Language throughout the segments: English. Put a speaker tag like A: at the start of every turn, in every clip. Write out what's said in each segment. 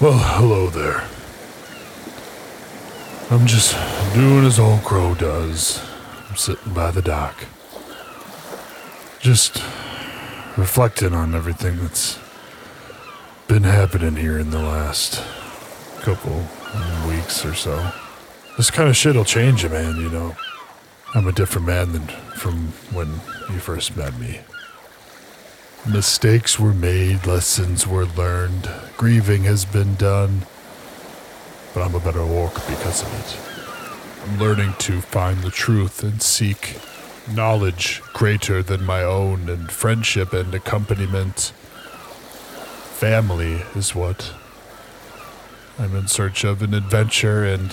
A: Well, hello there. I'm just doing as old Crow does. I'm sitting by the dock. Just reflecting on everything that's been happening here in the last couple weeks or so. This kind of shit'll change a man, you know. I'm a different man than from when you first met me. Mistakes were made, lessons were learned, grieving has been done, but I'm a better walk because of it. I'm learning to find the truth and seek knowledge greater than my own, and friendship and accompaniment. Family is what I'm in search of an adventure, and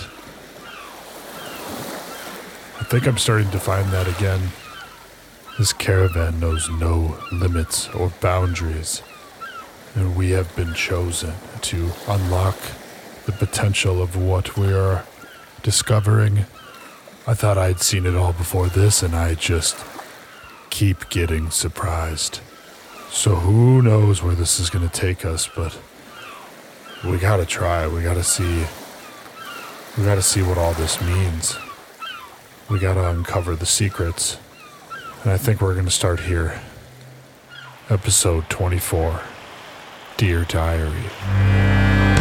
A: I think I'm starting to find that again. This caravan knows no limits or boundaries, and we have been chosen to unlock the potential of what we are discovering. I thought I'd seen it all before this, and I just keep getting surprised. So, who knows where this is going to take us, but we gotta try. We gotta see. We gotta see what all this means. We gotta uncover the secrets. And I think we're gonna start here. Episode 24 Dear Diary.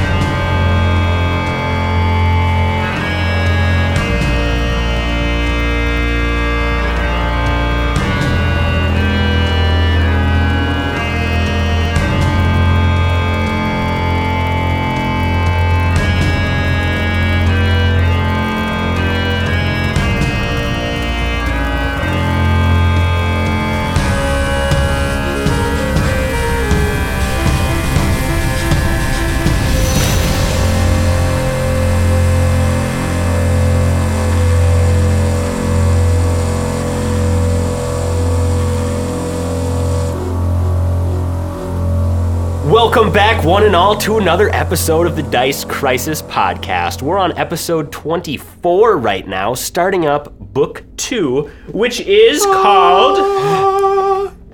B: Welcome back, one and all, to another episode of the Dice Crisis Podcast. We're on episode 24 right now, starting up book two, which is called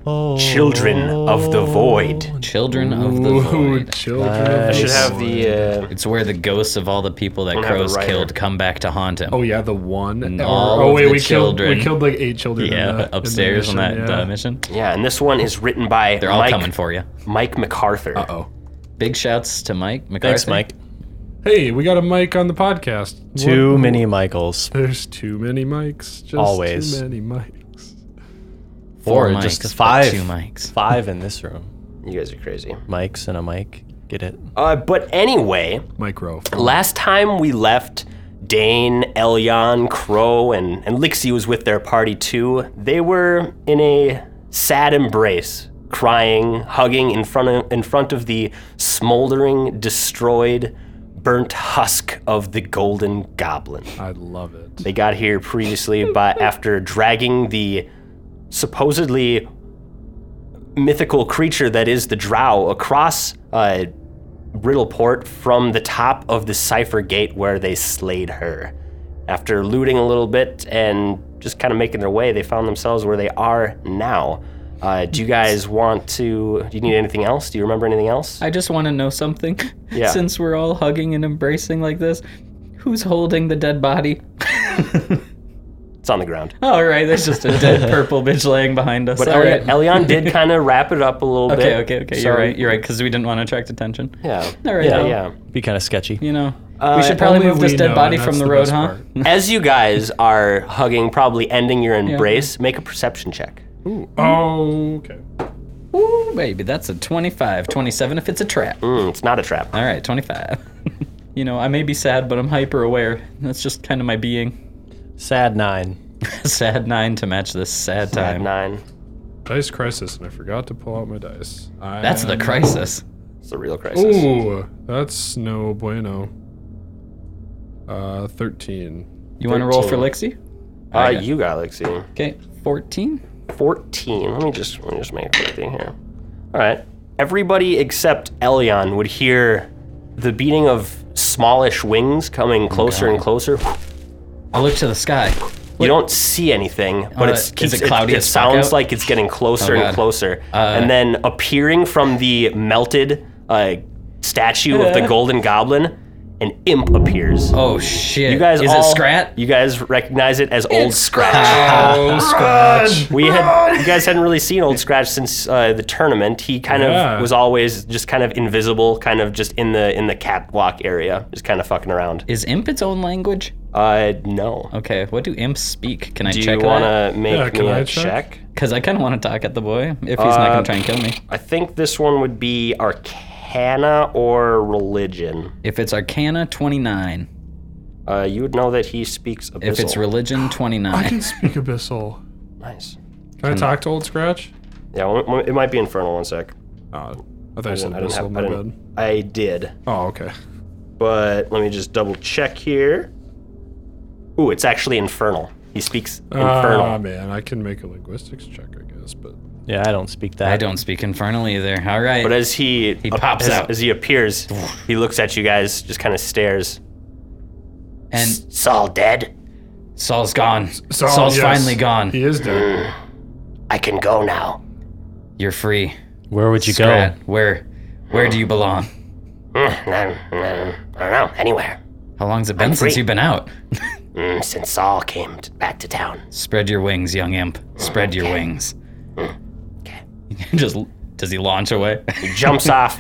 C: Oh.
B: Children of the Void.
C: Children of the Void.
A: children.
B: I should have the. Uh,
C: It's where the ghosts of all the people that
B: have a
C: crows
B: writer.
C: killed come back to haunt him.
D: Oh yeah, the one.
C: And
D: or-
C: all
D: oh
C: of
D: wait,
C: the
D: we killed
C: children.
D: we killed like eight children. in
C: yeah,
D: the- in the
C: upstairs on that
D: mission,
C: uh, mission.
B: yeah, and this one is written by
C: They're all
B: Mike,
C: coming for you.
B: Mike MacArthur.
D: Yeah. Oh.
C: Big shouts to Mike. McCarthy.
E: Thanks, Mike.
D: Hey, we got a mic on the podcast.
E: Too
D: What-
E: many Michaels.
D: There's too many mics. Just
E: Always.
D: too many mics.
C: Four
E: Or
C: mics,
E: just
C: but
E: five.
C: Two mics.
E: Five in this room.
B: You guys are crazy.
E: Mics and a mic. Get it?
B: Uh, but anyway,
D: Micro.
B: Last time we left, Dane, Elyon, Crow, and, and Lixie was with their party too. They were in a sad embrace, crying, hugging in front of, in front of the smoldering, destroyed, burnt husk of the Golden Goblin.
D: I love it.
B: They got here previously by after dragging the supposedly mythical creature that is the Drow across uh, Riddleport from the top of the Cipher Gate where they slayed her. After looting a little bit and just kind of making their way, they found themselves where they are now. Uh, do you guys want to? Do you need anything else? Do you remember anything else?
C: I just want to know something.
B: Yeah.
C: Since we're all hugging and embracing like this, who's holding the dead body?
B: It's on the ground.
C: all right, there's just a dead purple bitch laying behind us.
B: But
C: all right.
B: Elyon Elyon did kind of wrap it up a little
C: okay,
B: bit.
C: okay, okay.
B: So-
C: You're right. You're right. Because we didn't want to attract attention.
B: Yeah.
C: All right.
E: Yeah.
C: well,
B: Yeah.
E: Be kind of sketchy.
C: You know, we should probably
D: Uh, only
C: move this
D: we
C: dead
D: know,
C: body
D: and
C: from
D: that's
C: the,
D: the
C: road,
D: best
C: huh?
D: part.
B: As you guys are hugging, probably ending your embrace, make a perception check.
D: Oh, okay.
C: Ooh, baby, that's a 25, 27 if it's a trap.
B: Mm, it's not a trap.
C: All right, 25. you know, I may be sad, but I'm hyper aware. That's just kind of my being.
E: Sad nine.
C: sad nine to match this sad time.
B: Nine.
D: Dice crisis, and I forgot to pull out my dice. I
C: That's the crisis.
B: It's a real crisis.
D: Ooh, that's no bueno. Uh, thirteen.
C: You want to roll for
B: 13.
C: Lixie?
B: uh, you got Lexi.
C: Okay, 14.
B: Fourteen. Let me just let me just make a quick thing here. All right. Everybody except Elion would hear the beating of smallish wings coming closer and closer.
C: I look to the sky.
B: You don't see anything, but
C: Uh,
B: it's
C: is
B: keeps,
C: it cloudy
B: It, it
C: as fuck
B: sounds
C: out?
B: like it's getting closer
C: Oh,
B: and
C: God.
B: closer,
C: Uh,
B: and then appearing from the melted uh, statue of the
C: Yeah.
B: Golden Goblin, an imp appears.
C: Uh. Oh shit!
B: You guys
C: is
B: all-
C: it Scrat?
B: You guys recognize it as Old Scratch.
D: Oh, Scratch.
B: We had you guys hadn't really seen Old Scratch since uh, the tournament. He kind
D: Yeah.
B: of was always just kind of invisible, kind of just in the in the catwalk area, just kind of fucking around.
C: Is imp its own language?
B: Uh, no.
C: Okay, what do imps speak? Can I
B: Do you
C: check
B: want
C: that?
B: to make
D: Yeah, can
B: me
D: I
B: a
D: check?
B: check?
C: Because I kind of want to talk at the boy if he's
B: Uh,
C: not gonna try and kill me.
B: I think this one would be Arcana or Religion.
C: If it's Arcana, twenty nine.
B: Uh, you would know that he speaks Abyssal.
C: If it's Religion, twenty
A: I
C: nine.
A: can speak Abyssal.
B: nice.
D: Can I talk to Old Scratch?
B: Yeah, one- one- it might be Infernal. One sec.
D: Oh, I
B: I
D: thought you said
B: didn't, I didn't
D: Bissell.
B: have.
D: My
B: I,
D: bad.
B: didn't, I did,
D: Oh, okay.
B: but let me just double check here. Ooh, it's actually Infernal. He speaks Infernal.
D: Ah, man, I can make a linguistics check, I guess, but
E: Yeah, I don't speak that.
C: I don't speak infernal either. All right.
B: But as he he
C: pops
B: as,
C: out.
B: as he appears, he looks at you guys, just kind of stares.
C: and
B: It's all dead.
C: Saul's gone.
D: Saul,
C: Saul's
D: yes.
C: finally gone.
D: he is dead.
B: I can go now.
C: You're free.
E: Where would you
C: Scrat, where where do you belong?
B: Mm, I'm- mm, I don't know. Anywhere
C: How long's it been since
B: free.
C: you've been out?
B: Mm, since Saul came t- back to town.
C: Spread your wings, young imp. Spread your wings. Just does he launch away?
B: He jumps off.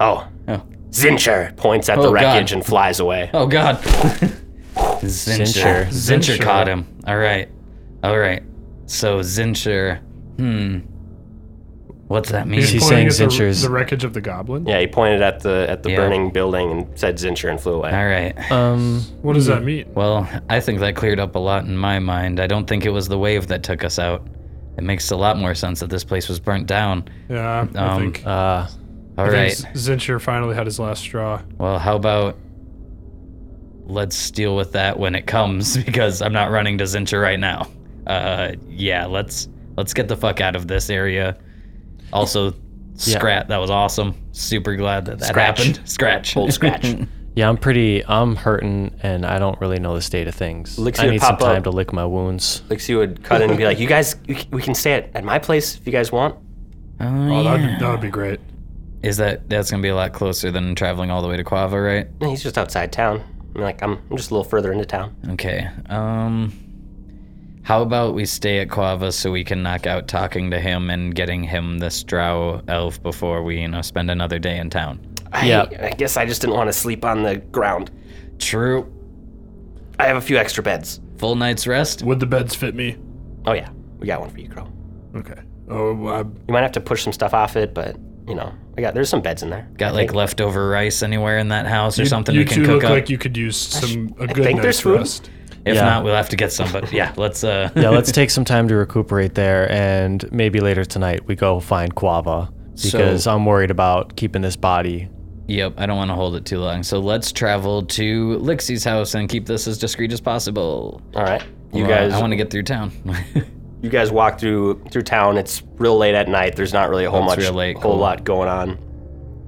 B: Oh.
C: Oh.
B: Zincher points at the
C: Oh, God.
B: wreckage and flies away.
C: Oh God! Zincher.
E: Zincher.
C: Zincher
D: Zincher.
C: caught him. All right, all right. So Zincher. Hmm. What's that mean?
D: He's
E: She's
D: pointing
E: saying
D: at the,
E: Zincher's-
D: the wreckage of the goblin.
B: Yeah, he pointed at the at the
C: Yeah.
B: burning building and said Zincher and flew away.
C: All right.
E: go? Um,
D: What
C: Mm.
D: does that mean?
C: Well, I think that cleared up a lot in my mind. I don't think it was the wave that took us out. It makes a lot more sense that this place was burnt down.
D: Yeah, I
C: Um,
D: think,
E: uh,
C: All
D: I
C: right.
D: think Zincher finally had his last straw.
C: Well, how about let's deal with that when it comes because I'm not running to Zincha right now. Uh, yeah, let's let's get the fuck out of this area. Also, Scrat, that was awesome. Super glad that that
B: Scratch.
C: happened. Scratch.
B: Old scratch.
E: yeah, I'm pretty, I'm hurting, and I don't really know the state of things.
B: Elixir
E: I need some
B: pop up.
E: time to lick my wounds.
B: Lixie would cut in and be like, "You guys, we c- we can stay at, at my place if you guys want."
C: oh,
D: Oh,
C: yeah.
D: that'd, that would be great.
C: Is that that's gonna be a lot closer than traveling all the way to Quava, right?
B: No, he's just outside town. I'm like, I'm, I'm just a little further into town.
C: Okay. Um how about we stay at Quava so we can knock out talking to him and getting him this drow elf before we, you know, spend another day in town.
B: I,
E: Yeah.
B: I guess I just didn't want to sleep on the ground.
C: True.
B: I have a few extra beds.
C: Full night's rest.
D: Would the beds fit me?
B: Oh yeah, we got one for you, Crow.
D: Okay. Oh, I'm,
B: You might have to push some stuff off it, but you know, I got there's some beds in there.
C: Got like leftover rice anywhere in that house or something
D: you
C: we can
D: two
C: cook
D: look
C: up.
D: like you could use some a good
B: think there's
D: night's
B: food.
D: rest.
C: if
E: Yeah.
C: not, we'll have to get some. But yeah, let's. uh
E: Yeah, let's take some time to recuperate there, and maybe later tonight we go find Quava because I'm worried about keeping this body.
C: Yep, I don't want to hold it too long. So let's travel to Lixie's house and keep this as discreet as possible.
B: All right, you
C: Uh,
B: guys.
C: I want to get through town.
B: you guys walk through through town. It's real late at night. There's not really a whole
C: It's
B: much
C: real late,
B: whole
C: cool.
B: lot going on.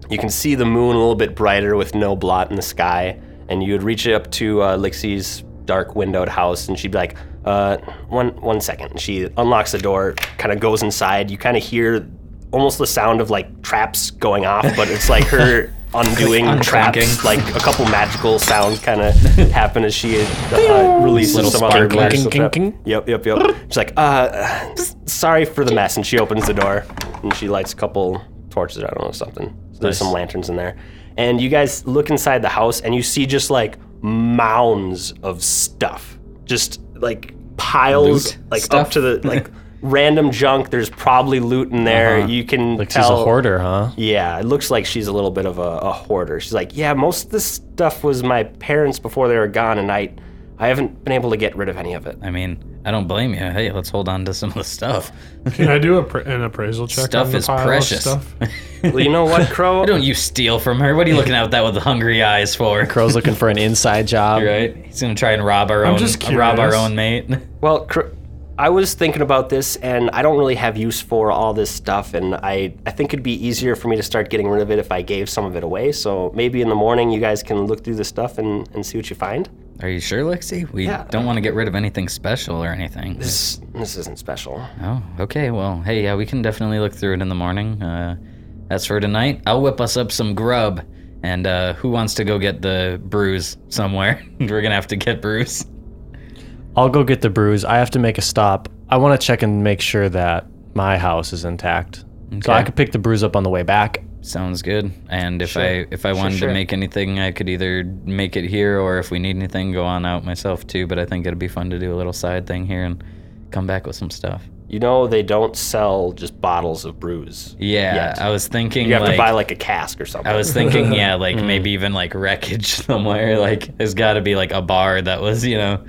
B: You can see the moon a little bit brighter with no blot in the sky, and you would reach up to uh, Lixie's dark windowed house, and she'd be like, uh, "One one second. She unlocks the door, kind of goes inside. You kind of hear almost the sound of like traps going off, but it's like her. Undoing traps,
C: unclinking.
B: like a couple magical sounds kind of happen as she uh, releases
C: Little
B: some other
C: sparklers.
B: magical
E: King,
B: trap.
E: king, king.
B: Yep, yep, yep. She's like, uh, sorry for the mess. And she opens the door and she lights a couple torches, I don't know, something. So there's
E: Nice.
B: some lanterns in there. And you guys look inside the house and you see just like mounds of stuff. Just like piles,
C: Loot
B: like up
C: stuff?
B: to the, like random junk. There's probably loot in there. You can
E: Uh-huh. Like she's
B: tell.
E: a hoarder, huh?
B: Yeah, it looks like she's a little bit of a, a hoarder. She's like, yeah, most of this stuff was my parents before they were gone, and I, I haven't been able to get rid of any of it.
C: I mean, I don't blame you. Hey, let's hold on to some of the stuff.
D: Can I do a, pr- an appraisal check?
C: Stuff
D: on the
C: is
D: pile of
C: precious.
D: Stuff?
B: Well, you know what, Crow?
C: Why don't you steal from her? What are you looking out that with hungry eyes for?
E: Crow's looking for an inside job.
C: Right? He's gonna try and rob our own
D: just
C: rob our
D: curious.
C: own mate.
B: Well, Cro- I was thinking about this, and I don't really have use for all this stuff, and I, I think it'd be easier for me to start getting rid of it if I gave some of it away. So maybe in the morning you guys can look through the stuff and, and see what you find.
C: Are you sure, Lexi? We
B: Yeah.
C: don't want to get rid of anything special or anything.
B: This this isn't special.
C: Oh, okay. Well, hey, yeah, we can definitely look through it in the morning. Uh, as for tonight, I'll whip us up some grub. And uh, who wants to go get the brews somewhere? We're gonna have to get brews.
E: I'll go get the brews. I have to make a stop. I want to check and make sure that my house is intact. So I
C: Okay.
E: could pick the brews up on the way back.
C: Sounds good. And if I if I wanted
B: sure.
C: to make anything, I could either make it here or if we need anything, go on out myself too. But I think it'd be fun to do a little side thing here and come back with some stuff.
B: You know they don't sell just bottles of brews.
C: Yeah,
B: Yet.
C: I was thinking
B: You have
C: like,
B: to buy Mm. like a cask or something.
C: I was thinking, yeah, like maybe even like wreckage somewhere. Like there's got to be like a bar that was, you know,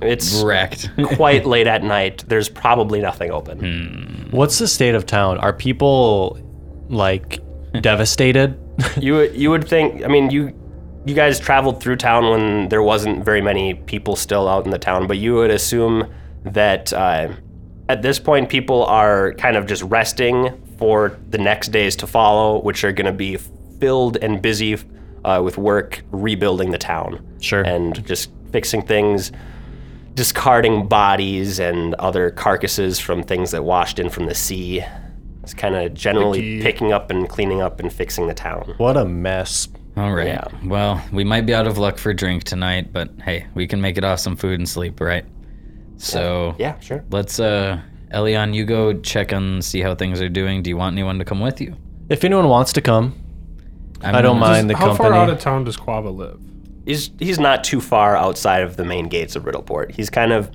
B: it's
C: wrecked.
B: quite late at night. There's probably nothing open.
C: Hmm.
E: What's the state of town? Are people like devastated?
B: You would- you would think. I mean, you you guys traveled through town when there wasn't very many people still out in the town, but you would assume that uh, at this point people are kind of just resting for the next days to follow, which are going to be filled and busy uh, with work rebuilding the town.
E: Sure.
B: And just fixing things. Discarding bodies and other carcasses from things that washed in from the sea. It's kind of generally picking up and cleaning up and fixing the town.
E: What a mess.
C: All right.
B: Yeah.
C: Well, we might be out of luck for drink tonight, but hey, we can make it off some food and sleep, right? So
B: Yeah, sure.
C: let's uh Elion, you go check and see how things are doing. Do you want anyone to come with you?
E: If anyone wants to come,
C: I'm
E: I don't
C: gonna-
E: mind the
D: How
E: company.
D: far out of town does Quava live?
B: He's he's not too far outside of the main gates of Riddleport. He's kind of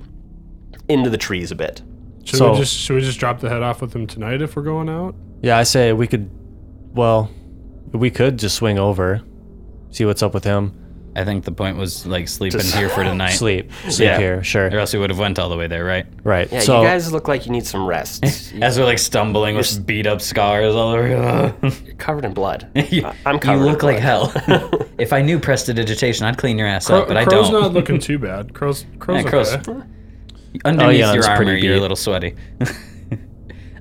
B: into the trees a bit.
D: Should
E: So-
D: we just should we just drop the head off with him tonight if we're going out?
E: yeah, I say we could. Well, we could just swing over, see what's up with him.
C: I think the point was like sleeping here for tonight.
E: Sleep, sleep
B: Yeah.
E: here,
C: Or
E: sure.
C: else we would have went all the way there, right?
E: Right.
B: Yeah,
E: so
B: you guys look like you need some rest.
C: As we're like stumbling with beat up scars all over you.
B: You're covered in blood.
C: You-
B: I- I'm covered.
C: You
B: in
C: look like
B: blood.
C: hell. if I knew prestidigitation, I'd clean your ass up, but I
D: Crow's
C: don't.
D: not looking too bad. Crow's crow's,
C: Yeah, Crow's-
D: okay.
C: Underneath
E: it's
C: your
E: Oh, pretty
C: armor, you're a
E: beat.
C: little sweaty.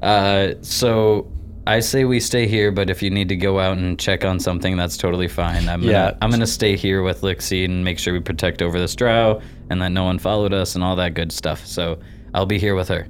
C: uh, so I say we stay here, but if you need to go out and check on something, that's totally fine. I'm
E: Yeah.
C: gonna, I'm gonna stay here with Lixie and make sure we protect over this drow and that no one followed us and all that good stuff. So I'll be here with her.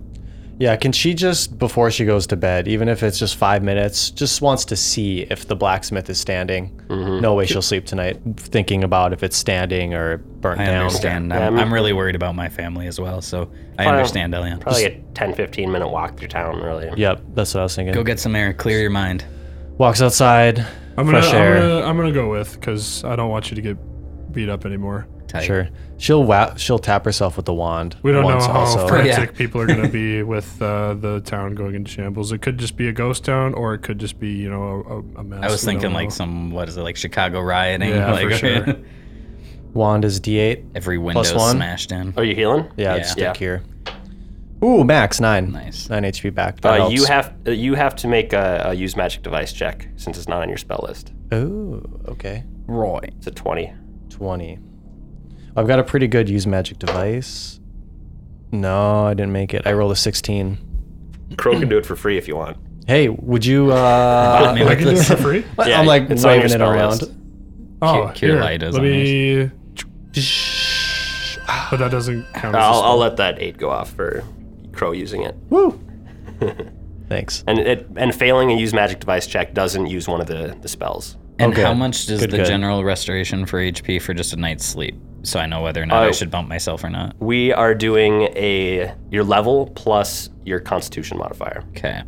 E: Yeah, can she just before she goes to bed, even if it's just five minutes, just wants to see if the blacksmith is standing? No way she'll sleep tonight thinking about if it's standing or burnt
C: I
E: down.
C: understand.
B: Yeah,
C: I'm,
B: I'm-
C: I'm really worried about my family as well, so I
B: Fine.
C: understand, Elian.
B: Probably a 10, 15 minute walk through town, really.
E: Yep, that's what I was thinking.
C: Go get some air, clear your mind.
E: Walks outside,
D: I'm gonna,
E: fresh
D: I'm
E: air.
D: gonna I'm gonna go with because I don't want you to get beat up anymore.
C: Tight.
E: Sure, she'll wa- she'll tap herself with the wand.
D: We don't know
E: once
D: how
E: also.
D: frantic
C: Yeah.
D: people are going to be with uh, the town going into shambles. It could just be a ghost town, or it could just be you know a, a mess.
C: I was
D: We don't
C: thinking like
D: know.
C: some what is it like Chicago rioting?
D: Yeah, for
C: like
D: sure.
E: Wand is D8.
C: every window
E: Plus one.
C: smashed in.
B: Are you healing?
C: Yeah.
E: Yeah, it's
B: Yeah.
E: stick here. Ooh, max nine.
C: Nice.
E: Nine HP back. That
B: Uh, you
E: helps.
B: have uh, you have to make a, a use magic device check since it's not on your spell list.
E: Ooh, okay.
C: Roy.
B: It's a twenty.
E: 20. I've got a pretty good use magic device. No, I didn't make it. I rolled a 16.
B: Crow can do it for free if you want.
E: Hey, would you? Uh,
C: Bought me
D: I
C: with
D: can do it
C: this.
D: for free.
E: what?
B: Yeah,
E: I'm like
B: it's on your
E: waving it
B: spell
E: around.
B: list.
D: Oh,
C: Cure
D: here,
C: Light is
D: Let
C: on
D: me. But that doesn't count. as a
B: I'll,
D: spell.
B: I'll let that eight go off for Crow using it.
E: Woo! Thanks.
B: And it and failing a use magic device check doesn't use one of the, the spells.
C: And
E: Okay.
C: how much does
E: Good,
C: the
E: good.
C: general restoration for HP for just a night's sleep? So I know whether or not I
B: Oh.
C: should bump myself or not.
B: We are doing a your level plus your constitution modifier.
C: Okay.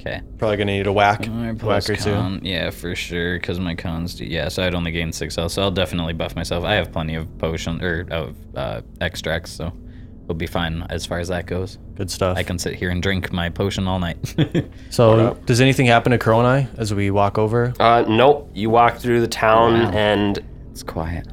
C: Okay.
E: Probably gonna need a whack,
C: Plus
E: whack or two.
C: con, yeah, for sure, because my cons do. Yeah, so I'd only gain six health, so I'll definitely buff myself. I have plenty of potion or of uh, extracts, so we'll be fine as far as that goes.
E: Good stuff.
C: I can sit here and drink my potion all night.
E: so, does anything happen to Crow and I as we walk over?
B: Uh, nope. You walk through the town,
C: Wow.
B: and
C: it's quiet.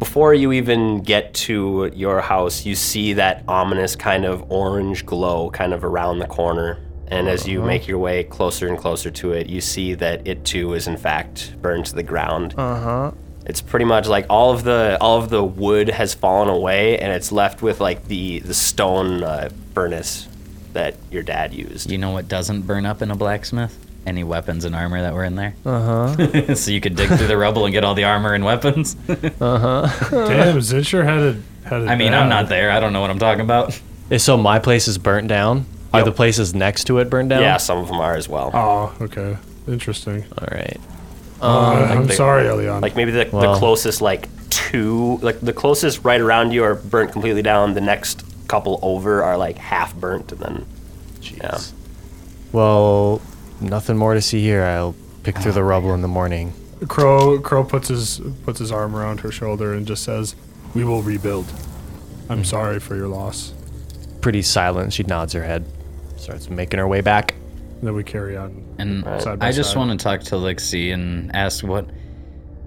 B: before you even get to your house, you see that ominous kind of orange glow kind of around the corner. And as you make your way closer and closer to it, you see that it too is in fact burned to the ground.
E: Uh huh.
B: It's pretty much like all of the all of the wood has fallen away, and it's left with like the the stone uh, furnace that your dad used.
C: Do you know what doesn't burn up in a blacksmith? Any weapons and armor that were in there. Uh huh. so you could dig through the rubble and get all the armor and weapons.
D: Damn, Zinsher had it. Had it
C: I mean, I'm
D: bad.
C: not there. I don't know what I'm talking about.
E: And So my place is burnt down. Are the places next to it burnt down?
B: Yeah, some of them are as well.
D: Oh, okay. Interesting.
E: All right.
C: Oh,
D: Uh, I'm
B: they-
D: sorry, Elion.
B: Like maybe the,
E: Well-
B: the closest like two, like the closest right around you are burnt completely down. The next couple over are like half burnt, and then yeah.
E: Well, nothing more to see here. I'll pick through the rubble in the morning.
D: Crow Crow puts his puts his arm around her shoulder and just says, "We will rebuild.
C: Hmm.
D: I'm sorry for your loss."
E: Pretty silent. She nods her head, starts making her way back.
D: Then we carry on.
C: And
D: Side by
C: I just
D: side.
C: want to talk to Lixie and ask what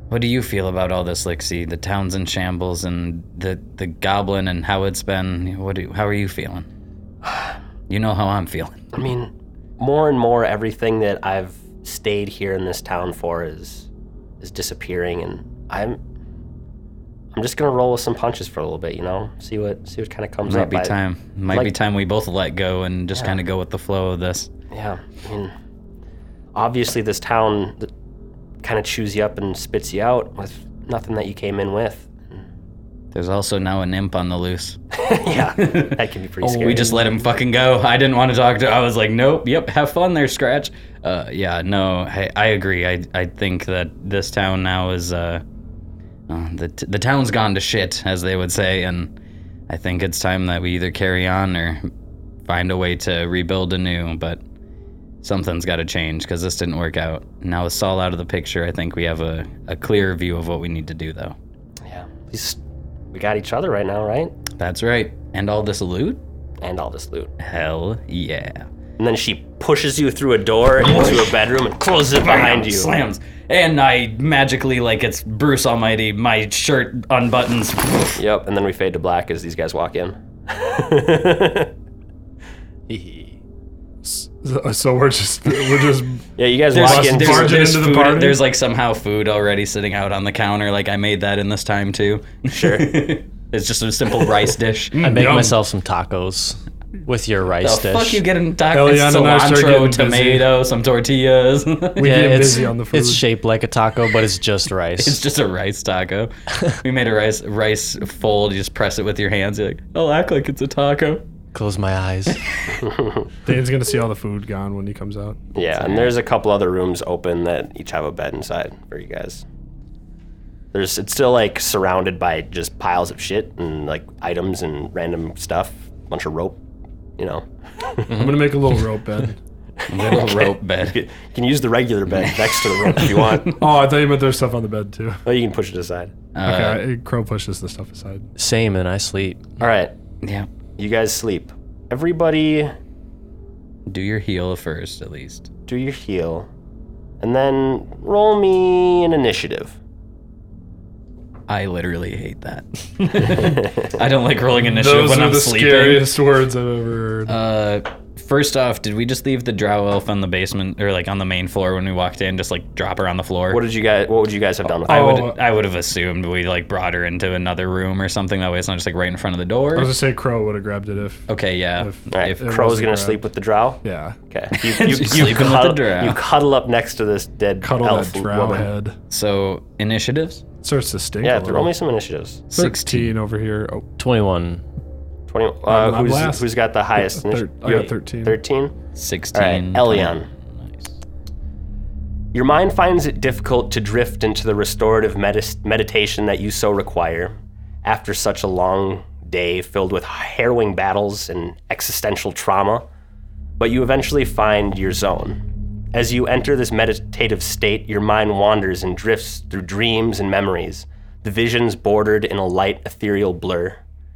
C: what do you feel about all this, Lixie? The town's in shambles and the the goblin and how it's been. What do, how are you feeling? You know how I'm feeling.
B: I mean, more and more everything that I've stayed here in this town for is is disappearing, and I'm I'm just gonna roll with some punches for a little bit, you know, see what see what kind of comes
C: Might
B: up.
C: be
B: I-
C: time. Might be
B: like-
C: time we both let go and just kind of go with the flow of this.
B: Yeah, I mean, obviously this town th- kind of chews you up and spits you out with nothing that you came in with.
C: There's also now an imp on the loose.
B: yeah, that can be pretty scary.
C: Oh, We just let him fucking go. I didn't want to talk to. I was like, nope, yep, have fun there, Scratch. Uh, yeah, no, I, I agree. I, I think that this town now is uh, uh, the t- the town's gone to shit, as they would say, and I think it's time that we either carry on or find a way to rebuild anew. But something's got to change because this didn't work out. Now with Saul out of the picture, I think we have a, a clear view of what we need to do, though.
B: yeah, we, s- we got each other right now, right?
C: That's right. And all this loot?
B: And all this loot.
C: Hell yeah.
B: And then she pushes you through a door into a bedroom and closes it behind you.
C: Slams. And I magically, like it's Bruce Almighty, my shirt unbuttons.
B: Yep, and then we fade to black as these guys walk in.
D: So, so we're just we're just
B: yeah, you guys
C: There's,
B: walk in.
D: Barging
C: there's, there's
D: into the
C: food-
D: party?
C: there's, like somehow food already sitting out on the counter. Like I made that in this time too. Sure. it's just a simple rice dish.
E: I make
D: Yum.
E: myself some tacos with your
C: The
E: rice dish.
C: fuck you getting tacos,
D: Eliana and I start getting
C: cilantro,
D: busy.
C: tomato, some tortillas.
D: we
E: yeah,
D: get
E: it's,
D: busy on the food.
E: it's shaped like a taco, but it's just rice.
C: It's just a rice taco. We made a rice rice fold. You just press it with your hands. You're like, I'll act like it's a taco.
E: Close my eyes.
D: Dane's gonna see all the food gone when he comes out.
C: Mm-hmm.
B: yeah, and there's a couple other rooms open that each have a bed inside for you guys. There's it's still like surrounded by just piles of shit and like items and random stuff, bunch of rope, you know.
D: I'm gonna make a little rope bed.
C: Little rope bed.
B: You can use the regular bed next to the rope if you want.
D: oh, I thought you meant there's stuff on the bed too.
B: Oh, you can push it aside.
C: Uh,
D: okay, Crow pushes the stuff aside.
E: Same, and I sleep.
B: All right,
C: Yeah.
B: you guys sleep. Everybody
C: Do your heel first, at least.
B: do your heal, and then roll me an initiative.
C: I literally hate that. I don't like rolling initiative
D: Those
C: when
D: are
C: I'm
D: the
C: sleeping.
D: scariest words I've ever heard.
C: Uh, first off, did we just leave the drow elf on the basement or like on the main floor when we walked in? Just like drop her on the floor.
B: What did you guys? What would you guys have done with
C: I
B: that?
C: would
D: Oh.
C: I would have assumed we like brought her into another room or something. That way, it's not just like right in front of the door.
D: I was gonna say Crow would have grabbed it if.
C: okay, yeah.
D: If-
B: All right,
C: If-
D: it
B: Crow's
D: wasn't
B: gonna
D: grabbed.
B: sleep with the drow.
D: Yeah.
B: Okay, you, you,
C: She's
B: you
C: sleeping with the
B: cuddle,
C: drow.
B: you cuddle up next to this dead
D: Cuddle
B: elf
D: that drow
B: woman.
D: head.
C: So initiatives.
D: Starts to stink.
B: Yeah,
D: a
B: roll
D: little.
B: me some initiatives.
D: 16 over here. Oh,
E: 21.
B: Twenty.
D: I'm
B: Uh, who's,
D: last.
B: who's got the highest?
D: thir-
B: initi-
D: I
B: you
D: got
B: have
D: 13.
B: Thirteen. All right,
C: Sixteen.
B: Elion. Your mind finds it difficult to drift into the restorative medis- meditation that you so require after such a long day filled with harrowing battles and existential trauma, but you eventually find your zone. As you enter this meditative state, your mind wanders and drifts through dreams and memories, the visions bordered in a light ethereal blur.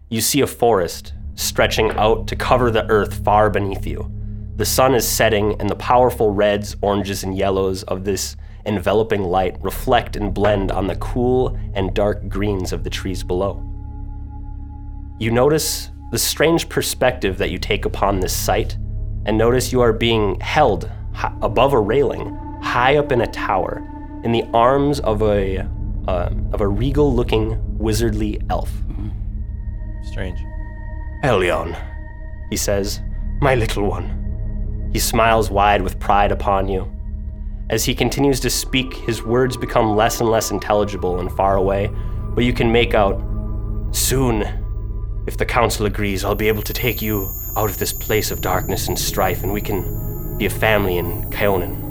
B: You see a forest stretching out to cover the earth far beneath you. The sun is setting, and the powerful reds, oranges, and yellows of this enveloping light reflect and blend on the cool and dark greens of the trees below. You notice the strange perspective that you take upon this sight, and notice you are being held hi- above a railing, high up in a tower, in the arms of a uh, of a regal-looking, wizardly elf.
E: Strange.
B: Elion, he says, my little one. He smiles wide with pride upon you. As he continues to speak, his words become less and less intelligible and far away, but you can make out soon, if the council agrees, I'll be able to take you out of this place of darkness and strife, and we can be a family in Kaonin.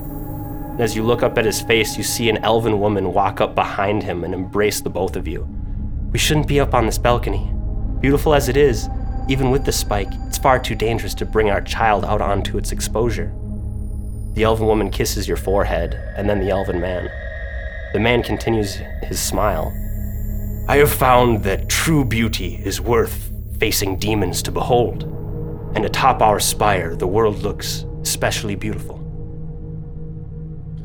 B: And as you look up at his face, you see an elven woman walk up behind him and embrace the both of you. We shouldn't be up on this balcony. Beautiful as it is, even with the spike, it's far too dangerous to bring our child out onto its exposure. The elven woman kisses your forehead, and then the elven man. The man continues his smile. I have found that true beauty is worth facing demons to behold, and atop our spire, the world looks especially beautiful.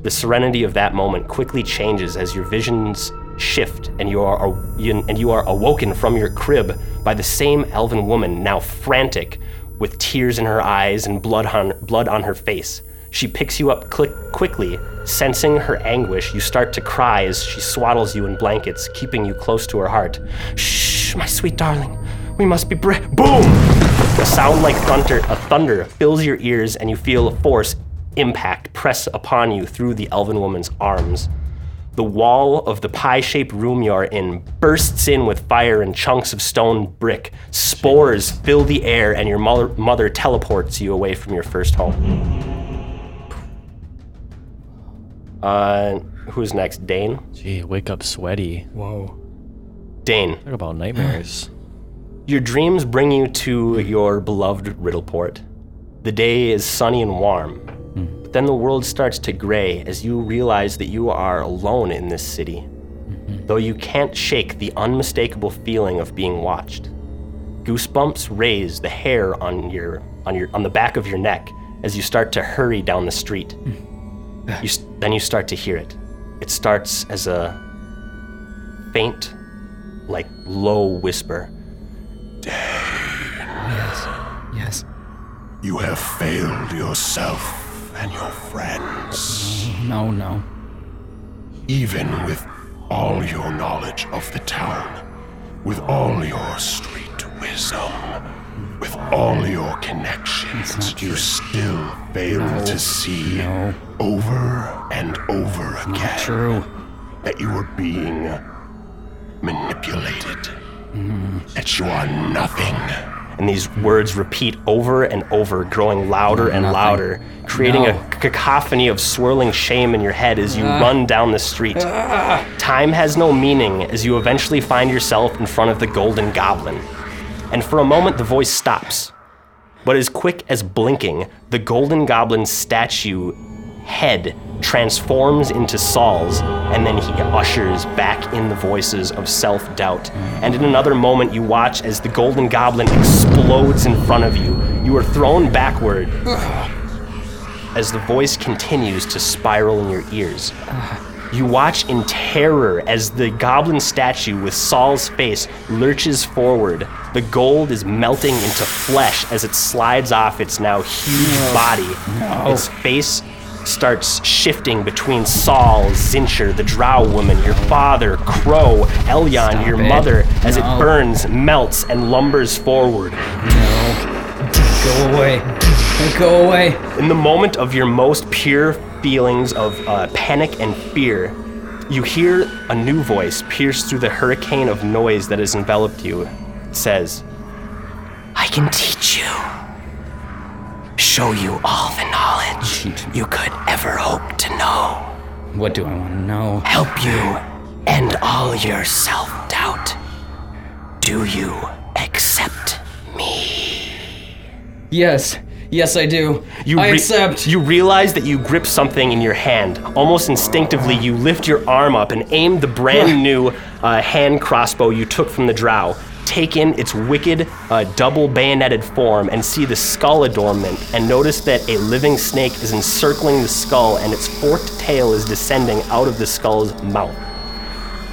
B: The serenity of that moment quickly changes as your visions shift and you are and you are awoken from your crib by the same elven woman now frantic with tears in her eyes and blood on blood on her face. She picks you up click, quickly, sensing her anguish. You start to cry as she swaddles you in blankets, keeping you close to her heart. Shh, my sweet darling. We must be bra- Boom! A sound like thunder, a thunder fills your ears, and you feel a force impact press upon you through the elven woman's arms. The wall of the pie shaped room you are in bursts in with fire and chunks of stone brick. Spores fill the air, and your mother, mother teleports you away from your first home. Uh, who's next? Dane?
E: Gee, wake up sweaty.
D: Whoa.
B: Dane.
E: Talk about nightmares.
B: Your dreams bring you to your beloved Riddleport. The day is sunny and warm, but then the world starts to gray as you realize that you are alone in this city, though you can't shake the unmistakable feeling of being watched. Goosebumps raise the hair on your on your on the back of your neck as you start to hurry down the street. You, s- then you start to hear it. It starts as a faint, like low whisper.
C: Yes.
A: You have failed yourself and your friends.
C: No, no.
A: Even with all your knowledge of the town, with all your street wisdom, with all your connections, you still fail to see over and over again
C: True.
A: that you are being manipulated, that you are nothing.
B: and these words repeat over and over, growing louder and
C: Nothing.
B: louder, creating
C: No. Ah.
B: a cacophony of swirling shame in your head as you run down the street. Time has no meaning as you eventually find yourself in front of the Golden Goblin. And for a moment, the voice stops. But as quick as blinking, the Golden Goblin's statue head transforms into Saul's, and then he ushers back in the voices of self doubt. And in another moment, you watch as the Golden Goblin explodes in front of you. You are thrown backward as the voice continues to spiral in your ears. You watch in terror as the goblin statue with Saul's face lurches forward. The gold is melting into flesh as it slides off its now huge body. Its face starts shifting between Saul, Zincher, the drow woman, your father, Crow, Elyon,
C: Stop
B: your
C: it.
B: mother, as
C: No.
B: it burns, melts, and lumbers forward.
C: Go away. Go away.
B: In the moment of your most pure feelings of uh, panic and fear, you hear a new voice pierce through the hurricane of noise that has enveloped you. It says, I can teach you, show you all the knowledge you could ever hope to know,
C: What do I want to know?
B: help you end all your self doubt. Do you accept me?
C: Yes. Yes, I do.
B: You
C: I
B: re-
C: accept.
B: You realize that you grip something in your hand. Almost instinctively, you lift your arm up and aim the brand new uh, hand crossbow you took from the drow. Take in its wicked, uh, double bayoneted form and see the skull adornment, and notice that a living snake is encircling the skull and its forked tail is descending out of the skull's mouth.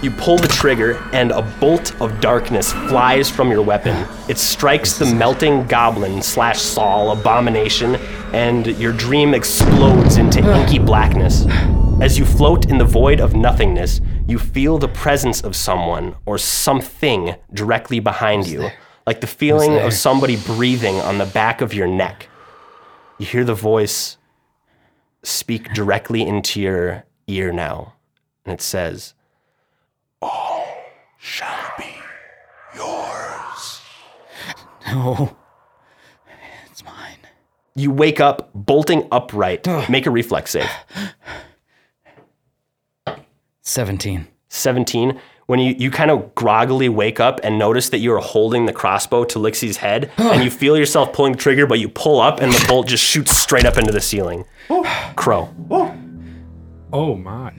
B: You pull the trigger, and a bolt of darkness flies from your weapon. It strikes the melting goblin slash Saul abomination, and your dream explodes into inky blackness. As you float in the void of nothingness, you feel the presence of someone or something directly behind you, like the feeling of somebody breathing on the back of your neck. You hear the voice speak directly into your ear now, and it says,
C: No. It's mine.
B: You wake up bolting upright. Make a reflex save.
C: 17.
B: 17. When you, you kind of groggily wake up and notice that you are holding the crossbow to Lixie's head, and you feel yourself pulling the trigger, but you pull up and the bolt just shoots straight up into the ceiling. Crow,
D: Oh my.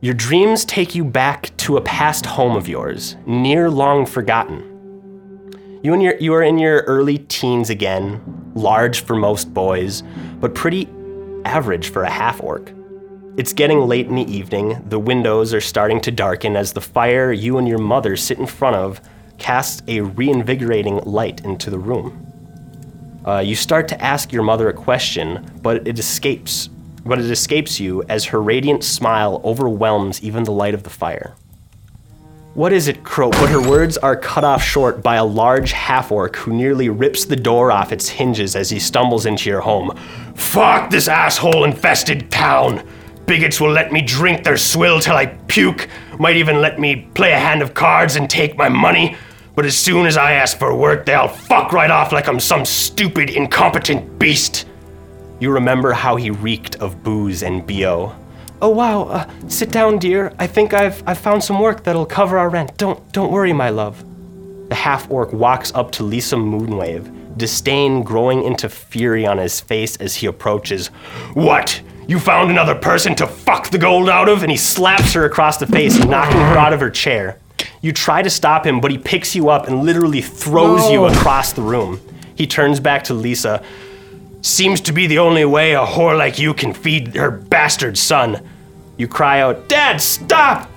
B: your dreams take you back to a past home of yours, near long forgotten. You, and your, you are in your early teens again, large for most boys, but pretty average for a half orc. It's getting late in the evening. The windows are starting to darken as the fire you and your mother sit in front of casts a reinvigorating light into the room. Uh, you start to ask your mother a question, but it escapes. But it escapes you as her radiant smile overwhelms even the light of the fire. What is it, Crow? But her words are cut off short by a large half orc who nearly rips the door off its hinges as he stumbles into your home. Fuck this asshole infested town! Bigots will let me drink their swill till I puke, might even let me play a hand of cards and take my money. But as soon as I ask for work, they'll fuck right off like I'm some stupid, incompetent beast. You remember how he reeked of booze and BO. Oh wow, uh, sit down, dear. I think I've I've found some work that'll cover our rent. Don't don't worry, my love. The half orc walks up to Lisa Moonwave, disdain growing into fury on his face as he approaches. What? You found another person to fuck the gold out of? And he slaps her across the face, knocking her out of her chair. You try to stop him, but he picks you up and literally throws you across the room. He turns back to Lisa. Seems to be the only way a whore like you can feed her bastard son. You cry out, Dad, stop!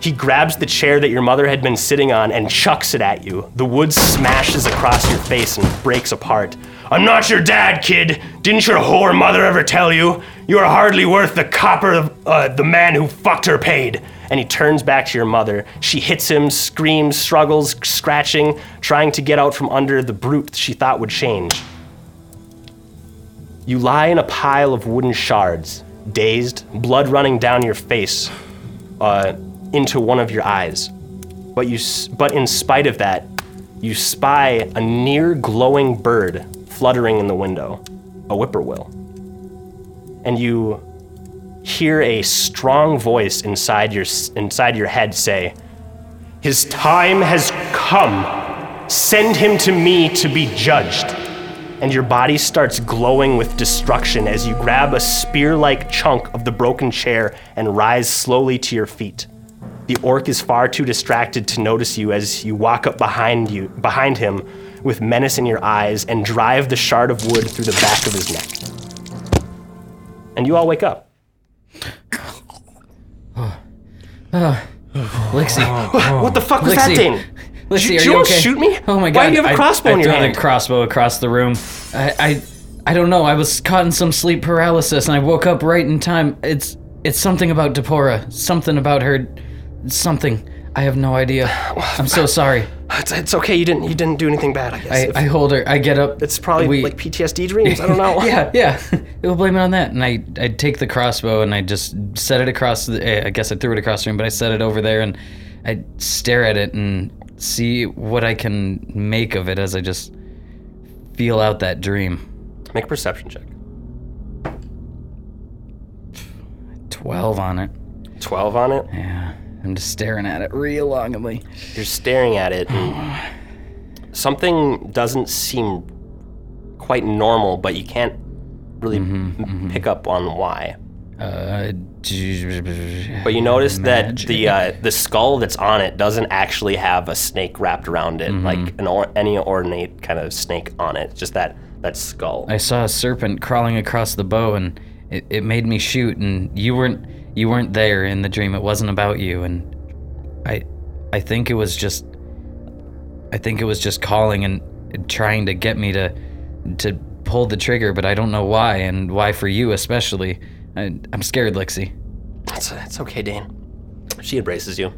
B: He grabs the chair that your mother had been sitting on and chucks it at you. The wood smashes across your face and breaks apart. I'm not your dad, kid. Didn't your whore mother ever tell you? You are hardly worth the copper of, uh, the man who fucked her paid. And he turns back to your mother. She hits him, screams, struggles, scratching, trying to get out from under the brute she thought would change. You lie in a pile of wooden shards, dazed, blood running down your face uh, into one of your eyes. But you, s- but in spite of that, you spy a near glowing bird fluttering in the window, a whippoorwill. And you hear a strong voice inside your s- inside your head say, "His time has come. Send him to me to be judged." and your body starts glowing with destruction as you grab a spear like chunk of the broken chair and rise slowly to your feet. The orc is far too distracted to notice you as you walk up behind you behind him with menace in your eyes and drive the shard of wood through the back of his neck. And you all wake up.
C: Lixie.
B: What the fuck was that
C: Lexi,
B: thing?
C: Lexi,
B: Did
C: are
B: you
C: you
B: almost
C: okay?
B: shoot me?
C: Oh my god!
B: Why do you have a
C: I-
B: crossbow
C: I,
B: in your
C: threw
B: hand?
C: the crossbow across the room. I, I, I don't know. I was caught in some sleep paralysis, and I woke up right in time. It's, it's something about Depora. Something about her. Something. I have no idea. I'm so sorry.
B: It's, it's okay. You didn't. You didn't do anything bad. I guess.
C: I,
B: If-
C: I hold her. I get up.
B: it's probably
C: we-
B: like PTSD dreams. I don't know.
C: yeah, yeah. We'll blame it on that. And I, I take the crossbow and I just set it across. The, eh, I guess I threw it across the room, but I set it over there and I stare at it and see what I can make of it as I just feel out that dream.
B: Make a perception check.
C: Twelve on it.
B: Twelve on it.
C: Yeah, I'm just staring at it real longingly.
B: You're staring at it, and something doesn't seem quite normal, but you can't really
C: Mm-hmm,
B: m- pick up on why.
C: Uh,
B: But you notice that the uh, the skull that's on it doesn't actually have a snake wrapped around it,
C: Mm-hmm.
B: like an or- any ornate kind of snake on it. Just that that skull.
C: I saw a serpent crawling across the bow and it, it made me shoot and you weren't you weren't there in the dream. It wasn't about you, and I, I think it was just, I think it was just calling and trying to get me to, to pull the trigger. But I don't know why, and why for you especially. I, I'm scared, Lixie.
B: It's, it's okay, Dan. She embraces you.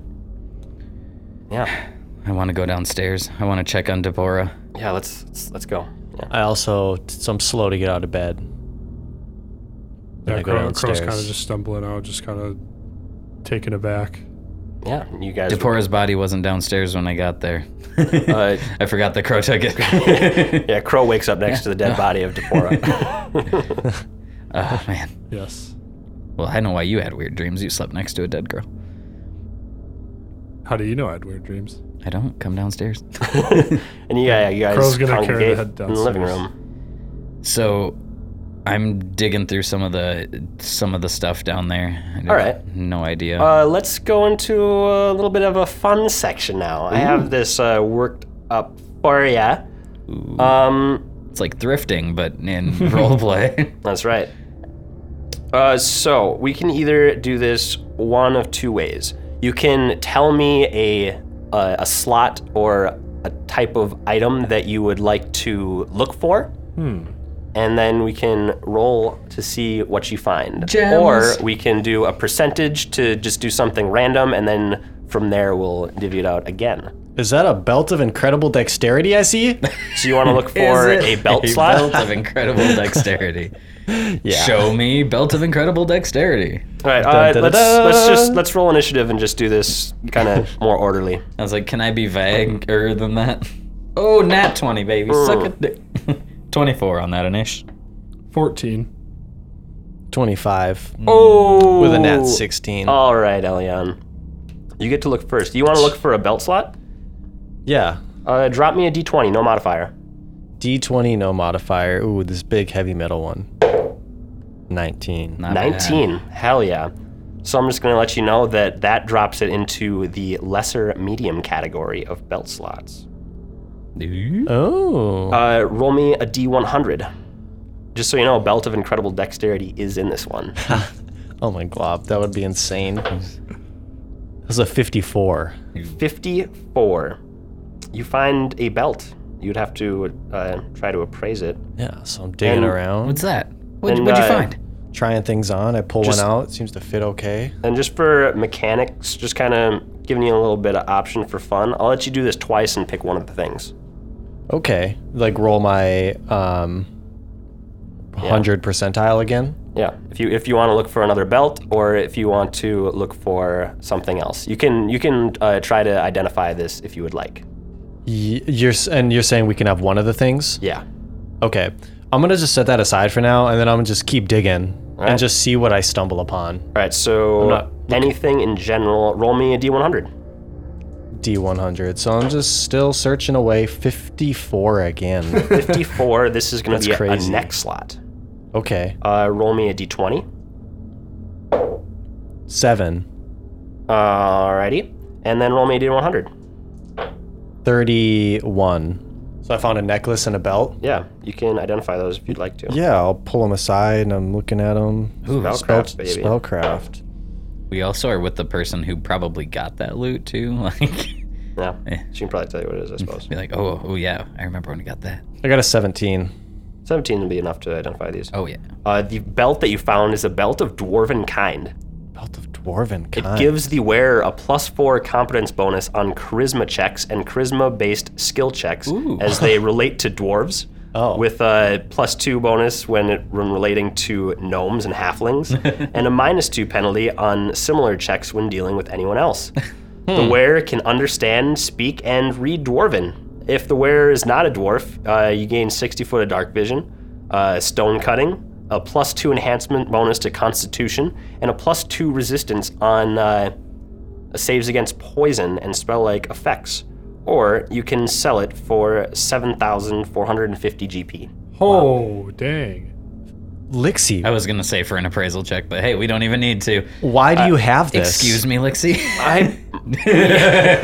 B: Yeah,
C: I want to go downstairs. I want to check on Deborah.
B: yeah. Let's let's, let's go. Yeah.
E: I also, so I'm slow to get out of bed.
D: Yeah,
E: I go
D: Crow, Crow's kind of
E: downstairs.
D: just stumbling out, just kind of taken aback.
B: yeah. and You guys.
C: Deborah's body wasn't downstairs when I got there.
B: Uh,
C: I forgot the crow took it.
B: yeah. Crow wakes up next to the dead body of Deborah.
C: Oh man.
D: Yes.
C: Well, I know why you had weird dreams. You slept next to a dead girl.
D: How do you know I had weird dreams?
C: I don't. Come downstairs.
B: and you, yeah, you guys
D: Crow's gonna carry the
B: congregate
D: head
B: in the living
D: downstairs.
B: room.
C: So, I'm digging through some of the some of the stuff down there. I have
B: All right.
C: No idea.
B: Uh, let's go into a little bit of a fun section now. I have this uh, worked up for ya. Um,
C: it's like thrifting, but in roleplay.
B: That's right. Uh, so we can either do this one of two ways. You can tell me a a, a slot or a type of item that you would like to look for.
C: Hmm.
B: And then we can roll to see what you find. Or we can do a percentage to just do something random, and then from there we'll divvy it out again.
E: Is that a belt of incredible dexterity I see?
B: So you want to look for
C: it
B: a belt
C: A
B: slot?
C: belt of incredible dexterity. Show me belt of incredible dexterity.
B: All right, uh,
E: Dun, dun,
B: let's
E: dun,
B: let's just
E: dun.
B: let's roll initiative and just do this kind of more orderly.
C: I was like, can I be vaguer than that? Oh, nat 20, baby. Suck a dick. 24 on that, Anish.
D: 14.
E: 25
B: Oh,
E: Mm, with a nat Oh. 16.
B: All right, Elian, you get to look first. You want to look for a belt slot?
E: yeah.
B: Uh, drop me a d20, no modifier.
E: D20, no modifier. Ooh, this big heavy metal one. 19.
C: Not bad.
B: 19. Hell yeah. So I'm just going to let you know that that drops it into the lesser medium category of belt slots.
C: Ooh.
E: Oh.
B: Uh, roll me a d100. Just so you know, belt of incredible dexterity is in this one.
E: oh my glob. That would be insane. That was a 54.
B: 54. You find a belt. You'd have to uh, try to appraise it.
E: Yeah, so I'm digging
B: And-
E: around,
C: What's that? What'd,
B: And,
C: what'd you
B: uh,
C: find?
E: trying things on. I pull
B: Just-
E: one out. It seems to fit okay.
B: And just for mechanics, just kind of giving you a little bit of option for fun, I'll let you do this twice and pick one of the things.
E: Okay. Like roll my um 100 percentile again.
B: Yeah, if you if you want to look for another belt or if you want to look for something else, you can you can uh, try to identify this if you would like.
E: Y- you're s- and you're saying we can have one of the things?
B: Yeah,
E: Okay. I'm going to just set that aside for now and then I'm going to just keep digging
B: right.
E: and just see what I stumble upon.
B: All right, so
E: not
B: anything in general, roll me a d100.
E: D100. So I'm just still searching away 54 again.
B: 54, this is going to
E: That's
B: be a- a
E: crazy.
B: neck slot.
E: okay.
B: Uh, roll me a d20.
E: 7
B: Alrighty. And then roll me a d100.
E: 31. So I found a necklace and a belt.
B: Yeah, you can identify those if you'd like to.
E: Yeah, I'll pull them aside and I'm looking at them.
B: Spellcraft, baby.
E: Spellcraft.
C: We also are with the person who probably got that loot too. Like,
B: Yeah. She can probably tell you what it is, I suppose.
C: be like, oh, oh yeah, I remember when I got that.
E: I got a 17.
B: 17 would be enough to identify these.
C: Oh yeah.
B: Uh, the belt that you found is a belt of dwarven kind.
E: Belt of Dwarven
B: It
E: kind.
B: gives the wearer a plus four competence bonus on charisma checks and charisma based skill checks
C: Ooh.
B: as they relate to dwarves.
E: Oh.
B: With a plus two bonus when, it, when relating to gnomes and halflings, and a minus two penalty on similar checks when dealing with anyone else. The wearer can understand, speak, and read dwarven. If the wearer is not a dwarf, uh, you gain 60 foot of dark vision, uh, stone cutting, a plus two enhancement bonus to constitution, and a plus two resistance on uh, saves against poison and spell like effects. Or you can sell it for 7,450 GP.
D: Oh, dang.
E: Lixie,
C: I was gonna say for an appraisal check, but hey, we don't even need to.
E: why do you have this?
C: Excuse me, Lixie.
B: I,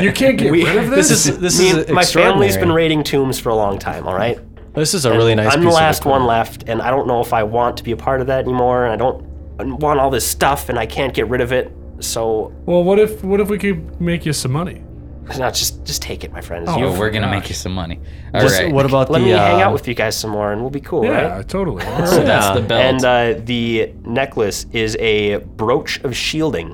D: You can't get rid of this?
E: This is this
B: me-
E: is
B: my family's been
E: extraordinary.
B: raiding tombs for a long time, all right?
E: This is a really nice.
B: I'm the
E: piece of
B: last one
E: equipment.
B: left, and I don't know if I want to be a part of that anymore. And I don't. want all this stuff and I can't get rid of it. So
D: Well, what if what if we could make you some money?
B: no, just just take it, my friend.
D: Oh,
B: You-
C: Yo, we're gonna
D: gosh.
C: make you some money. All right.
E: Just- What about
B: Let
E: the?
B: me hang
E: uh,
B: out with you guys some more, and we'll be cool,
D: Yeah,
B: right?
D: totally.
C: so that's the
E: Yeah.
C: belt.
B: And uh, the necklace is a brooch of shielding.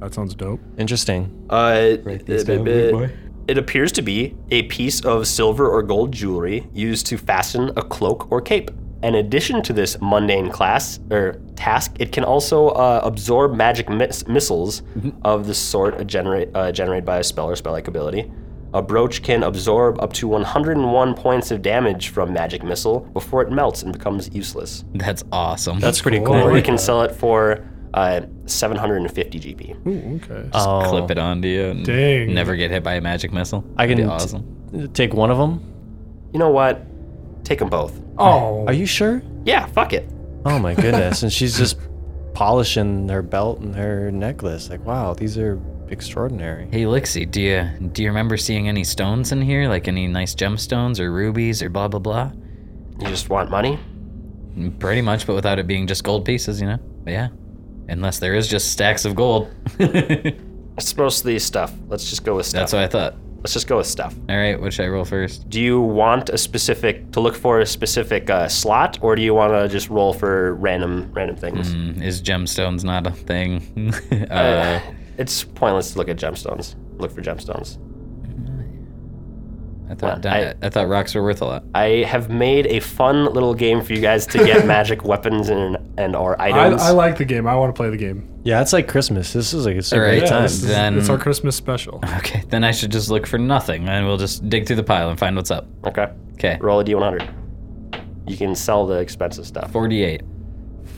D: that sounds dope.
E: Interesting.
B: Uh,
E: these
B: uh,
E: down,
B: uh,
E: big boy.
B: It appears to be a piece of silver or gold jewelry used to fasten a cloak or cape. In addition to this mundane class or task, it can also uh, absorb magic miss- missiles of the sort generate, uh, generated by a spell or spell-like ability. A brooch can absorb up to 101 points of damage from magic missile before it melts and becomes useless.
C: that's awesome.
E: That's pretty cool.
D: cool.
B: Or
D: Right.
B: you can sell it for uh, 750 GP.
D: Ooh, okay.
B: Uh,
E: Oh,
C: clip it onto you and
D: Dang.
C: never get hit by a magic missile.
E: I
C: That'd
E: can
C: be
E: t-
C: awesome.
E: Take one of them.
B: You know what? Take them both.
D: oh,
E: Are you sure?
B: Yeah, fuck it.
E: Oh my goodness! and she's just polishing her belt and her necklace. Like, wow, these are extraordinary.
C: Hey Lixie, do you do you remember seeing any stones in here? Like any nice gemstones or rubies or blah blah blah?
B: You just want money?
C: Pretty much, but without it being just gold pieces, you know? But yeah. Unless there is just stacks of gold.
B: It's mostly stuff. Let's just go with stuff.
C: That's what I thought.
B: Let's just go with stuff.
C: All right, what should I roll first?
B: Do you want a specific to look for a specific uh, slot, or do you want to just roll for random random things?
C: Mm, is gemstones not a thing? uh,
B: Uh, it's pointless to look at gemstones. Look for gemstones.
C: I
B: well,
C: thought di-
B: I-
C: I, thought rocks were worth a lot.
B: I have made a fun little game for you guys to get magic weapons and and or
D: I,
B: items.
D: I like the game. I want to play the game.
E: Yeah, it's like Christmas. This is like it's a
C: All right.
E: great time.
D: this is-
C: Then-
D: it's our Christmas special.
C: Okay, then I should just look for nothing, and we'll just dig through the pile and find what's up.
B: okay,
C: Okay,
B: roll a d100. You can sell the expensive stuff.
C: forty-eight.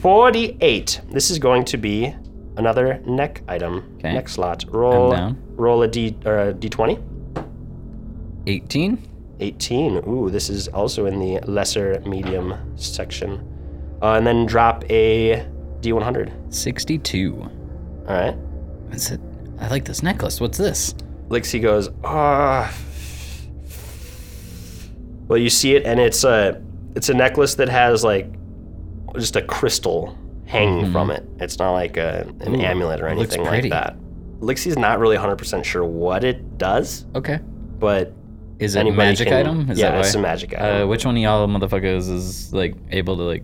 B: 48. This is going to be another neck item.
C: Okay.
B: Neck slot. Roll
C: down.
B: roll a D or a D20.
C: 18?
B: 18. Ooh, this is also in the lesser medium section. Uh, and then drop a D100.
C: 62.
B: All right.
C: What's it? I like this necklace. What's this?
B: Lixie goes, ah. Well, you see it, and it's a it's a necklace that has like just a crystal hanging from it. It's not like a, an amulet or
C: Mm-hmm. it looks
B: anything like
C: pretty.
B: that. Lixie's not really 100% sure what it does,
C: Okay.
B: but
C: Is it a
B: anybody
C: magic
B: can-
C: item? Is
B: yeah,
C: that
B: it's
C: why?
B: a magic item.
C: Uh, which one of y'all motherfuckers is like able to like?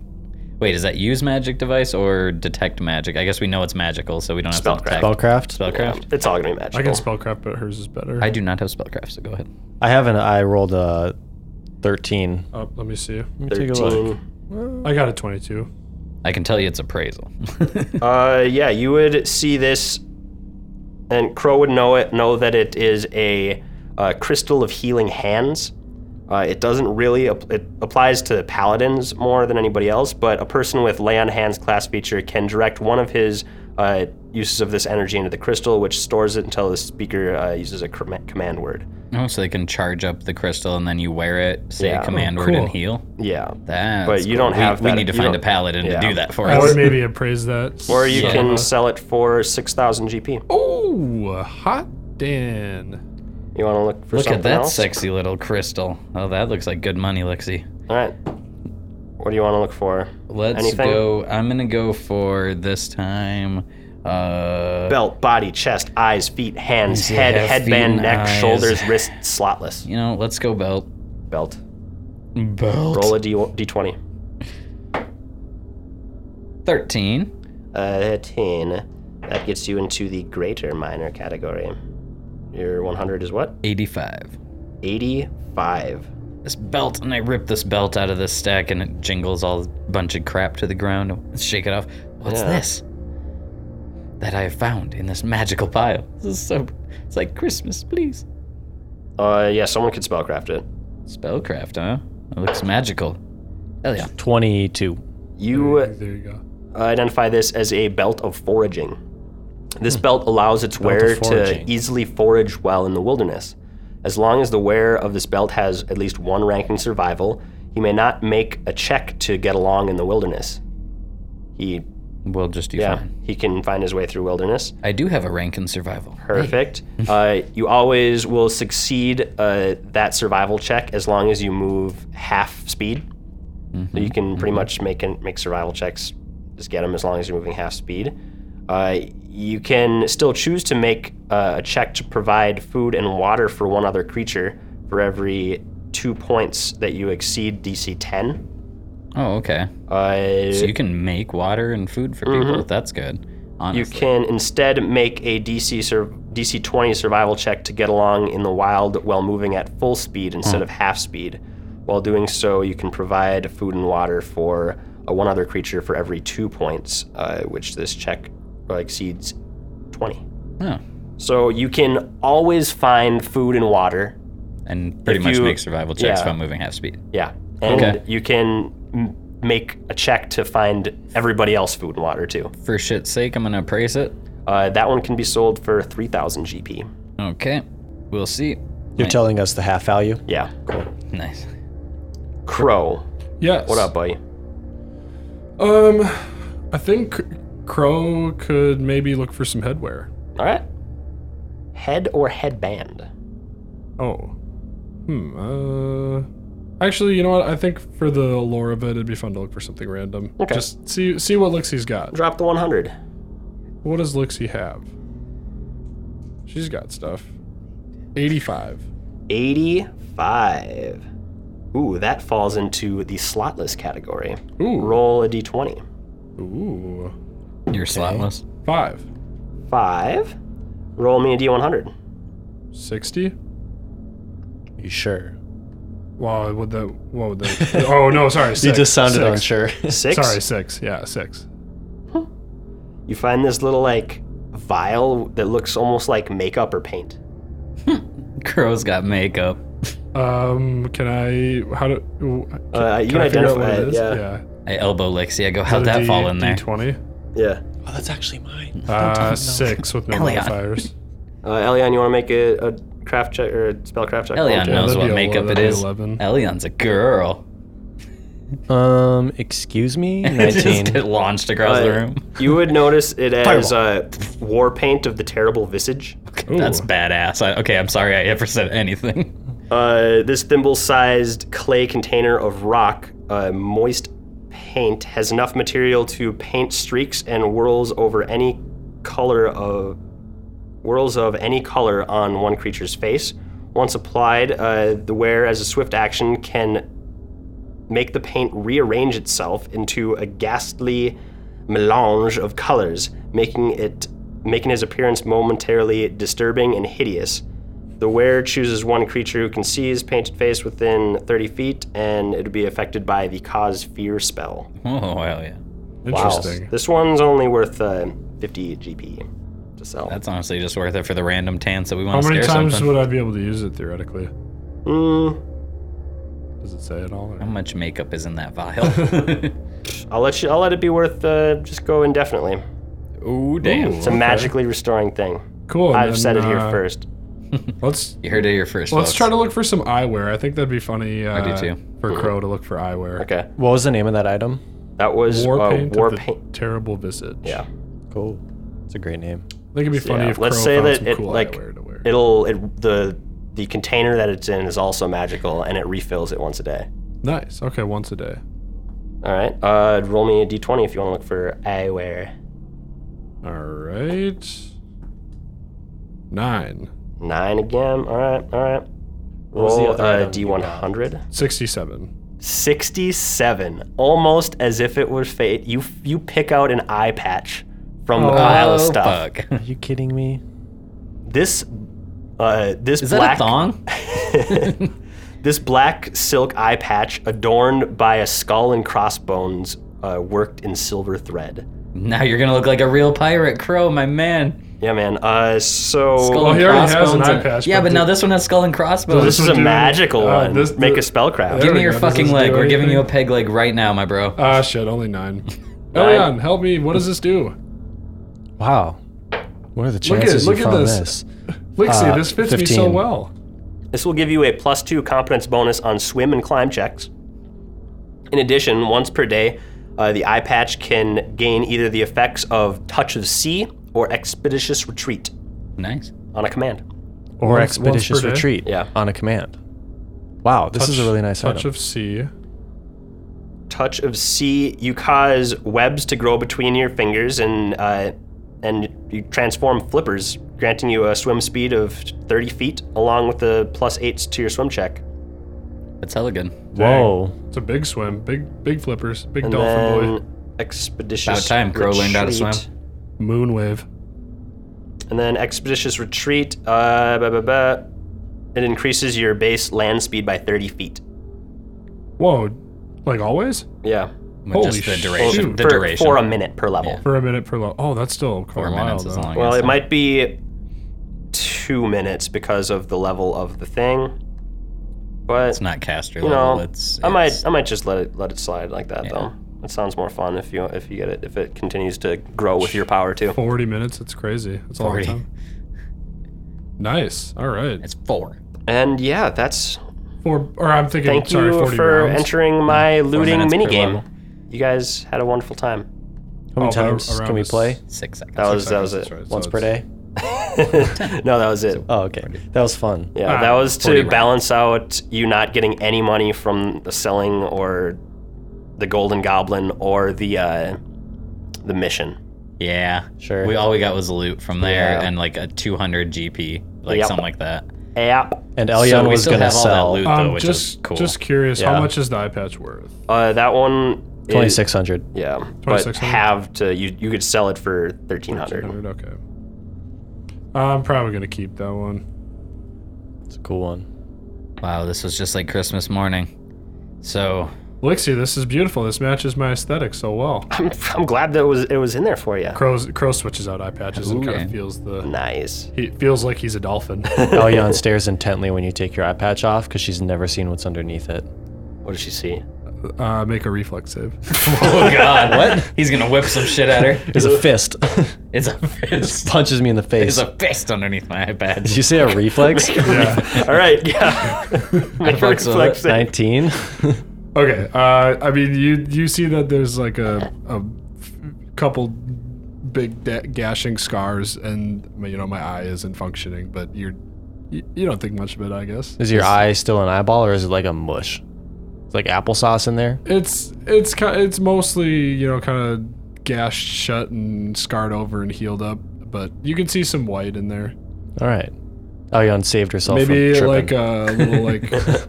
C: Wait, does that use magic device or detect magic? I guess we know it's magical, so we don't have
B: Spellcraft.
C: to detect.
E: Spellcraft.
B: Yeah,
C: Spellcraft.
B: it's all gonna be magic.
D: I can spellcraft, but hers is better.
C: I do not have spellcraft, so go ahead.
E: I haven't. I rolled a thirteen.
D: Oh, let me see.
E: Let me take a look.
B: Thirteen.
D: I got a 22.
C: I can tell you it's appraisal.
B: Uh, yeah, you would see this, and Crow would know it. Know that it is a uh, crystal of healing hands. Uh, it doesn't really ap- it applies to paladins more than anybody else, but a person with lay on hands class feature can direct one of his uh, uses of this energy into the crystal, which stores it until the speaker uh, uses a com- command word.
C: oh, so they can charge up the crystal and then you wear it, say
B: Yeah.
C: a
B: Oh,
C: command word, and
D: cool.
C: heal.
B: Yeah,
C: That's
B: But you
C: cool.
B: don't have
C: We,
B: that-
C: we need to
B: you
C: find a
B: don't-
C: paladin
B: yeah.
C: to do that for
D: Or
C: us.
D: maybe appraise that.
B: or you
C: Yeah.
B: can sell it for six thousand GP.
D: Oh, hot Dan.
B: You want to look for
C: Look
B: something
C: at that
B: else?
C: sexy little crystal. Oh, that looks like good money, Lexi.
B: All right. What do you want to look for?
C: Let's
B: Anything?
C: go. I'm gonna go for this time. Uh,
B: Belt, body, chest, eyes, feet, hands,
C: Easy,
B: head,
C: have
B: headband,
C: feet and
B: neck,
C: eyes.
B: shoulders, wrist, slotless.
C: you know, let's go belt.
B: Belt.
C: Belt.
B: Roll a D, d20.
C: Thirteen.
B: Uh, 10. That gets you into the greater minor category. Your 100 is what?
C: Eighty-five.
B: 85.
C: This belt, and I rip this belt out of this stack, and it jingles all a bunch of crap to the ground. Shake it off. What's
B: Yeah.
C: this? That I have found in this magical pile. This is so. It's like Christmas, please.
B: Uh, yeah, someone could spellcraft it.
C: Spellcraft, huh? It looks magical. Hell yeah.
E: Twenty-two.
B: You uh,
D: There you go.
B: identify this as a belt of foraging. This
D: Hmm.
B: belt allows its wearer to
E: foraging.
B: easily forage while in the wilderness. As long as the wearer of this belt has at least one rank in survival, he may not make a check to get along in the wilderness. He,
C: We'll just do
B: yeah,
C: fine.
B: he can find his way through wilderness.
C: I do have a rank in survival. Hey,
B: Perfect. uh, you always will succeed uh, that survival check as long as you move half speed. So you can pretty much make an, make survival checks Just get them as long as you're moving half speed. Uh, you can still choose to make uh, a check to provide food and water for one other creature for every two points that you exceed DC 10.
C: Oh, okay.
B: Uh,
C: So you can make water and food for people. That's good.
B: Mm-hmm. You
C: Honestly.
B: can instead make a DC sur- DC 20 survival check to get along in the wild while moving at full speed
C: Hmm.
B: instead of half speed. While doing so, you can provide food and water for uh, one other creature for every two points, uh, which this check uh, exceeds 20.
C: Oh.
B: So you can always find food and water.
C: And pretty
B: If
C: much
B: you-
C: make survival
B: yeah.
C: checks if I'm moving half speed.
B: Yeah. And
C: Okay.
B: you can m- make a check to find everybody else food and water too.
C: For shit's sake, I'm gonna appraise it.
B: Uh, that one can be sold for 3,000 GP.
C: Okay. We'll see.
E: You're telling us the half value.
B: Yeah.
C: Nice.
B: Crow.
D: Yes.
B: What up, buddy?
D: Um, I think Crow could maybe look for some headwear.
B: All right. Head or headband?
D: Oh. Hmm. Uh. Actually, you know what? I think for the lore of it, it'd be fun to look for something random.
B: Okay.
D: Just see see what Lixie's got.
B: Drop the 100.
D: What does Lixie have? She's got stuff. Eighty-five.
B: 85. Ooh, that falls into the slotless category.
D: Ooh.
B: Roll a d20.
D: Ooh.
C: You're slotless.
D: Five.
B: 5. Roll me a d100.
D: Sixty.
E: You sure?
D: Wow. Would that? What would that? oh no! Sorry. Six.
E: You just sounded
D: six.
E: unsure.
B: 6.
D: Sorry, six. Yeah, six.
B: You find this little, like, vial that looks almost like makeup or paint.
C: Crow's got makeup.
D: Um, can I? How do? Can,
B: Uh, you
D: can
B: can
D: I figure out
B: identify
D: what it
B: it.
D: is?
B: Yeah.
D: yeah.
C: I elbow Lexi. I go, how'd that fall in there?
D: Twenty.
B: yeah.
E: Oh, that's actually mine.
D: Uh, six with no
C: Elyon.
D: modifiers.
B: Uh, Elion, you want to make a, a craft check or a spell craft check?
C: Elion
B: Okay.
C: knows
D: that'd
C: what
D: be a-
C: makeup it
D: that'd be
C: is.
D: 11.
C: Elion's a girl.
E: Um, excuse me.
C: It just
E: Nineteen.
C: get launched across the
B: Uh,
C: room.
B: you would notice it as uh, war paint of the terrible visage.
C: That's badass. I, okay, I'm sorry I ever said anything.
B: Uh, this thimble-sized clay container of rock, uh, moist paint, has enough material to paint streaks and whirls over any color of whirls of any color on one creature's face. Once applied, uh, the wearer, as a swift action, can make the paint rearrange itself into a ghastly melange of colors, making it making his appearance momentarily disturbing and hideous. The wearer chooses one creature who can see his painted face within 30 feet, and it'll be affected by the cause fear spell.
C: Oh, hell yeah.
D: Interesting.
B: This one's only worth uh, 50 GP to sell.
C: That's honestly just worth it for the random tants that we
D: How
C: want to
D: many
C: scare
D: times
C: something.
D: would I be able to use it theoretically?
B: Mm,
D: Does it say at all?
C: How much makeup is in that vial?
B: I'll let you. I'll let it be worth. Uh, just go indefinitely.
C: Ooh, damn.
B: It's a magically restoring thing.
D: Cool. and
B: I've said it
D: then,
B: here
D: uh,
B: first.
D: Let's
C: You heard it here first.
D: let's
C: folks.
D: try to look for some eyewear. I think that'd be funny. Uh,
C: do too.
D: For Crow to look for eyewear.
B: Okay,
E: What was the name of that item?
B: that was
D: War
B: uh,
D: paint.
B: war
D: of the
B: paint.
D: Terrible visage.
B: Yeah.
E: Cool. It's a great name.
D: I think it'd be funny
B: Yeah,
D: if
B: let's
D: Crow
B: say
D: found
B: that
D: some
B: it,
D: cool
B: like,
D: eyewear to wear.
B: It'll it the the container that it's in is also magical, and it refills it once a day.
D: nice. Okay, once a day.
B: All right. Uh, roll me a d20 if you want to look for eyewear.
D: All right. Nine.
B: Nine again. All right. All right.
E: was the
B: Roll uh,
E: other
B: a
E: item you
B: d100.
D: 67.
B: 67. Almost as if it was fate. You you pick out an eye patch from the pile of
C: Oh,
B: stuff.
E: Are you kidding me?
B: This uh this
C: Is that
B: black
C: a thong?
B: this black silk eye patch adorned by a skull and crossbones uh, worked in silver thread.
C: Now you're gonna look like a real pirate crow, my man.
B: Yeah, man. Uh, so
C: Skull
D: Oh, Well,
C: and
D: he already has an
C: crossbones.
D: eye
C: and-
D: patch,
C: yeah,
D: but
C: but now
D: did-
C: this one has skull and crossbones.
B: this is
D: would
B: a
D: do-
B: magical
D: uh,
B: one.
D: this-
B: Make
D: the-
B: a spellcraft.
D: There
C: Give
D: we
C: me your
D: go. Does
C: fucking
D: this
C: leg.
D: do
C: We're giving you a
D: anything?
C: peg leg right now, my bro.
D: Ah, shit, only nine. Elion, help me. What does this do?
E: Wow. What are the
D: at-
E: chances
D: look
E: you
D: at
E: found this?
D: this. Lixie,
E: Uh,
D: this fits me so
E: 15.
D: well.
B: This will give you a plus two competence bonus on swim and climb checks. In addition, once per day, uh, the eye patch can gain either the effects of touch of sea or expeditious retreat
C: Nice.
B: on a command.
E: Or
D: Once- once
E: expeditious
D: per day?
E: retreat
B: Yeah.
E: on a command. Wow, this is a
D: Touch-
E: really nice
D: touch
E: item.
D: of sea.
B: touch of C, you cause webs to grow between your fingers and uh, and you transform flippers, granting you a swim speed of 30 feet, along with the plus eights to your swim check.
C: That's hella good.
E: Whoa.
D: It's a big swim, big big flippers, big
B: And
D: dolphin boy,
B: then expeditious
C: About time Crow learned how to swim.
B: retreat.
D: moonwave.
B: And then expeditious retreat. Uh, ba ba ba. It increases your base land speed by 30 feet.
D: Whoa, like always
B: Yeah.
C: Well, just
D: Holy
C: the duration.
D: shoot.
C: The
B: for,
C: duration.
B: for a minute per level.
D: for a minute per level. Oh, that's still quite
C: Four
D: a while
C: minutes is
D: though.
C: long.
B: Well,
C: as
B: it
C: that.
B: might be two minutes because of the level of the thing. But
C: It's not caster
B: you
C: level.
B: know,
C: it's,
B: I
C: it's-
B: might I might just let it let it slide like that
C: Yeah.
B: though. It sounds more fun if you if you get it if it continues to grow with your power too.
D: Forty minutes. It's crazy. It's a long
C: 40.
D: time. Nice. All right.
C: It's four.
B: And yeah, that's
D: Four. Or I'm thinking.
B: thank
D: sorry,
B: you
D: forty
B: for
D: rounds. Mm,
B: entering my looting
C: minutes per
B: minigame.
C: level.
B: You guys had a wonderful time.
E: How many
D: Oh, but ar-
E: times
D: around
E: can we
D: us-
E: play?
C: Six seconds.
B: That was that was
D: That's
B: it.
D: right, so
E: Once per
D: it's-
E: day?
B: no, that was it.
E: Oh, okay. That was fun.
B: Yeah,
D: Ah,
B: that was
C: 40
B: to
C: rounds.
B: balance out you not getting any money from the selling or the Golden Goblin or the uh, the mission.
C: Yeah.
E: Sure.
C: We all we got was loot from there
B: Yeah.
C: and like a 200 GP, like
B: Yep.
C: something like that.
B: Yep.
E: And
C: so
E: Elyon
C: we
E: was
C: still
E: going to
C: have all
E: sell
C: that loot
D: Um,
C: though, which
D: just,
C: is cool.
D: just curious,
E: Yeah.
D: how much is the eye patch worth?
B: Uh, that one. is-
E: 2600.
B: Yeah, but
D: 2600?
B: have to you you could sell it for thirteen hundred.
D: 100, okay. I'm probably gonna keep that one.
E: It's a cool one.
C: wow, this was just like Christmas morning. So
D: Lixie, this is beautiful. This matches my aesthetic so well.
B: I'm, I'm glad that was it was in there for you.
D: Crow Crow switches out eye patches and kind
C: Okay.
D: of feels the
B: Nice.
D: he feels like he's a dolphin.
E: Elyon stares intently when you take your eye patch off because she's never seen what's underneath it.
B: What did she see?
D: uh, make a reflex save.
C: Oh god, what? He's gonna whip some shit at her.
E: There's a fist.
C: It's a fist.
E: Punches me in the
C: It's
E: face.
C: a fist underneath my iPad.
E: Did you say a reflex?
B: All right. Yeah. Make a
C: fucks with it.
B: reflex save.
E: 19?
D: Okay. Uh, I mean, you you see that there's like a a f- couple big da- gashing scars, and you know my eye isn't functioning, but you're you, you don't think much of it, I guess.
E: Is your eye still an eyeball or is it like a mush? It's like applesauce in there?
D: It's it's ki- it's mostly you know kind of gashed shut and scarred over and healed up, but you can see some white in there.
E: All right. Elyon saved herself
D: Maybe
E: Oh, from
D: like
E: tripping.
D: a little like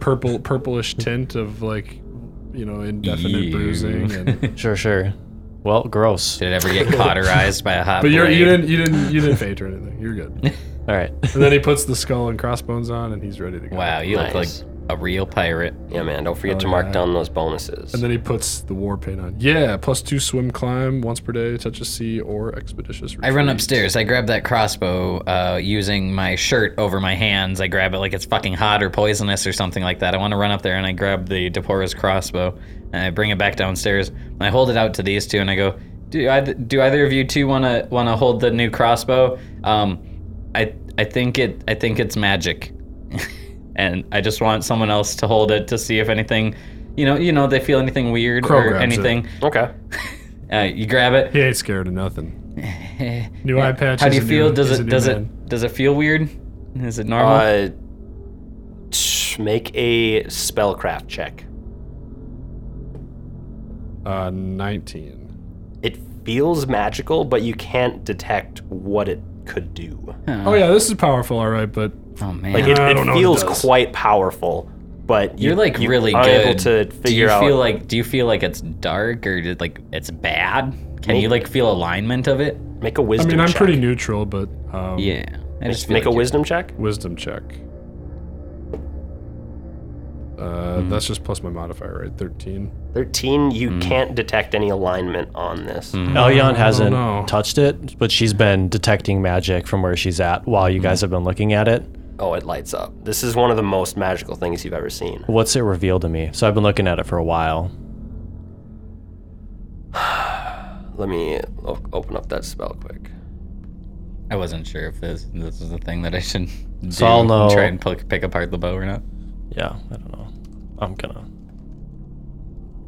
D: purple purplish tint of like you know indefinite
C: Ew.
D: bruising. And,
E: sure, sure. Well, gross.
C: Did it ever get cauterized by a hot
D: but you're,
C: blade?
D: you didn't you didn't you didn't faint or anything. You're good.
E: All right.
D: And then he puts the skull and crossbones on, and he's ready to go.
C: Wow, you
B: Nice.
C: look like a real pirate.
B: Yeah, man. Don't forget
D: Oh,
B: to mark
D: yeah.
B: down those bonuses.
D: And then he puts the war paint on. Yeah, plus two swim, climb once per day, touch a sea, or expeditious.
C: I run
D: retreat.
C: upstairs. I grab that crossbow uh, using my shirt over my hands. I grab it like it's fucking hot or poisonous or something like that. I want to run up there and I grab the Depora's crossbow and I bring it back downstairs. And I hold it out to these two and I go, "Do either, do either of you two want to want to hold the new crossbow? Um, I I think it I think it's magic, and I just want someone else to hold it to see if anything, you know, you know, they feel anything weird
D: Crow
C: or
D: grabs it.
C: anything.
B: okay.
C: Uh, you grab it.
D: He ain't scared of nothing. New eye patch.
C: How do
D: is
C: you
D: a
C: feel?
D: new-
C: does
D: is a
C: it
D: new
C: does
D: man.
C: it does it feel weird? Is it normal?
B: Uh, tsh, make a spellcraft check.
D: Uh, Nineteen.
B: It feels magical, but you can't detect what it could do.
C: Uh.
D: Oh yeah, this is powerful. All right, but
C: oh man.
B: Like it,
D: I
B: it
D: don't know what it
B: feels
D: does.
B: quite powerful, but you,
C: you're like
B: you
C: really
B: are
C: good.
B: able to
C: do
B: figure
C: you
B: out.
C: feel like do you feel like it's dark or did- like it's bad? Can you like feel alignment of it?
B: make a
D: I
B: wisdom.
D: mean, I'm
B: check.
D: pretty neutral, but um,
C: Yeah. I just feel
B: Make a
C: like
B: wisdom check.
D: wisdom check. Uh,
C: Hmm.
D: That's just plus my modifier, right? Thirteen.
B: Thirteen. You
D: Hmm.
B: can't detect any alignment on this.
E: Elyon Oh, hasn't
D: know.
E: touched it, but she's been detecting magic from where she's at while you
D: Mm-hmm.
E: guys have been looking at it.
B: Oh, it lights up. This is one of the most magical things you've ever seen.
E: What's it revealed to me? So I've been looking at it for a while.
B: Let me o- open up that spell quick.
C: I wasn't sure if this this is the thing that I should do.
E: So I'll know.
C: Try and pick, pick apart the bow or not.
E: Yeah, I don't know. I'm gonna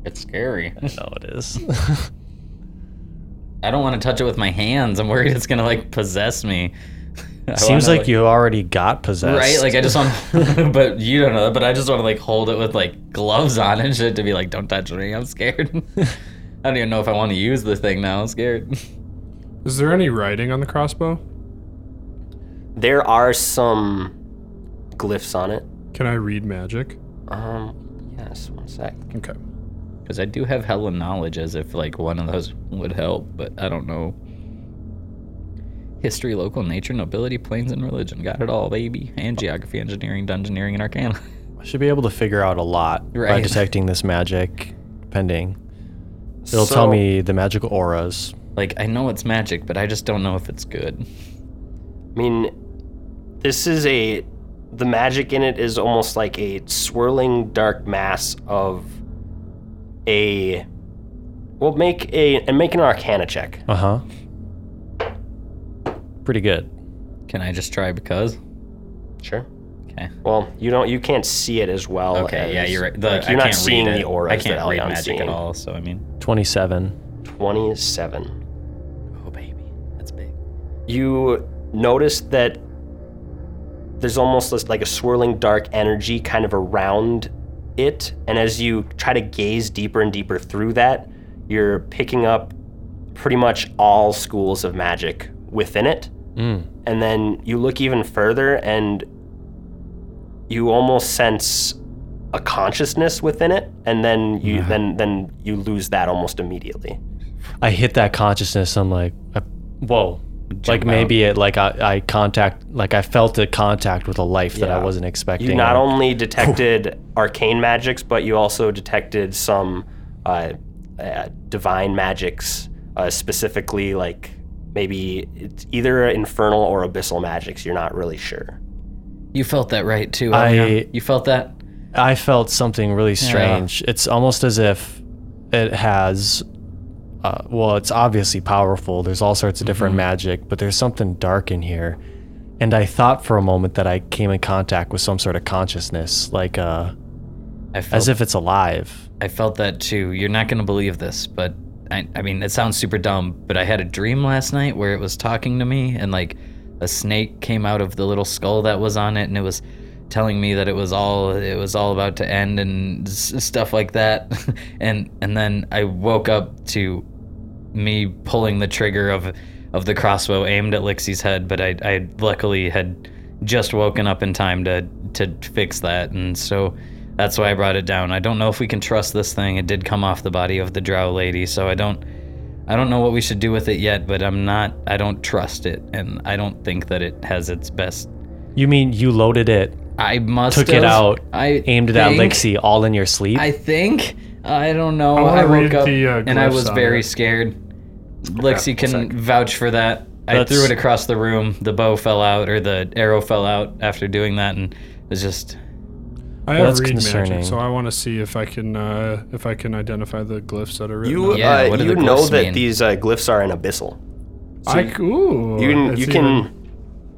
C: It's scary.
E: know it is.
C: I don't want to touch it with my hands. I'm worried it's gonna like possess me. I
E: Seems
C: wanna,
E: like you already got possessed.
C: Right? Like I just want, but you don't know that. But I just want to like hold it with like gloves on and shit to be like, don't touch me. I'm scared. I don't even know if I want to use the thing now. I'm scared.
D: Is there any writing on the crossbow?
B: There are some glyphs on it.
D: Can I read magic?
B: Um, yes, one sec.
D: Okay.
C: Because I do have hella knowledge as if like one of those would help, but I don't know. History, local nature, nobility, planes, and religion. Got it all, baby. And geography, engineering, dungeoneering, and arcana.
E: I should be able to figure out a lot by
C: Right.
E: detecting this magic, pending. It'll tell
B: So-
E: me the magical auras.
C: like, I know it's magic, but I just don't know if it's good.
B: I mean, this is a. The magic in it is almost like a swirling dark mass of a. Well, make a and make an Arcana check.
E: Uh huh. Pretty good.
C: Can I just try because?
B: Sure.
C: Okay.
B: Well, you don't. You can't see it as well.
C: Okay, yeah,
B: as-
C: you're right. The,
B: like,
C: I
B: you're not
C: can't read
B: seeing
C: it.
B: the auras
C: I can't
B: that
C: read
B: Elyon's
C: magic
B: seeing.
C: at all, so I mean.
E: 27.
B: Twenty-seven.
C: Oh, baby. That's big.
B: you notice that there's almost this, like a swirling dark energy kind of around it and as you try to gaze deeper and deeper through that you're picking up pretty much all schools of magic within it
E: Mm.
B: and then you look even further and you almost sense a consciousness within it and then you then then you lose that almost immediately
E: I hit that consciousness. I'm like, I, whoa. like maybe it, like I, I contact, like I felt a contact with a life that I
B: Yeah.
E: wasn't expecting.
B: You not only detected arcane magics, but you also detected some uh, uh, divine magics, uh, specifically like maybe it's either infernal or abyssal magics. You're not really sure.
C: You felt that right, too.
E: I-
C: Elyon. You felt that?
E: I felt something really strange. It's almost as if it has. Uh, well, it's obviously powerful. There's all sorts of different
B: Mm-hmm.
E: magic, but there's something dark in here. And I thought for a moment that I came in contact with some sort of consciousness, like uh,
C: I felt
B: Oh.
E: as if it's alive.
C: I felt that too. You're not going to believe this, but I, I mean, it sounds super dumb, but I had a dream last night where it was talking to me and like a snake came out of the little skull that was on it and it was telling me that it was all it was all about to end and s- stuff like that. and and then I woke up to me pulling the trigger of of the crossbow aimed at Lixie's head, but I, I luckily had just woken up in time to to fix that, and so that's why I brought it down. I don't know if we can trust this thing. It did come off the body of the Drow lady, so I don't I don't know what we should do with it yet. But I'm not I don't trust it, and I don't think that it has its best.
E: You mean you loaded it,
C: I must
E: took it
C: have.
E: out,
C: I
E: aimed it at
C: think-
E: Lixie all in your sleep?
C: I think uh, I don't know.
D: I wanna
C: I, woke
D: read
C: up
D: the, uh,
C: and I
D: glyphs
C: was
D: on
C: very
D: it.
C: scared. Lexi can vouch for that. I
E: That's-
C: threw it across the room. The bow fell out, or the arrow fell out after doing that, and it was just
D: I
E: Well,
D: have
E: that's
D: read
E: concerning.
D: magic, so I want to see if I can uh, if I can identify the glyphs that are written.
B: You
D: on it.
C: Yeah,
B: uh,
C: what do
B: you
C: the
B: know
C: glyphs
B: that
C: mean?
B: these uh, glyphs are in abyssal.
D: I, c- ooh,
B: You can
D: it's
B: you can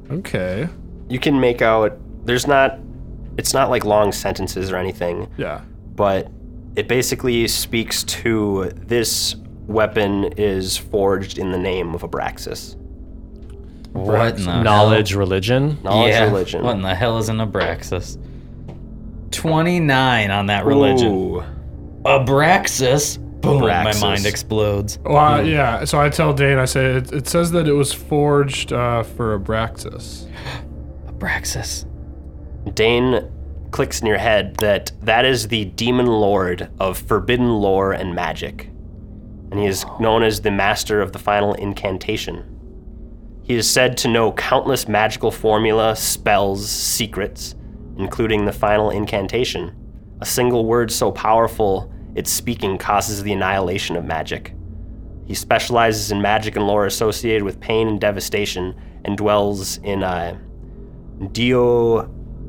D: even- okay.
B: you can make out. There's not. It's not like long sentences or anything.
D: Yeah.
B: but it basically speaks to this weapon is forged in the name of Abraxas.
C: what in the
E: Knowledge,
C: hell?
E: religion?
B: Knowledge
C: yeah,
B: religion.
C: What in the hell is an Abraxas? Twenty nine on that religion.
B: Ooh.
C: Abraxas. Boom!
B: Abraxas.
C: My mind explodes.
D: Well, I-
B: Hmm.
D: yeah. So I tell Dane. I say it, it says that it was forged uh, for Abraxas.
C: Abraxas.
B: Dane clicks in your head that that is the demon lord of forbidden lore and magic. And he is known as the master of the final incantation. He is said to know countless magical formula, spells, secrets, including the final incantation. A single word so powerful, its speaking causes the annihilation of magic. He specializes in magic and lore associated with pain and devastation and dwells in uh,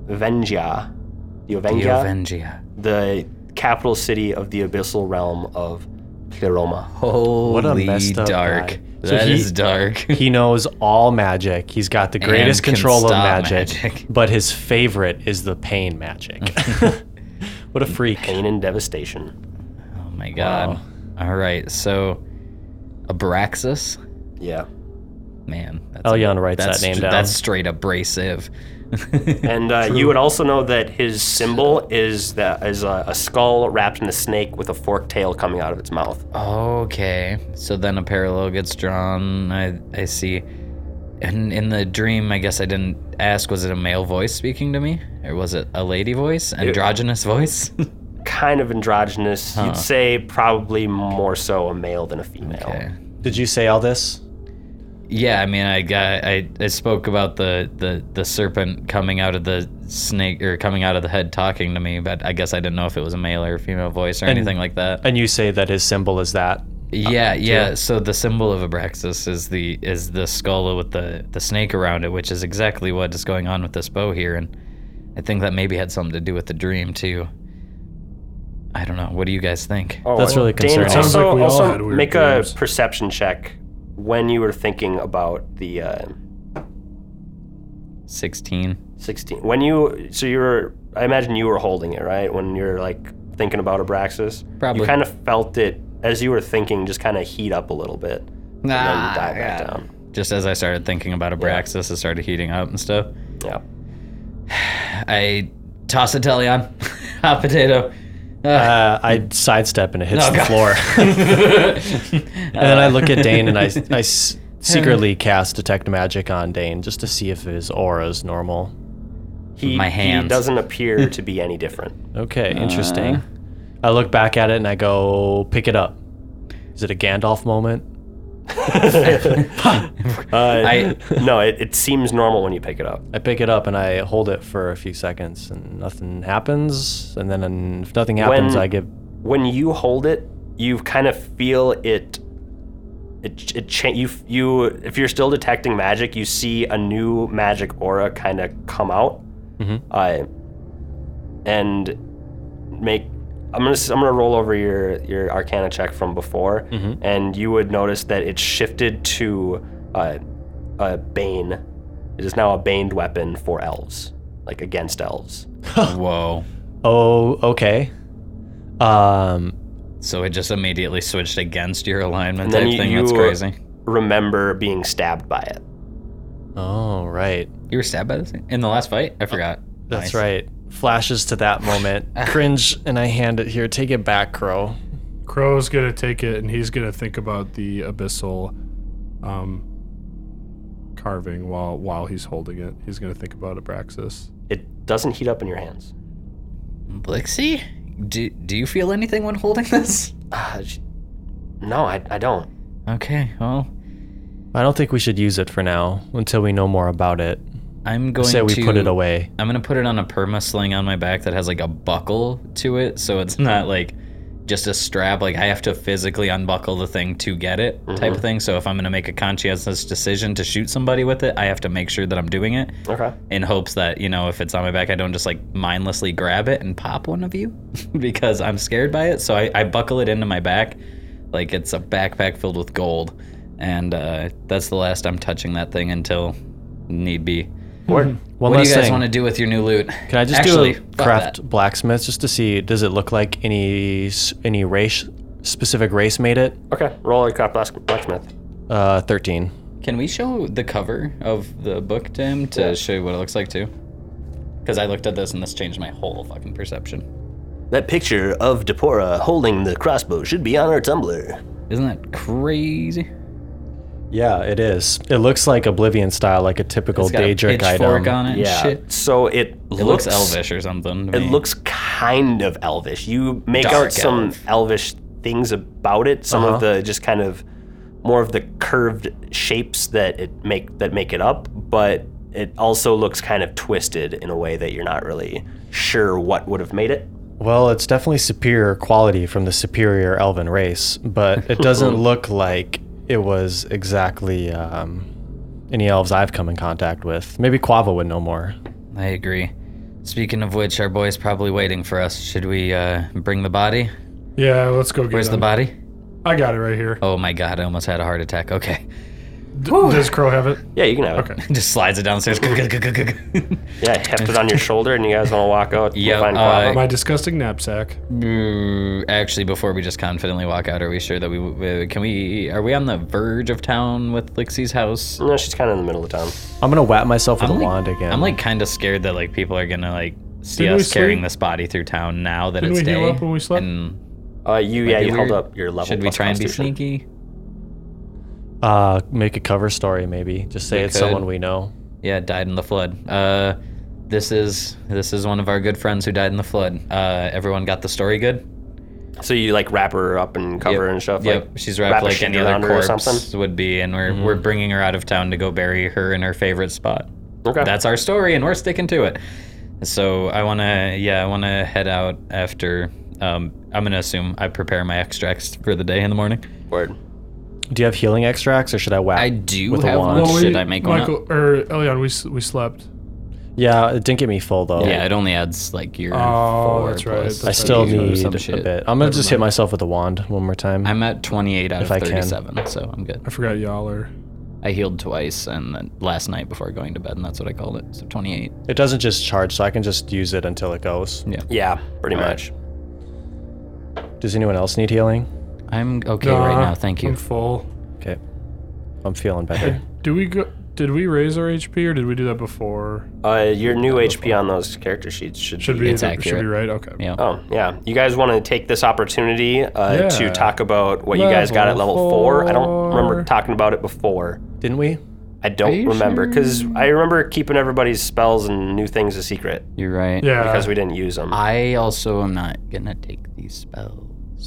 B: Diovengia, Diovengia,
C: Diovengia.
B: the capital city of the abyssal realm of Pleroma.
C: Holy
E: a messed up
C: dark.
E: guy.
C: That is
E: So he-
C: dark.
E: He knows all magic. He's got the greatest
C: can
E: control of
C: stop
E: magic,
C: magic.
E: But his favorite is the pain magic. what a freak.
B: Pain and devastation.
C: Oh my god. All right, so Abraxas,
B: Yeah.
C: Man, that's
E: Elyon writes that
C: that's
E: name
C: str-
E: down.
C: That's straight abrasive.
B: And uh, you would also know that his symbol is the, is a, a skull wrapped in a snake with a forked tail coming out of its mouth.
C: Okay, so then a parallel gets drawn. I I see. And in the dream, I guess I didn't ask. Was it a male voice speaking to me, or was it a lady voice, androgynous voice?
E: Oh.
B: Kind of androgynous.
C: Huh.
B: You'd say probably more so a male than a female.
C: okay.
E: Did you say all this?
C: Yeah, I mean, I got I, I spoke about the, the the serpent coming out of the snake or coming out of the head talking to me, but I guess I didn't know if it was a male or a female voice or anything like that.
E: And you say that his symbol is that.
C: Yeah, yeah. So the symbol of Abraxas is the is the skull with the the snake around it, which is exactly what is going on with this bow here, and I think that maybe had something to do with the dream too. I don't know. What do you guys think?
B: Oh,
E: That's really
B: Dan,
E: concerning.
B: also,
E: Sounds
D: like we all
B: also
D: had weird
B: make
D: dreams.
B: a perception check when you were thinking about the uh,
C: Sixteen.
B: 16. When you, so you were, I imagine you were holding it, right? When you're like thinking about Abraxas.
C: Probably.
B: You kind of felt it as you were thinking, just kind of heat up a little bit. and then
C: Ah,
B: you dive back
C: yeah.
B: down.
C: Just as I started thinking about Abraxas, it started heating up and stuff.
B: Yeah.
C: I toss a teleon, hot potato.
E: Uh, I sidestep and it hits
C: Oh,
E: the
C: God.
E: floor. and then I look at Dane and I, I s- secretly cast Detect Magic on Dane just to see if his aura is normal.
B: He,
C: My
B: he
C: hands.
B: doesn't appear to be any different.
E: Okay,
C: Uh,
E: interesting. I look back at it and I go, pick it up. Is it a Gandalf moment?
C: I
B: Uh, no, it, it seems normal when you pick it up.
E: I pick it up and I hold it for a few seconds and nothing happens. And then if nothing happens,
B: When-
E: I give.
B: When you hold it, you kind of feel it. It, it cha- you you if you're still detecting magic, you see a new magic aura kind of come out,
E: Mhm.
B: uh, and make. I'm gonna s- I'm gonna roll over your your Arcana check from before, and you would notice that it shifted to uh, a bane. It is now a baned weapon for elves, like against elves.
C: whoa.
E: Oh, okay. Um,
C: So it just immediately switched against your alignment
B: And then
C: type
B: you-
C: thing. That's
B: you, uh,
C: crazy.
B: Remember being stabbed by it.
E: oh, right.
C: You were stabbed by this thing? in the last fight. I forgot.
E: Uh, That's
C: Nice.
E: right. Flashes to that moment. Cringe, and I hand it here. Take it back, Crow.
D: Crow's gonna take it, and he's gonna think about the abyssal um, carving while while he's holding it. He's gonna think about Abraxas.
B: It doesn't heat up in your hands.
C: Blixie, do do you feel anything when holding this?
B: Ah, sh- no, I, I don't.
C: Okay, well,
E: I don't think we should use it for now until we know more about it.
C: I'm going
E: Say we
C: to
E: put it away.
C: I'm gonna put it on a perma sling on my back that has like a buckle to it, so it's not like just a strap. Like I have to physically unbuckle the thing to get it,
E: Mm-hmm.
C: type of thing. So if I'm gonna make a conscientious decision to shoot somebody with it, I have to make sure that I'm doing it
B: Okay.
C: in hopes that you know if it's on my back, I don't just like mindlessly grab it and pop one of you because I'm scared by it. So I, I buckle it into my back, like it's a backpack filled with gold, and uh, that's the last I'm touching that thing until need be.
E: One
C: what do
E: last
C: you guys
E: thing.
C: want to do with your new loot?
E: Can I just
C: Actually,
E: do a
C: fuck
E: craft
C: that.
E: blacksmith just to see? Does it look like any s- any race specific race made it?
B: Okay. Roll a craft black- blacksmith.
E: Uh, thirteen.
C: Can we show the cover of the book to him to show you what it looks like too? Because I looked at this and this changed my whole fucking perception.
B: That picture of Depora holding the crossbow should be on our Tumblr.
C: Isn't that crazy?
E: Yeah, it is. It looks like Oblivion style, like a typical
C: It's got a
E: Daedric
C: pitchfork
E: item.
C: on it. and
B: Yeah.
C: shit.
B: So it,
C: It looks, elvish or something. to
B: It
C: me.
B: looks kind of elvish. You make
C: Dark
B: out some
C: elf.
B: elvish things about it. Some of the just kind of more of the curved shapes that it make that make it up, but it also looks kind of twisted in a way that you're not really sure what would have made it.
E: Well, it's definitely superior quality from the superior elven race, but it doesn't look like it was exactly um, any elves I've come in contact with. Maybe Quava would know more.
C: I agree. Speaking of which, our boy's probably waiting for us. Should we uh, bring the body?
D: Yeah, let's go get
C: Where's the
D: him.
C: body?
D: I got it right here.
C: Oh my god, I almost had a heart attack. Okay.
D: D- does Crow have it?
B: Yeah, you can have it.
D: Okay.
C: Just slides it downstairs.
B: Yeah, heft it on your shoulder, and you guys want to walk out. and
C: Yeah,
B: find
C: uh,
B: Quavo.
D: My disgusting knapsack.
C: Mm, Actually, before we just confidently walk out, are we sure that we uh, can we are we on the verge of town with Lixie's house?
B: No, she's kind of in the middle of town.
E: I'm gonna whap myself with a
C: like,
E: wand again.
C: I'm like kind of scared that like people are gonna like see
D: Didn't we
C: us carrying
D: sleep?
C: this body through town now that
D: Didn't
C: it's
D: we
C: day.
D: heal up when we slept?
C: And
B: Uh, you, yeah,
C: be
B: you held
C: weird.
B: up your level.
C: should we
B: plus
C: try and be
B: constitution.
C: sneaky?
E: uh, make a cover story maybe. Just say
C: We
E: it's
C: could.
E: someone we know.
C: Yeah, died in the flood. Uh, this is this is one of our good friends who died in the flood. Uh, everyone got the story good.
B: So you like wrap her up and cover her and stuff.
C: Yep,
B: Like,
C: she's
B: wrap
C: wrapped
B: a
C: like
B: sheet
C: any other
B: around her or
C: corpse
B: something?
C: would be, and we're we're bringing her out of town to go bury her in her favorite spot.
B: Okay.
C: That's our story, and we're sticking to it. So I wanna, yeah, I wanna head out after. Um, I'm gonna assume I prepare my extracts for the day in the morning.
B: word.
E: Do you have healing extracts or should I whack?
C: I do
E: with
C: have
E: a wand.
C: one.
D: we-
C: Should I make one up?
D: Michael or Elion? We s- we slept.
E: Yeah, it didn't get me full though.
C: Yeah, it only adds like your.
D: Oh,
C: four
D: that's right,
C: plus
E: I
D: that's
E: still
D: right.
C: or
E: need
C: some
E: a
C: shit.
E: bit. I'm gonna just hit myself with a wand one more time.
C: I'm at 28 out
E: If I
C: of
E: can.
C: 37, so I'm good.
D: I forgot y'all are.
C: I healed twice, and then last night before going to bed, and that's what I called it. So 28.
E: it doesn't just charge, so I can just use it until it goes.
B: Yeah, pretty
C: Alright.
B: much.
E: Does anyone else need healing?
C: I'm okay right
D: Nah,
C: now. Thank you.
D: Uh, I'm full.
E: Okay, I'm feeling better.
D: Do we go? Did we raise our HP or did we do that before?
B: Uh, your new HP on those character sheets should,
D: Should
B: be.
D: be
C: It's
D: should be
C: accurate.
D: right. Okay.
C: Yeah.
B: Oh yeah, you guys want to take this opportunity uh,
D: Yeah.
B: to talk about what you guys got at level
D: Level
B: four. I don't remember
D: four.
B: talking about it before.
E: Didn't we?
B: I don't remember because I remember keeping everybody's spells and new things a secret
C: You're right.
D: Yeah.
B: because we didn't use them.
C: I also am not gonna take these spells.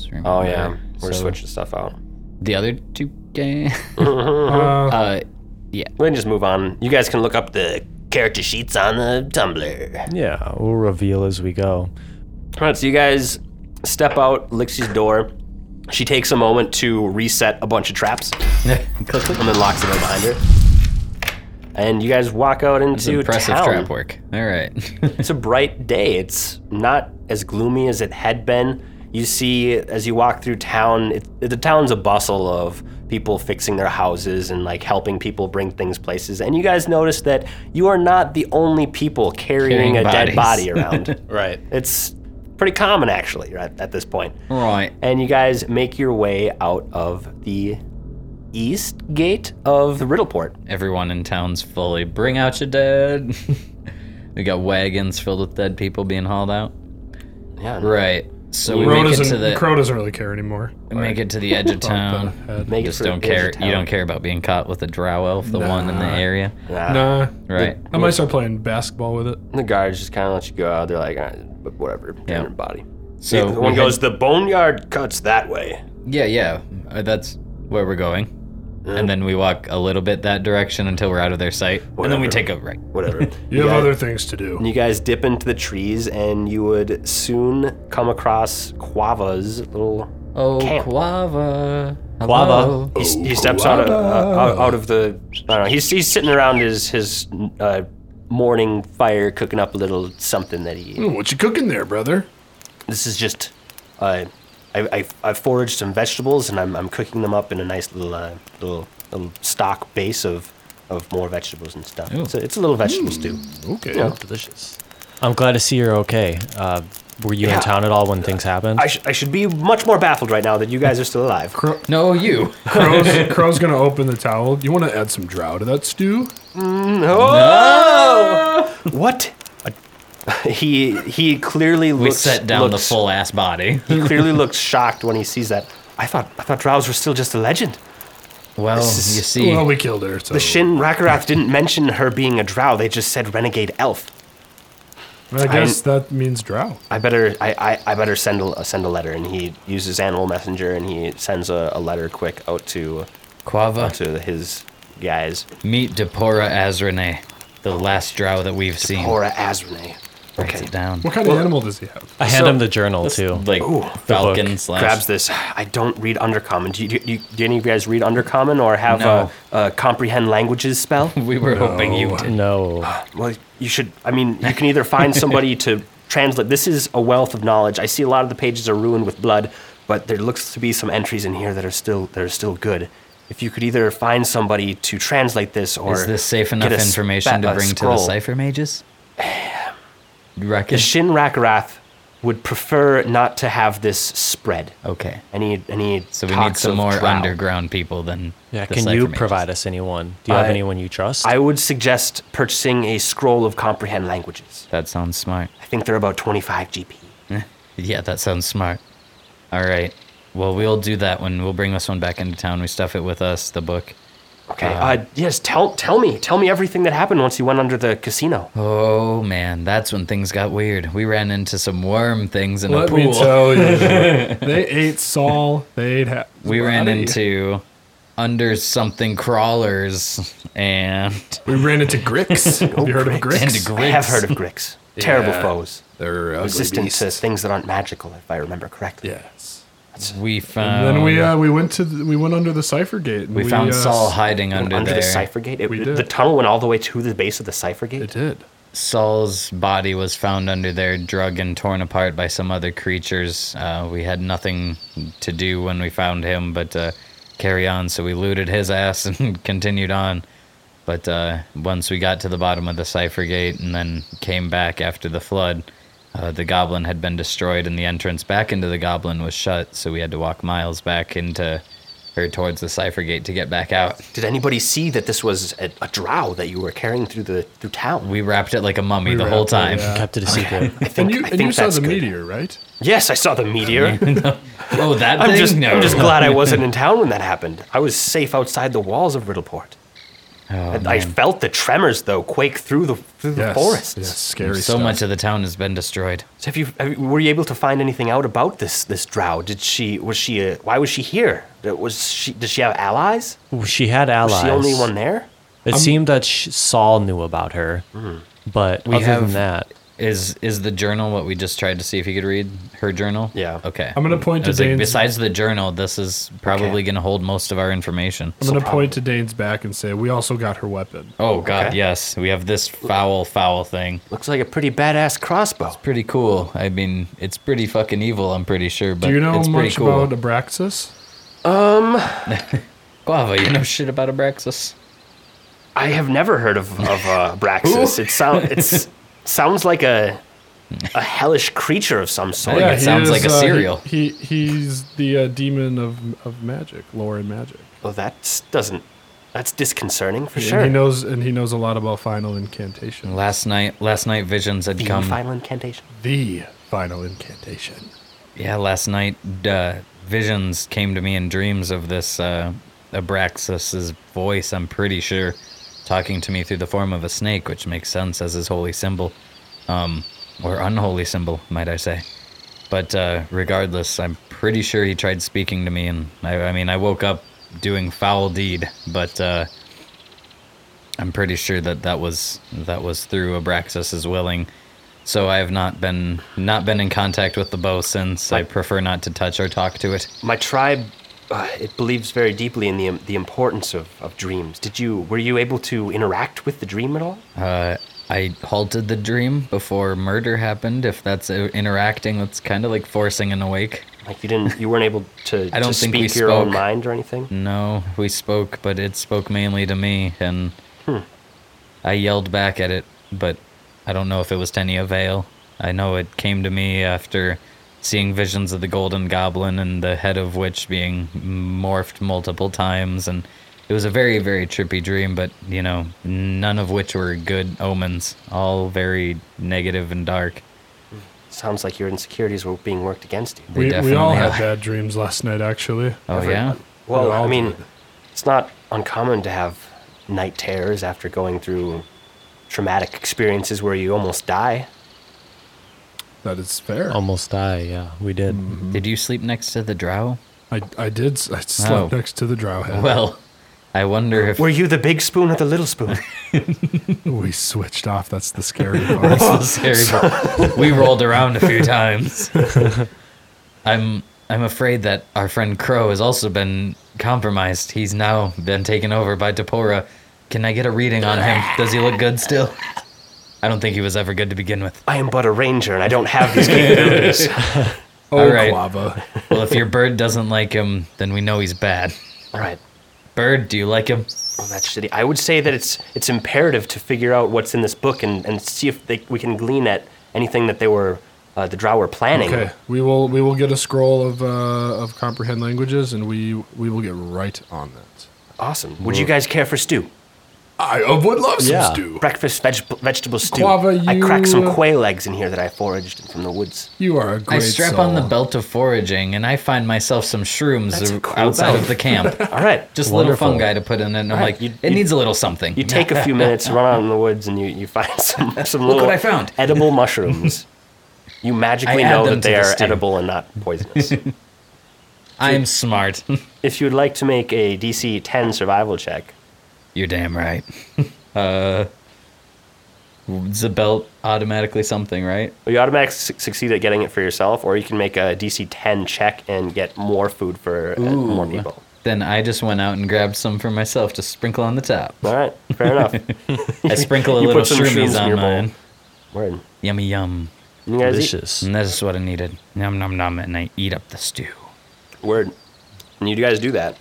C: Remember?
B: oh yeah, we're
C: So
B: switching stuff out.
C: the other two games.
D: Uh,
C: uh,
B: We can just move on. You guys can look up the character sheets on the Tumblr.
E: Yeah, we'll reveal as we go.
B: All right, so you guys step out Lixie's door. She takes a moment to reset a bunch of traps and then locks the door behind her. And you guys walk out into
C: impressive
B: town.
C: trap work. All right.
B: It's a bright day. It's not as gloomy as it had been. You see, as you walk through town, it, the town's a bustle of people fixing their houses and like helping people bring things places. And you guys notice that you are not the only people carrying,
C: Carrying
B: a dead
C: bodies.
B: body around.
E: Right.
B: It's pretty common, actually, right, at this point.
C: right.
B: And you guys make your way out of the east gate of the Riddleport.
C: Everyone in town's fully bring out your dead. we got wagons filled with dead people being hauled out.
B: Yeah.
C: Right. So we
D: Crow
C: make it to
D: doesn't.
C: the
D: Crow doesn't really care anymore.
C: we make it to the edge of town.
B: Make
C: Just
B: it for
C: don't
B: the edge
C: care.
B: of
C: You
B: town.
C: don't care about being caught with a drow elf, the one in the
D: Nah.
C: area.
B: Nah.
D: Nah.
C: Ah. Right.
D: I might start playing basketball with it.
B: The guards just kind of let you go out. They're like, "Alright, but whatever,
C: Yeah.
B: yeah. your body.
C: So
B: the one
C: we
B: goes, the boneyard cuts that way.
C: Yeah, yeah. Uh, That's where we're going.
B: Mm.
C: And then we walk a little bit that direction until we're out of their sight. And then
B: Whatever.
C: we take a right.
B: Whatever.
D: You have
B: guys,
D: other things to do.
B: You guys dip into the trees, and you would soon come across Quava's little.
C: Oh,
B: Camp.
C: Quava. Oh,
E: Hello.
B: He, s- he steps out of uh, out- out of the. I don't know. He's he's sitting around his his uh, morning fire, cooking up a little something that he.
F: What you cooking there, brother?
B: This is just. Uh, I, I, I foraged some vegetables and I'm, I'm cooking them up in a nice little uh, little little stock base of, of more vegetables and stuff. It's a, it's a little vegetable
C: Mm.
B: stew.
F: Okay.
E: Delicious. I'm glad to see you're okay. Uh, were you
B: Yeah.
E: in town at all when things happened?
B: I, sh- I should be much more baffled right now that you guys are still alive.
C: No, you.
F: Crow's, Crow's gonna open the towel. You want to add some drow to that stew?
B: What? he he clearly
C: We
B: looks
C: set down
B: looks-
C: the full ass body.
B: He clearly looks shocked when he sees that. I thought I thought drows were still just a legend.
C: Well, you
B: is-
C: see,
F: Well, we killed her. So.
B: The Shin Rakarath didn't mention her being a drow. They just said renegade elf.
D: I guess that means drow.
B: I better I, I, I better send a send a letter. And he uses animal messenger and he sends a, a letter quick out to
C: Quava,
B: to his guys.
C: meet Depora Azrene, the last drow that we've seen.
B: Hora Azrene.
C: Writes it down.
D: What kind of animal does he have?
E: I hand
B: So-
E: him the journal too.
C: Like Falcon slash.
B: grabs this. I don't read Undercommon. Do, you, do, you, do any of you guys read Undercommon or have
C: No.
B: a, a comprehend languages spell?
C: We were hoping you did.
E: No.
B: well, you should. I mean, you can either find somebody to translate. This is a wealth of knowledge. I see a lot of the pages are ruined with blood, but there looks to be some entries in here that are still that are still good. if you could either find somebody to translate this or
C: Is this safe enough
B: get a
C: information
B: spe-
C: to
B: a
C: bring to the
B: scroll.
C: cipher mages? You reckon?
B: Shin Rakrath would prefer not to have this spread.
C: okay.
B: Any any
C: So we need
B: talks
C: some
B: of
C: more
B: trial.
C: underground people than
E: Yeah,
C: the
E: can
C: cipher
E: you
C: mages.
E: provide us anyone? Do you have
B: I-
E: anyone you trust?
B: I would suggest purchasing a scroll of comprehend languages.
C: That sounds smart.
B: I think they're about 25 GP.
C: Yeah, that sounds smart. All right. Well, we'll do that one. We'll bring this one back into town. We stuff it with us, the book.
B: Okay. Uh, yes. Tell tell me tell me everything that happened once you went under the casino.
C: Oh man, that's when things got weird. We ran into some worm things in a
D: Let
C: pool.
D: me tell you.
F: They ate Saul. They ate. Ha-
C: we ran into under something crawlers and
F: We ran into Grix. Have you heard of Grix?
C: into
B: I have
C: grigs.
B: heard of Grix. Terrible
F: Yeah.
B: foes.
F: They're
B: uh,
F: ugly
B: Resistant to
F: beasts.
B: things that aren't magical, if I remember correctly.
F: Yes.
C: We
F: And
C: found
F: then we uh, we went to the, we went under the cipher gate. And
C: we, found
F: uh,
C: Saul hiding
B: Went
C: under,
B: Under
C: there.
B: the cipher gate, It-
F: We
B: the
F: did.
B: tunnel went all the way to the base of the cipher gate.
F: It did.
C: Saul's body was found under there, drug and torn apart by some other creatures. Uh, we had nothing to do when we found him, but uh, carry on. So we looted his ass and continued on. But uh, once we got to the bottom of the cipher gate and then came back after the flood, uh, the goblin had been destroyed, and the entrance back into the goblin was shut. So we had to walk miles back into or towards the cipher gate to get back out.
B: Did anybody see that this was a, a drow that you were carrying through the through town?
C: We wrapped it like a mummy the whole time.
E: Kept it a secret.
B: I think,
F: and you
B: I
F: and
B: think
F: you saw
B: that's
F: the
B: good.
F: meteor, right?
B: Yes, I saw the meteor.
C: Oh, that
B: I'm
C: thing!
B: just,
C: no.
B: I'm just glad I wasn't in town when that happened. I was safe outside the walls of Riddleport.
C: Oh,
B: I
C: man.
B: felt the tremors though quake through the through the
F: Yes.
B: forests.
F: Yes. Scary
C: so
F: stuff.
C: much of the town has been destroyed.
B: So have you, have you- were you able to find anything out about this this drow? Did she was she uh why was she here? Uh, Was she did she have allies?
E: she had allies.
B: Was she the only one there?
E: It seemed that sh Saul knew about her, but
C: We
E: other
C: have-
E: than that,
C: Is is the journal what we just tried to see if you could read her journal?
B: Yeah.
C: Okay.
D: I'm gonna point
C: I
D: to
C: was like,
D: Dane's.
C: besides the journal, this is probably
B: Okay.
C: gonna hold most of our information.
D: I'm gonna point to Dane's back and say, "We also got her weapon."
C: Oh God,
B: Okay.
C: yes, we have this foul, foul thing.
B: Looks like a pretty badass crossbow.
C: Pretty cool. I mean, it's pretty fucking evil. I'm pretty sure, but
D: Do you know
C: it's pretty
D: much
C: cool.
D: about Abraxas?
C: Guava, you know shit about Abraxas?
B: I have never heard of of uh, Braxis. it sound it's sounds like a a hellish creature of some sort.
C: Yeah, it sounds
D: is,
C: like a
D: uh, he-
C: cereal.
D: he, he's the uh, demon of of magic, lore and magic.
B: Well, that doesn't. That's disconcerting for
D: And he
B: sure.
D: knows and he knows a lot about final incantation.
C: Last night, last night visions had
B: The
C: come.
B: final incantation.
D: The final incantation.
C: Yeah, last night uh, visions came to me in dreams of this uh, Abraxas's voice. I'm pretty sure talking to me through the form of a snake, which makes sense as his holy symbol, um, or unholy symbol, might I say. But uh, regardless, I'm pretty sure he tried speaking to me, and I, I mean, I woke up doing foul deed, but uh, I'm pretty sure that that was that was through Abraxas's willing. So I have not been not been in contact with the bow since. I prefer not to touch or talk to it.
B: My tribe, uh, it believes very deeply in the the importance of, of dreams. Did you were you able to interact with the dream at all?
C: Uh, I halted the dream before murder happened. If that's uh, interacting, that's kind of like forcing an awake.
B: Like you didn't, you weren't able to.
C: I don't
B: to
C: think we
B: speak your own
C: spoke. Mm.
B: mind or anything.
C: No, we spoke, but it spoke mainly to me, and I yelled back at it, but I don't know if it was to any avail. I know it came to me after seeing visions of the Golden Goblin and the head of which being morphed multiple times, and it was a very, very trippy dream, but, you know, none of which were good omens, all very negative and dark.
B: Sounds like your insecurities were being worked against you.
C: They
D: We, we
C: definitely
D: all had
C: are.
D: bad dreams last night, actually.
C: Oh, yeah?
B: Well,
D: We all
B: I mean,
D: did.
B: it's not uncommon to have night terrors after going through traumatic experiences where you almost die.
F: That is fair.
E: almost die. Yeah, we did.
C: Did you sleep next to the drow?
F: I, I did. s- I slept
C: Oh.
F: next to the drowhead.
C: Well, I wonder if.
B: Were you the big spoon or the little spoon?
F: we switched off. That's the scary part.
C: Scary. we rolled around a few times. I'm I'm afraid that our friend Crow has also been compromised. He's now been taken over by Topora. Can I get a reading on him? Does he look good still? I don't think he was ever good to begin with.
B: I am but a ranger and I don't have these capabilities.
F: Oh,
C: All right.
F: Quava.
C: Well, if your bird doesn't like him, then we know he's bad.
B: All right.
C: bird. Do you like him?
B: Oh, that's shitty. I would say that it's it's imperative to figure out what's in this book and, and see if they, we can glean at anything that they were uh, the drow were planning.
F: Okay, we will we will get a scroll of uh, of comprehend languages, and we we will get right on that.
B: Awesome. Would you guys care for stew?
F: I uh, would love some
E: Yeah.
F: stew.
B: Breakfast vegetable, vegetable stew.
F: Quava,
B: I cracked some
F: you-
B: quail eggs in here that I foraged from the woods.
F: You are a great.
C: I strap on the belt of foraging and I find myself some shrooms
B: That's a
C: ar-
B: cool
C: outside
B: belt.
C: of the camp.
B: All right.
C: Just
E: Wonderful.
C: little fungi to put in it. And I'm
B: Alright,
C: like,
B: you-
C: it
B: you-
C: needs a little something.
B: You take a few minutes, run out in the woods, and you, you find some, some
C: Look
B: little
C: what I found.
B: edible mushrooms. You magically
C: I add
B: know
C: them
B: that
C: to
B: they
C: the
B: are
C: stew.
B: edible and not poisonous.
C: I'm smart.
B: if you would like to make a DC 10 survival check,
C: You're damn right. uh, the belt automatically something, right?
B: you automatically su- succeed at getting it for yourself, or you can make a DC 10 check and get more food for uh, more people.
C: Then I just went out and grabbed some for myself to sprinkle on the top.
B: All right, fair enough.
C: I sprinkle a
B: You
C: little
B: put some shrooms in
C: shroomies on
B: your bowl.
C: mine.
B: Word.
C: Yummy yum.
B: You guys eat?
E: Delicious.
C: And that is what I needed. Nom nom nom, and I eat up the stew.
B: Word. And you guys do that.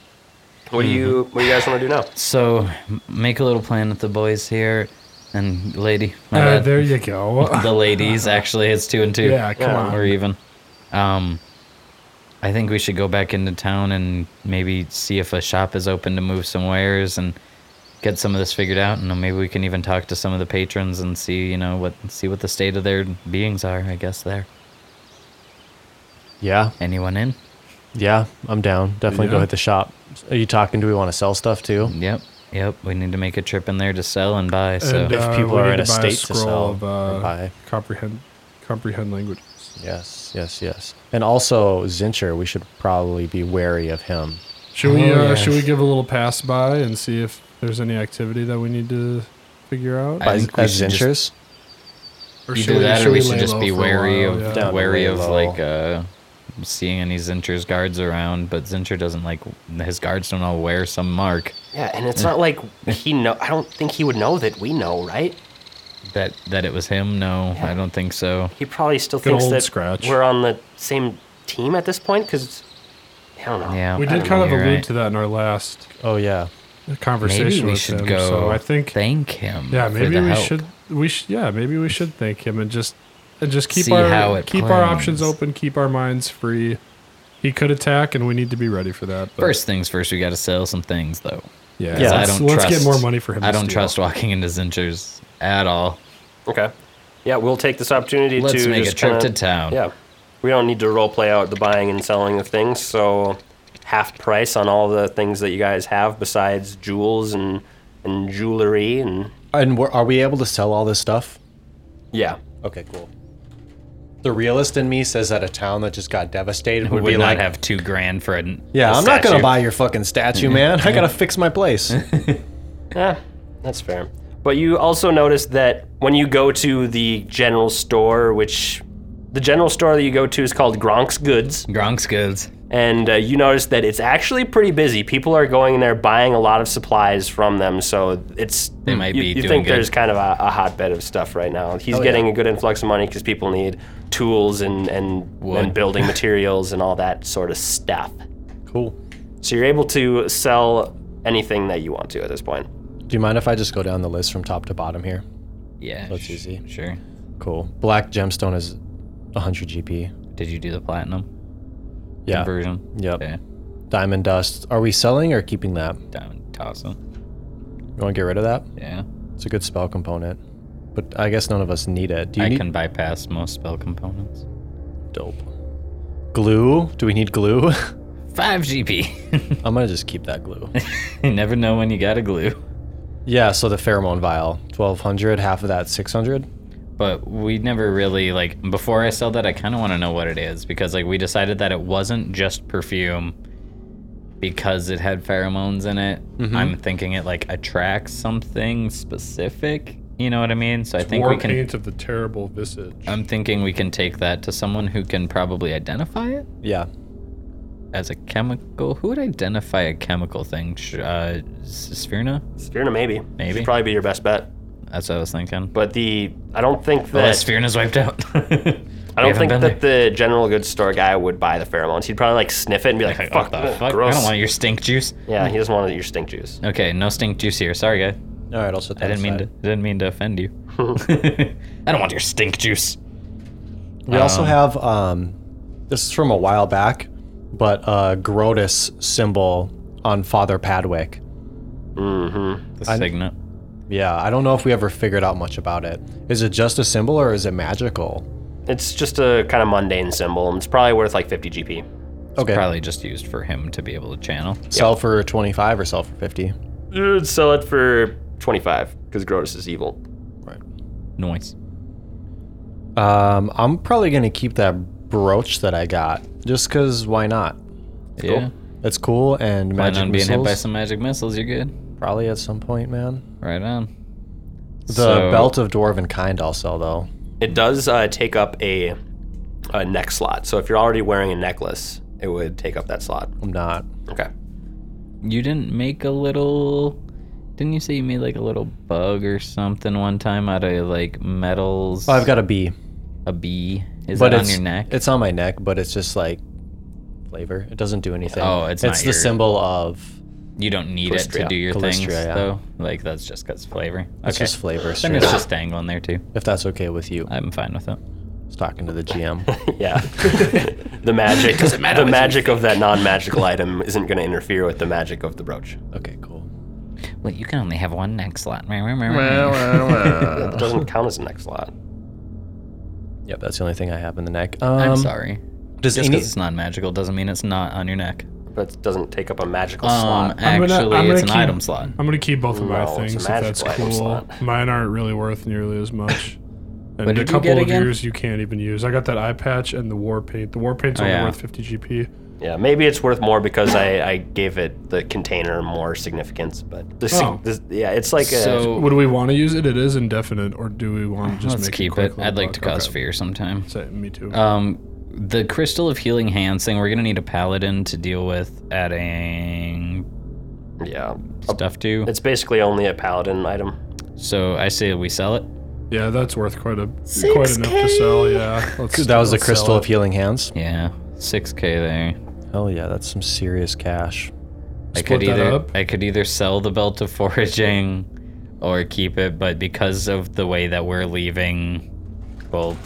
B: What do you What do you guys want to do now?
C: So m- make a little plan with the boys here, and lady. my
D: Uh,
C: bad.
D: there you go.
C: the ladies actually. It's two and two.
D: Yeah, come
B: Yeah.
C: We're even. Um, I think we should go back into town and maybe see if a shop is open to move some wares and get some of this figured out. And then maybe we can even talk to some of the patrons and see, you know, what see what the state of their beings are. I guess there.
E: Yeah,
C: Anyone in?
E: yeah, I'm down. Definitely go
D: Yeah.
E: hit the shop. Are you talking? Do we want to sell stuff too?
C: Yep. Yep. We need to make a trip in there to sell and buy. So
D: And,
E: If
D: Uh,
E: people
D: we
E: are
D: need
E: in
D: to
E: a
D: buy a
E: state to
D: scroll
E: sell
D: of,
E: or
D: uh,
E: buy,
D: comprehend comprehend languages.
E: yes, yes, yes. And also Zincher, we should probably be wary of him.
F: Should we
E: Oh,
F: uh,
E: yeah.
F: should we give a little pass by and see if there's any activity that we need to figure out?
C: I
E: By,
C: think we
E: as
C: should just-
E: Zinchers,
F: Or
C: Either that, or we should
F: lay
C: just
F: low
C: be
F: for a
C: wary
F: while?
C: of
F: Yeah.
E: Down to
C: wary
E: lay
C: of
E: low.
C: like uh, seeing any Zincher's guards around. But Zincher doesn't like his guards don't all wear some mark
B: Yeah, and it's not like he know. I don't think he would know that we know, right?
C: that that it was him. No, I don't think so.
B: He probably still
D: Good
B: thinks
D: old
B: that
D: Scratch.
B: we're on the same team at this point because I don't know.
C: Yeah,
F: We
C: I
F: did
C: don't
F: kind
C: know,
F: of
C: you're
F: allude
C: right.
F: to that in our last
E: oh yeah,
F: conversation
C: Maybe we
F: with
C: should
F: him.
C: go.
F: So I think
C: thank him.
F: yeah,
C: for
F: maybe
C: the
F: we
C: help.
F: should we should yeah, maybe we should thank him and just and just keep
C: See
F: our
C: how it
F: keep our
C: plans.
F: options open, keep our minds free. He could attack and we need to be ready for that. but-
C: First things first, we got to sell some things though.
F: yeah,
E: Yeah.
C: I
F: let's,
C: don't
F: let's
C: trust-
F: get more money for him.
C: I
F: to
C: don't
F: steal.
C: trust walking into Zincher's at all.
B: Okay. Yeah, we'll take this opportunity
C: Let's
B: to
C: make a
B: just
C: trip
B: kinda-
C: to town.
B: Yeah, we don't need to role play out the buying and selling of things. So half price on all the things that you guys have besides jewels and and jewelry and
E: and we're, are we able to sell all this stuff?
B: yeah.
E: Okay, cool. The realist in me says that a town that just got devastated
C: We
E: would,
C: would
E: be
C: not
E: like,
C: have two grand for an.
E: yeah,
C: i
E: I'm not gonna buy your fucking statue, man. I gotta fix my place.
B: Yeah, that's fair. But you also notice that when you go to the general store, which the general store that you go to is called Gronk's Goods,
C: Gronk's goods.
B: and uh, you notice that it's actually pretty busy. People are going in there buying a lot of supplies from them, so it's
C: They might
B: you,
C: be
B: You
C: doing
B: think
C: good.
B: there's kind of a, a hotbed of stuff right now. He's getting a good influx of money because people need tools and and, and
C: Wood.
B: building materials and all that sort of stuff.
E: cool.
B: So you're able to sell anything that you want to at this point.
E: Do you mind if I just go down the list from top to bottom here?
C: Yeah,
E: That's
C: sh-
E: easy.
C: Sure.
E: Cool. Black gemstone is 100 GP.
C: Did you do the platinum
E: Yeah.
C: conversion?
E: Yep.
C: Okay.
E: Diamond dust. Are we selling or keeping that?
C: Diamond toss 'em.
E: You want to get rid of that?
C: Yeah.
E: It's a good spell component, but I guess none of us need it. Do you
C: I
E: need
C: can bypass most spell components.
E: dope? Glue? Do we need glue?
C: 5 GP.
E: I'm gonna just keep that glue.
C: you never know when you got to glue.
E: yeah. So the pheromone vial, 1200. Half of that, 600.
C: But we never really, like, before I sell that, I kind of want to know what it is because, like, we decided that it wasn't just perfume because it had pheromones in it.
E: Mm-hmm.
C: I'm thinking it, like, attracts something specific. You know what I mean? So I think
F: War
C: we can.
F: paint of the terrible visage.
C: I'm thinking we can take that to someone who can probably identify it.
E: Yeah.
C: as a chemical. Who would identify a chemical thing? Sh- Uh, Sphyrna?
B: Sphyrna, maybe.
C: Maybe.
B: Should probably be your best bet.
C: That's what I was thinking.
B: But the I don't think that
C: Unless Sphyrna's wiped out.
B: I don't
C: haven't
B: think
C: been
B: that the general goods store guy would buy the pheromones. He'd probably like sniff it and be like,
C: Like,
B: "Fuck,
C: what the
B: ugh,
C: fuck?
B: gross."
C: I don't want your stink juice.
B: yeah, he doesn't want your stink juice.
C: Okay, no stink juice here. Sorry, guy.
E: All right, I'll set that
C: I didn't mean to.
E: aside.
C: Didn't mean to offend you. I don't want your stink juice.
E: We also have um, this is from a while back, but uh, Grotus symbol on Father Padwick.
B: Mm-hmm.
C: The signet.
E: Yeah, I don't know if we ever figured out much about it. Is it just a symbol or is it magical?
B: It's just a kind of mundane symbol, and it's probably worth like 50 GP.
E: Okay,
C: Probably just used for him to be able to channel.
E: sell for twenty five or sell for fifty.
B: You'd sell it for 25 because Grotus is evil.
C: Noise.
E: Um, I'm probably gonna keep that brooch that I got just because why not?
C: yeah.
E: It's cool and
C: Plan
E: magic
C: on being hit
E: missiles.
C: by some magic missiles. You're good.
E: Probably at some point, man.
C: Right on.
E: The belt of dwarven kind I'll sell though.
B: It does uh, take up a, a neck slot, so if you're already wearing a necklace, it would take up that slot.
E: I'm not.
B: Okay.
C: You didn't make a little. Didn't you say you made like a little bug or something one time out of like metals?
E: Oh, I've got a B.
C: a bee. Is
E: but
C: it on
E: it's,
C: your neck?
E: It's on my neck, but it's just like flavor. It doesn't do anything.
C: Oh, it's not
E: it's the
C: your-
E: symbol of
C: You don't need it
B: Calistria.
C: to do your
E: Calistria,
C: things
E: yeah.
C: though. Like that's just cause flavor.
E: it's
C: okay.
E: just flavor.
C: Then
E: straight
C: it's
E: up,
C: just dangling there too.
E: if that's okay with you,
C: I'm fine with it.
E: Just talking to the GM.
B: Yeah. the magic the magic of that non-magical item isn't going to interfere with the magic of the brooch.
E: okay, cool.
C: Well, you can only have one neck slot. Uh,
B: It doesn't count as a neck slot.
E: Yep, that's the only thing I have in the neck. Um,
C: I'm sorry.
E: Does
C: Just
E: any
C: because it's non-magical doesn't mean it's not on your neck.
B: But it doesn't take up a magical
C: Um,
B: slot.
C: actually,
D: I'm gonna
C: it's an
D: keep-
C: item slot.
D: I'm gonna keep both of my
B: No, it's a
D: things if
B: magic
D: that's
B: item
D: cool.
B: slot.
D: Mine aren't really worth nearly as much. And
C: What
D: a
C: did you
D: couple
C: get
D: of
C: again?
D: yours you can't even use. I got that eye patch and the war paint. The war paint's
C: Oh,
D: only
C: yeah.
D: worth 50 GP.
B: Yeah, maybe it's worth more because I, I gave it the container more significance. But the, sig-
D: Oh.
B: the- yeah, it's like a,
C: So
D: Would we want to use it? It is indefinite, or do we want to just
C: let's
D: make
C: keep
D: it?
C: it.
D: quick
C: I'd like to
D: buck?
C: cause
D: Okay.
C: fear sometime.
D: Same, me too.
C: Um, the crystal of healing hands thing. We're gonna need a paladin to deal with adding
B: yeah.
C: stuff to.
B: It's basically only a paladin item.
C: So I say we sell it.
D: yeah, that's worth quite a quite enough to sell. Yeah, let's,
E: that was the
D: let's sell
E: crystal
D: it.
E: of healing hands.
C: Yeah, six k there.
E: Hell yeah, that's some serious cash.
C: I could
D: Split that
C: either
D: up.
C: I could either sell the belt of foraging, or keep it. But because of the way that we're leaving, well,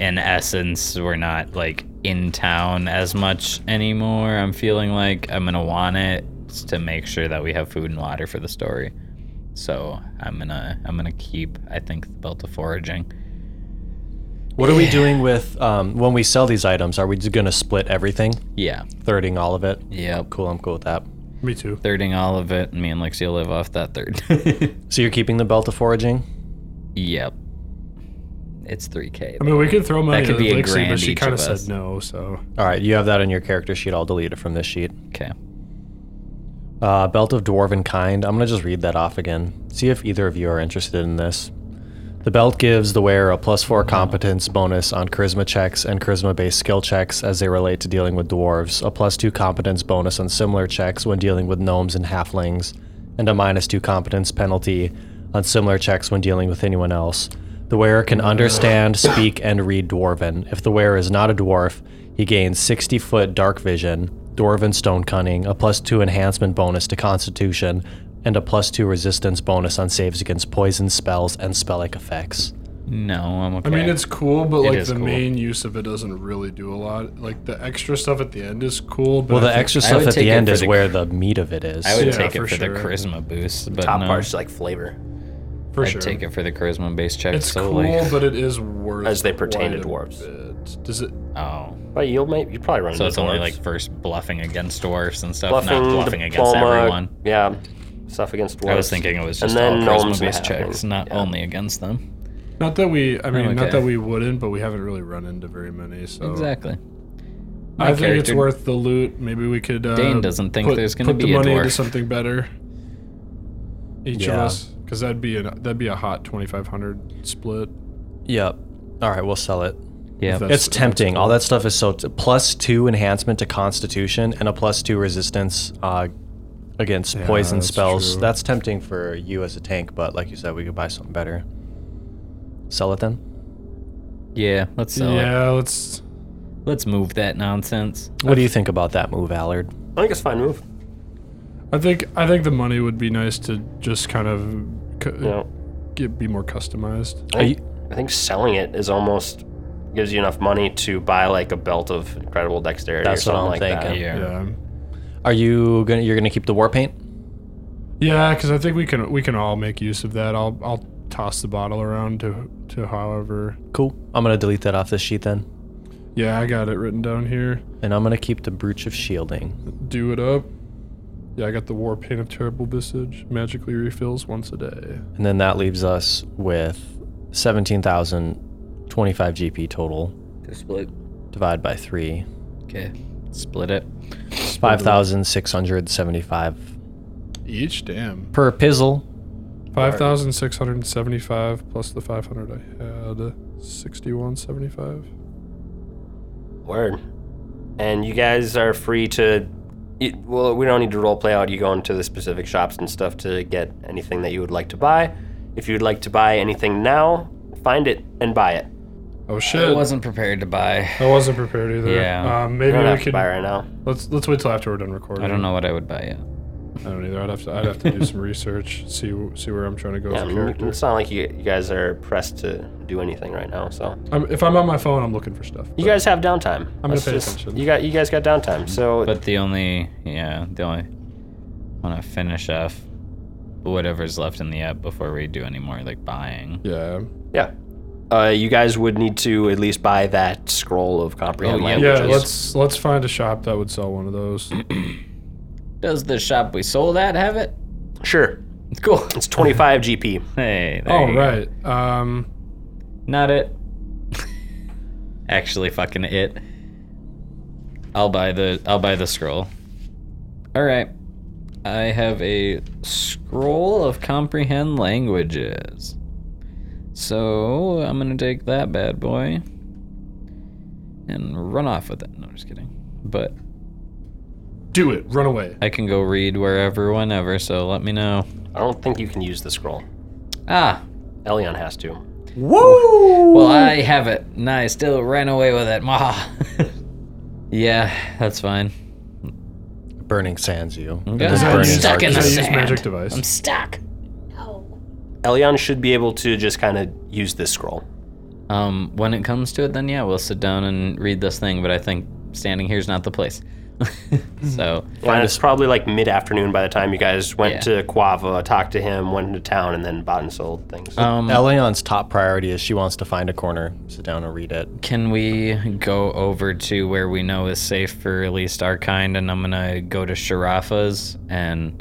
C: in essence, we're not like in town as much anymore. I'm feeling like I'm gonna want it to make sure that we have food and water for the story. So I'm gonna I'm gonna keep I think the belt of foraging.
E: What are we doing with um, when we sell these items? Are we just gonna split everything,
C: Yeah.
E: thirding all of it?
C: Yep.
E: Cool, I'm cool with that.
D: Me too.
C: Thirding all of it, and me and Lexia live off that third.
E: So you're keeping the belt of foraging?
C: yep. It's 3K.
D: I mean, we could throw money
C: could
D: at
C: be a
D: Lixie,
C: grand
D: but she
C: each
D: kind
C: of
D: of
C: us.
D: said no. So
E: All right, you have that on your character sheet. I'll delete it from this sheet.
C: Okay.
E: Uh, Belt of Dwarven Kind. I'm going to just read that off again. See if either of you are interested in this. The belt gives the wearer a plus four competence bonus on charisma checks and charisma based skill checks as they relate to dealing with dwarves, a plus two competence bonus on similar checks when dealing with gnomes and halflings, and a minus two competence penalty on similar checks when dealing with anyone else. The wearer can understand, speak, and read Dwarven. If the wearer is not a dwarf, he gains 60 foot dark vision, Dwarven stone cunning, a plus two enhancement bonus to constitution, and a plus two resistance bonus on saves against poison spells and spellic effects.
C: No, I'm okay.
D: I mean, it's cool, but like
C: is
D: the
C: cool.
D: main use of it doesn't really do a lot. Like the extra stuff at the end is cool, but
E: Well,
D: I
E: the
D: think-
E: extra
C: I
E: stuff
C: would
E: at
C: take
E: the
C: it
E: end
C: for
E: is
C: the-
E: where the meat of it is.
C: I would
D: Yeah,
C: take it
D: for
C: for the
D: sure.
C: charisma boost, but
B: Top
C: no,
B: part's like flavor
D: for
C: I'd
D: sure.
C: take it for the charisma based check
D: It's
C: solely.
D: cool, but it is worth
B: as they pertain to
D: quite a
B: dwarves.
D: bit. Does it?
C: Oh,
B: But you'll make you probably run
C: so
B: into
C: it's only
B: dwarves.
C: like first bluffing against dwarfs and stuff,
B: bluffing,
C: not bluffing against
B: diploma,
C: everyone.
B: Yeah, stuff against dwarves.
C: I was thinking it was just all
B: then
C: charisma
B: gnomes and
C: based checks,
B: halflings,
C: not
B: yeah.
C: only against them.
D: Not that we. I mean,
C: okay.
D: not that we wouldn't, but we haven't really run into very many. So
C: Exactly. My
D: I think it's
C: character-
D: worth the loot. Maybe we could. Uh,
C: Dane doesn't think
D: put,
C: there's gonna
D: put
C: be
D: the
C: a
D: money into
C: dwarf.
D: something better. Each of
E: Yeah.
D: us, because that'd be an that'd be a hot twenty five hundred split.
E: Yep. All right, we'll sell it.
C: Yeah.
E: It's
D: That's-
E: tempting. All that stuff is so t- plus two enhancement to Constitution and a plus two resistance uh, against poison
D: that's
E: spells.
D: true.
E: That's tempting for you as a tank, but like you said, we could buy something better. Sell it then.
C: Yeah, let's sell it.
D: yeah, let's.
C: Let's move that nonsense.
E: What do you think about that move, Allard?
B: I think it's a fine move.
D: I think I think the money would be nice to just kind of c-
B: Yeah.
D: get be more customized.
E: Are you,
B: I think selling it is almost gives you enough money to buy like a belt of incredible dexterity
E: That's
B: or
E: what
B: something
E: I'm
B: like that.
E: thinking.
C: Yeah.
D: Yeah,
E: are you gonna you're gonna keep the war paint?
D: yeah, because I think we can we can all make use of that. I'll I'll toss the bottle around to to however.
E: Cool. I'm gonna delete that off this sheet then,
D: Yeah, I got it written down here.
E: and I'm gonna keep the brooch of shielding.
D: Do it up. Yeah, I got the war paint of terrible visage. Magically refills once a day.
E: And then that leaves us with 17,025 GP total,
C: Split.
E: divided by three,
C: Okay. Split it.
E: 5,675
D: Each damn.
E: per pizzle.
D: Five thousand six hundred seventy-five plus the five hundred I had. Sixty-one seventy-five.
B: Word. And you guys are free to. You, well, we don't need to role play out. You go into the specific shops and stuff to get anything that you would like to buy. If you'd like to buy anything now, find it and buy it.
D: Oh
C: I
D: shit!
C: wasn't prepared to buy.
D: I wasn't prepared either.
C: Yeah.
D: Um,
B: You
D: maybe
B: don't have
D: we
B: to buy
D: could
B: right now.
D: let's let's wait till after we're done recording.
C: I don't know what I would buy yet.
D: I don't either. I'd have to I'd have to do some research. See w- see where I'm trying to go
B: Yeah, I
D: as a
B: mean,
D: character.
B: it's not like you, you guys are pressed to do anything right now. So
D: I'm, if I'm on my phone, I'm looking for stuff.
B: you
D: but-
B: guys have downtime. I'm
D: gonna pay attention.
B: You got you guys got downtime. So
C: But the only, yeah, the only, want to finish off whatever's left in the app before we do any more like buying.
D: Yeah.
B: yeah, uh, you guys would need to at least buy that scroll of comprehend
C: Oh, yeah.
B: languages.
D: Yeah. Let's let's find a shop that would sell one of those.
C: Does the shop we sold at have it?
B: Sure,
C: Cool.
B: it's 25 GP.
C: Hey, there
D: oh
C: you go.
D: right. Um.
C: Not it. Actually, fucking it. I'll buy the I'll buy the scroll. All right. I have a scroll of comprehend languages. So I'm gonna take that bad boy and run off with it. No, just kidding. But
D: Do it. Run away.
C: I can go read wherever, whenever. So let me know.
B: I don't think you can use the scroll.
C: Ah,
B: Elion has to.
C: Well, I have it, and I still ran away with it. Maha. yeah, that's fine.
E: Burning sands you.
C: Okay.
E: It is
C: I'm
E: burning
C: stuck
E: dark
C: in
E: you.
D: Can I
C: the
D: use
C: sand.
D: magic device?
C: stuck.
B: Elion should be able to just kind of use this scroll.
C: Um, when it comes to it, then yeah, we'll sit down and read this thing. But I think standing here's not the place. so
B: Yeah, it's probably like mid afternoon by the time you guys went
C: Yeah.
B: to Quava, talked to him, went into town, and then bought and sold things.
C: Um,
E: Um, Eleon's top priority is she wants to find a corner, sit down and read it.
C: can we go over to where we know is safe for at least our kind? And I'm gonna go to Sharafa's and,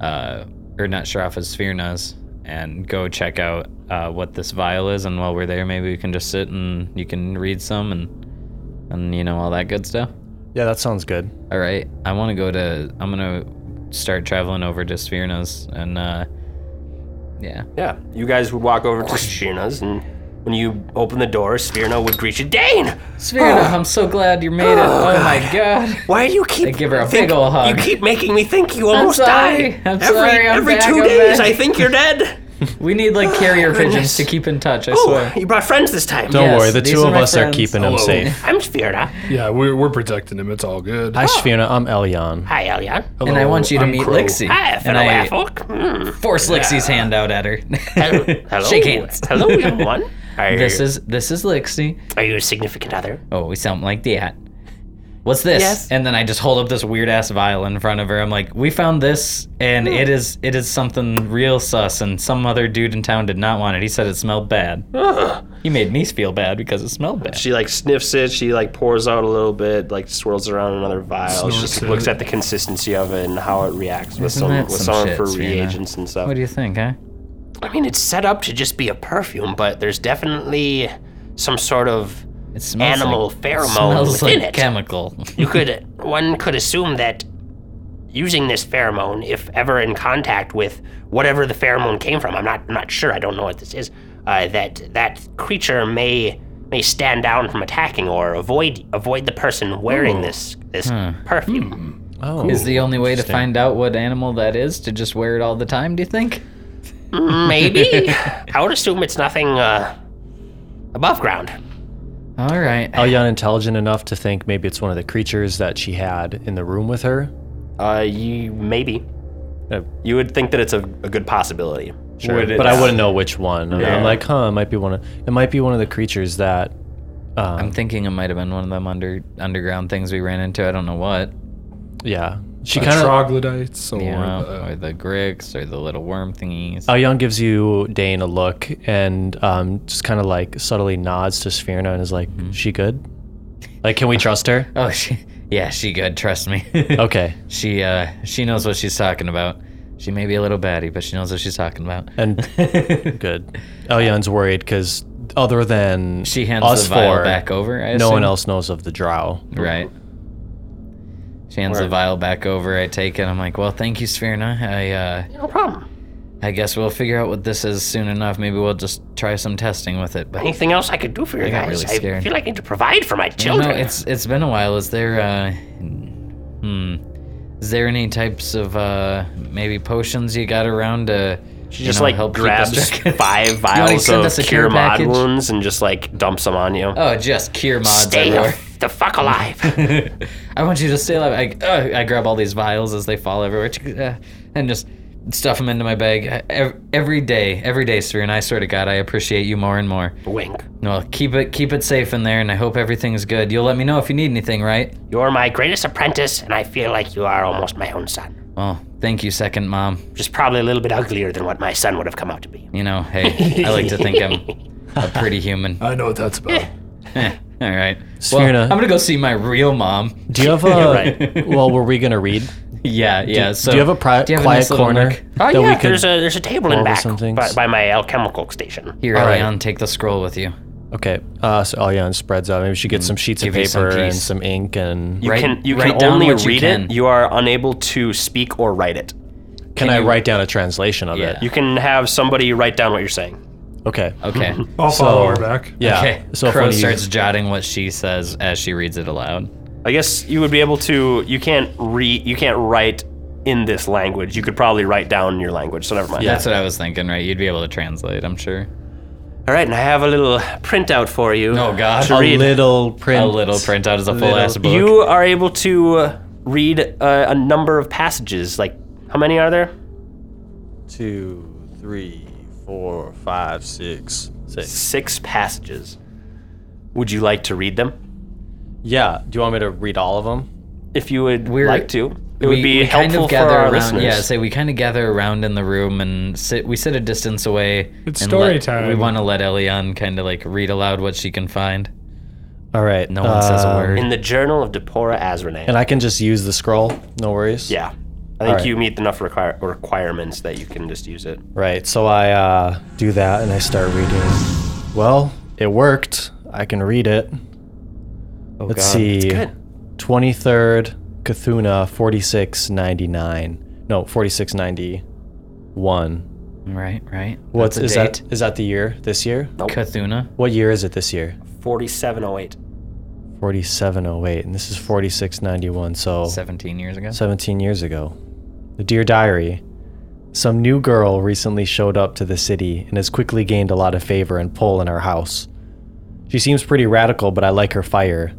C: uh, or not Sharafa's, Svirna's, and go check out uh, what this vial is. And while we're there, maybe we can just sit and you can read some and and you know all that good stuff.
E: Yeah, that sounds good.
C: All right, I want to go to. I'm gonna start traveling over to Svirna's and uh, yeah.
B: Yeah, you guys would walk over to Sheena's, and when you open the door, Spirna would greet you. Dane,
C: Svirna, I'm so glad you made it. Oh, my god.
B: why do you keep?
C: I give her a big ol' hug.
B: You keep making me think you almost
C: sorry.
B: died.
C: I'm
B: every
C: sorry, I'm
B: every
C: back,
B: 2
C: I'm
B: days,
C: back.
B: I think you're dead.
C: We need like carrier pigeons
B: goodness.
C: to keep in touch. I
B: Oh,
C: swear.
B: you brought friends this time.
E: Don't
C: Yes,
E: worry, the
C: these
E: two
C: are
E: of
C: my
E: us are
C: friends.
E: keeping him
B: Hello.
E: safe.
B: I'm Spirna.
D: Yeah, we're we're protecting him. It's all good.
C: Ah.
E: Hi, Shvina. I'm Elion.
B: Hi, Elion.
C: and I want you to
D: I'm
C: meet
D: Crow.
C: Lixie.
B: Hi,
C: Oh. and
B: fellow
C: I
B: Afolk. Hmm.
C: force Lixie's hand out at her.
B: Hello. Hello.
C: Shake hands.
B: Hello, young one. Are,
C: This is this is Lixie.
B: are you a significant other?
C: Oh, we sound like that. What's this?
B: Yes.
C: And then I just hold up this weird ass vial in front of her. I'm like, we found this, and
B: Hmm.
C: it is it is something real sus, and some other dude in town did not want it. He said it smelled bad. He made me feel bad because it smelled bad.
B: She like sniffs it. She like pours out a little bit, like swirls around another vial. She
D: Snorts
B: just
D: it.
B: looks at the consistency of it and how it reacts with
C: Isn't
B: some
C: that
B: with
C: some
B: some
C: shit,
B: for
C: Serena?
B: reagents and
C: What
B: stuff.
C: do you think, huh?
B: I mean, it's set up to just be a perfume, but there's definitely some sort of
C: It smells
B: Animal
C: like,
B: pheromone
C: smells
B: within
C: like
B: it.
C: chemical.
B: you could one could assume that using this pheromone, if ever in contact with whatever the pheromone came from, I'm not I'm not sure. I don't know what this is. Uh, that that creature may may stand down from attacking or avoid avoid the person wearing this this perfume.
E: Oh,
C: Is the only way to find out what animal that is to just wear it all the time? Do you think?
B: Hmm. Maybe. I would assume it's nothing uh, above ground.
C: All right.
B: Uh-huh.
E: Elyon intelligent enough to think maybe it's one of the creatures that she had in the room with her.
B: Uh, you maybe.
E: Uh,
B: You would think that it's a, a good possibility.
E: Sure,
B: Would it-
E: but I wouldn't know which one. I'm-
B: Yeah.
E: I'm like, huh, it might be one of it might be one of the creatures that
C: I'm
E: um,
C: thinking it might have been one of them under underground things we ran into. I don't know what.
E: yeah. She
F: The
E: kind of
F: troglodytes or
C: Yeah,
F: the,
D: uh,
C: or the Grix or the little worm thingies.
E: Elyon gives you Dane a look and um, just kind of like subtly nods to Sphyrna and is like,
C: Hmm.
E: "She good? Like, can we trust her?"
C: Oh, she, yeah, she good. Trust me.
E: Okay.
C: She, uh, she knows what she's talking about. She may be a little batty, but she knows what she's talking about.
E: And good. Elyon's worried because other than
C: She hands
E: us
C: the vial
E: four,
C: back over. I
E: no one
C: assume?
E: else knows of the Drow.
C: Right. She hands the
B: Word.
C: vial back over. I take it. I'm like, well, thank you, Sphyrna. I, uh,
B: No problem.
C: I guess we'll figure out what this is soon enough. Maybe we'll just try some testing with it. But
B: Anything else I could do for you
C: I got
B: guys?
C: really
B: I
C: scared.
B: feel like I need to provide for my
C: You know,
B: children.
C: it's it's been a while. Is there uh hmm is there any types of uh maybe potions you got around to
B: she
C: you
B: just
C: know,
B: like
C: help keep us
B: grabs
C: track?
B: five
C: wanna
B: vials
C: send
B: of
C: us a
B: cure
C: care
B: mod
C: package?
B: wounds and just like dumps them on you.
C: Oh, just cure mods
B: Stay the,
C: everywhere.
B: f- the fuck alive.
C: I want you to stay alive. I, uh, I grab all these vials as they fall everywhere uh, and just stuff them into my bag. I- ev- Every day, every day, Sphere, and I swear to God, I appreciate you more and more.
B: Wink.
C: Well, keep it keep it safe in there, and I hope everything's good. You'll let me know if you need anything, right?
B: You're my greatest apprentice, and I feel like you are almost my own son.
C: Well, thank you, second mom.
B: Which is probably a little bit uglier than what my son would have come out to be.
C: You know, hey, I like to think I'm a pretty human.
F: I know what that's about.
E: Uh,
C: Eh, all right. Well,
E: Sphyrna.
C: I'm going to go see my real mom.
E: Do you have a? Well, were we gonna read?
C: Yeah, yeah.
E: do,
C: Uh, so
E: do you have a pri-
C: do you have a
E: quiet
C: nice little
E: corner
C: nook?
B: Oh
E: that
B: yeah,
E: we could?
B: there's a there's a table in
E: borrow
B: back
E: some things?
B: by, by my alchemical station.
C: Here,
E: All right.
C: Elion, take the scroll with you.
E: okay, uh, so Elyon spreads out. Maybe she gets some sheets of
C: Hmm. Give you some
E: paper and
C: peace.
E: some ink and.
B: You
C: Write-
B: can you
C: write
B: can
C: down
B: only
C: what you
B: read
C: can.
B: it. You are unable to speak or write it.
E: Can, I write down a translation of
C: Yeah.
E: it?
B: You can have somebody write down what you're saying.
E: Okay.
C: Okay.
F: I'll follow her
E: So-
F: back.
E: Yeah.
C: Okay.
E: So
C: So
E: if
C: Crow
E: one of you-
C: starts jotting what she says as she reads it aloud.
B: I guess you would be able to. You can't read. You can't write in this language. You could probably write down your language. So never mind.
E: Yeah.
C: That's what I was thinking, right? You'd be able to translate, I'm sure.
B: All right, and I have a little printout for you.
C: Oh, God.
B: to
E: a
B: read.
E: little print.
C: A little printout is a full ass book.
B: You are able to uh, read uh, a number of passages. Like, how many are there?
G: Two, three, four, five, six, six.
B: Six passages. Would you like to read them?
E: Yeah. Do you want me to read all of them?
B: If you would
C: We're-
B: like to, it would be helpful for our
C: around,
B: listeners.
C: Yeah, say we kind of gather around in the room and sit. We sit a distance away.
D: It's
C: and
D: story
C: let-
D: time.
C: We want to let Elion kind of like read aloud what she can find.
E: All right.
C: No one says a
E: um,
C: word.
B: In the Journal of Depora Azrane.
E: And I can just use the scroll. No worries.
B: yeah, I think
E: right.
B: you meet enough require- requirements that you can just use it.
E: Right. So I uh, do that and I start reading. Well, it worked. I can read it.
G: Oh,
E: Let's see.
B: Oh, good.
E: 23rd Cthulhu 4699. No, 4691.
C: Right, right.
E: What's
C: That's
E: is
C: a
E: that
C: date.
E: is that the year? This year?
C: Cthulhu.
E: What year is it this year?
B: Forty-seven oh eight.
E: 4708 and this is 4691. So
C: 17 years ago.
E: 17 years ago. The Dear Diary. Some new girl recently showed up to the city and has quickly gained a lot of favor and pull in our house. She seems pretty radical, but I like her fire.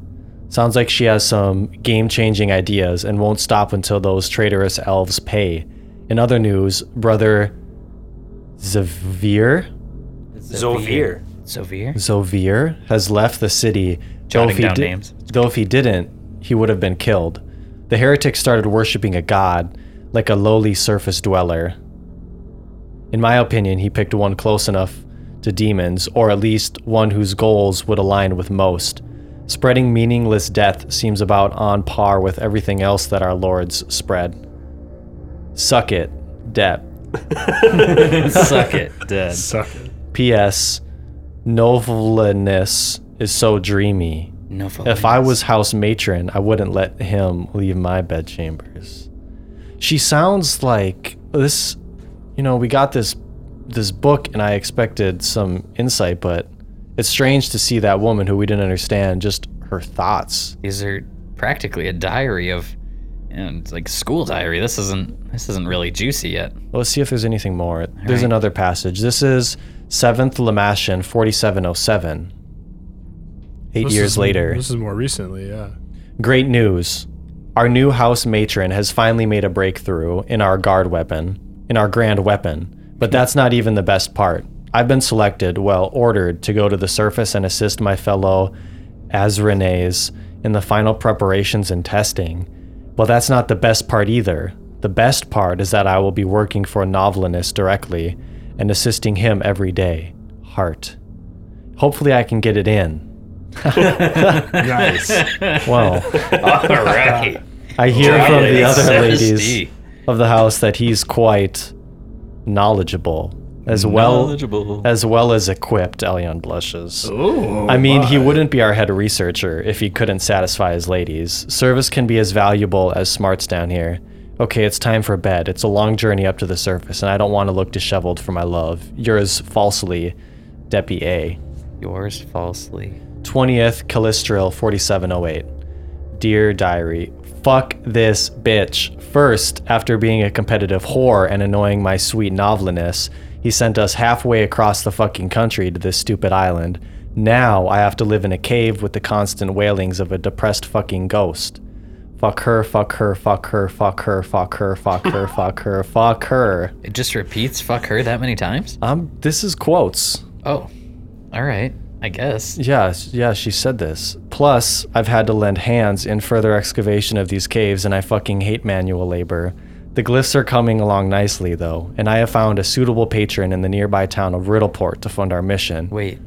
E: Sounds like she has some game changing ideas and won't stop until those traitorous elves pay. In other news, brother Zavir
B: Zovir.
C: Zovir?
E: Zovir has left the city.
C: Jotting
E: Though if he
C: down
E: di-
C: names.
E: Though if he didn't, he would have been killed. The heretic started worshiping a god, like a lowly surface dweller. In my opinion, he picked one close enough to demons, or at least one whose goals would align with most. Spreading meaningless death seems about on par with everything else that our lords spread. Suck it, Depp.
C: Suck it, dead.
E: P.S. Noveliness is so dreamy.
C: No
E: If I was house matron, I wouldn't let him leave my bedchambers. She sounds like this, you know, we got this this book and I expected some insight, but it's strange to see that woman who we didn't understand just her thoughts.
C: These are practically a diary of, you know, it's like school diary. This isn't this isn't really juicy yet.
E: Well, let's see if there's anything more. there's
C: right.
E: another passage. This is 7th Lamashan 4707. Eight
D: This
E: years
D: is-
E: later.
D: This is more recently, yeah.
E: Great news. Our new house matron has finally made a breakthrough in our guard weapon, in our grand weapon. But that's not even the best part. I've been selected, well, ordered to go to the surface and assist my fellow Azrenes in the final preparations and testing. Well, that's not the best part either. The best part is that I will be working for a novelinist directly and assisting him every day. Heart. Hopefully, I can get it in. nice. Well.
C: All right.
E: I hear from the other
C: Zesty.
E: ladies of the house that he's quite knowledgeable as well
G: Knowledgeable.
E: as well as equipped. Elion blushes. I mean, he wouldn't be our head researcher if he couldn't satisfy his ladies. Service can be as valuable as smarts down here. Okay, it's time for bed. It's a long journey up to the surface, and I don't want to look disheveled for my love. Yours falsely, Depi A.
C: Yours falsely.
E: 20th Callistril 4708. Dear Diary, fuck this bitch. First, after being a competitive whore and annoying my sweet noveliness, he sent us halfway across the fucking country to this stupid island. Now I have to live in a cave with the constant wailings of a depressed fucking ghost. Fuck her, fuck her, fuck her, fuck her, fuck her, fuck her, fuck her, fuck her.
C: It just repeats fuck her that many times?
E: Um, this is quotes.
C: Oh. All right. I guess.
E: Yeah, s- yeah, she said this. Plus, I've had to lend hands in further excavation of these caves, and I fucking hate manual labor. The glyphs are coming along nicely, though, and I have found a suitable patron in the nearby town of Riddleport to fund our mission.
C: Wait.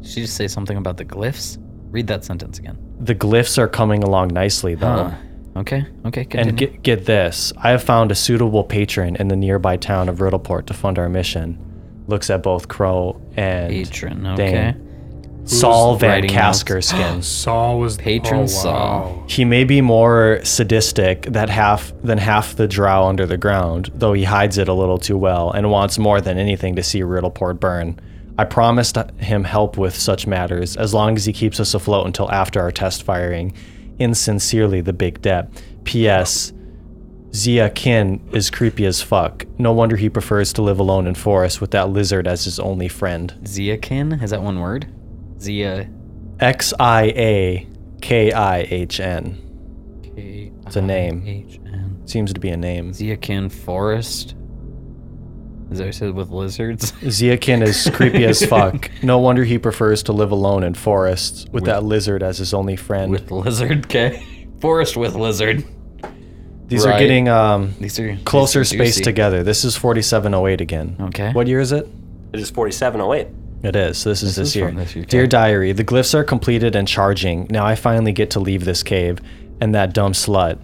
C: Did she just say something about the glyphs? Read that sentence again. Oh,
E: The glyphs are coming along nicely, though.
C: Okay. Okay. Continue.
E: Uh, And get, get this I have found a suitable patron in the nearby town of Riddleport to fund our mission. Looks at both Crow and
C: patron. Okay.
E: Dane. Saul Van
C: writing notes?
E: Casker skins.
D: Saul was
C: Patron
D: oh, wow.
C: Saul.
E: He may be more sadistic that half than half the drow under the ground, though he hides it a little too well and wants more than anything to see Riddleport burn. I promised him help with such matters as long as he keeps us afloat until after our test firing. Insincerely, the Big Debt. P.S. Zia Kin is creepy as fuck. No wonder he prefers to live alone in forest with that lizard as his only friend.
C: Ziakin? Is that one word? Zia.
E: X I A K I H N
C: It's
E: a name. seems to be a name.
C: Ziakin Forest. Is that what you said with lizards?
E: Ziakin is creepy as fuck. No wonder he prefers to live alone in forests with, that lizard as his only friend.
C: with lizard, okay. Forest with lizard.
E: These are
C: right.
E: getting um,
C: These are these
E: closer
C: are
E: spaced
C: juicy.
E: together. This is 4708 again.
C: Okay.
E: What year is it?
B: It is 4708.
E: It is. This is this,
C: is
E: year.
C: from this year, okay.
E: Dear diary, the glyphs are completed and charging. Now I finally get to leave this cave and that dumb slut.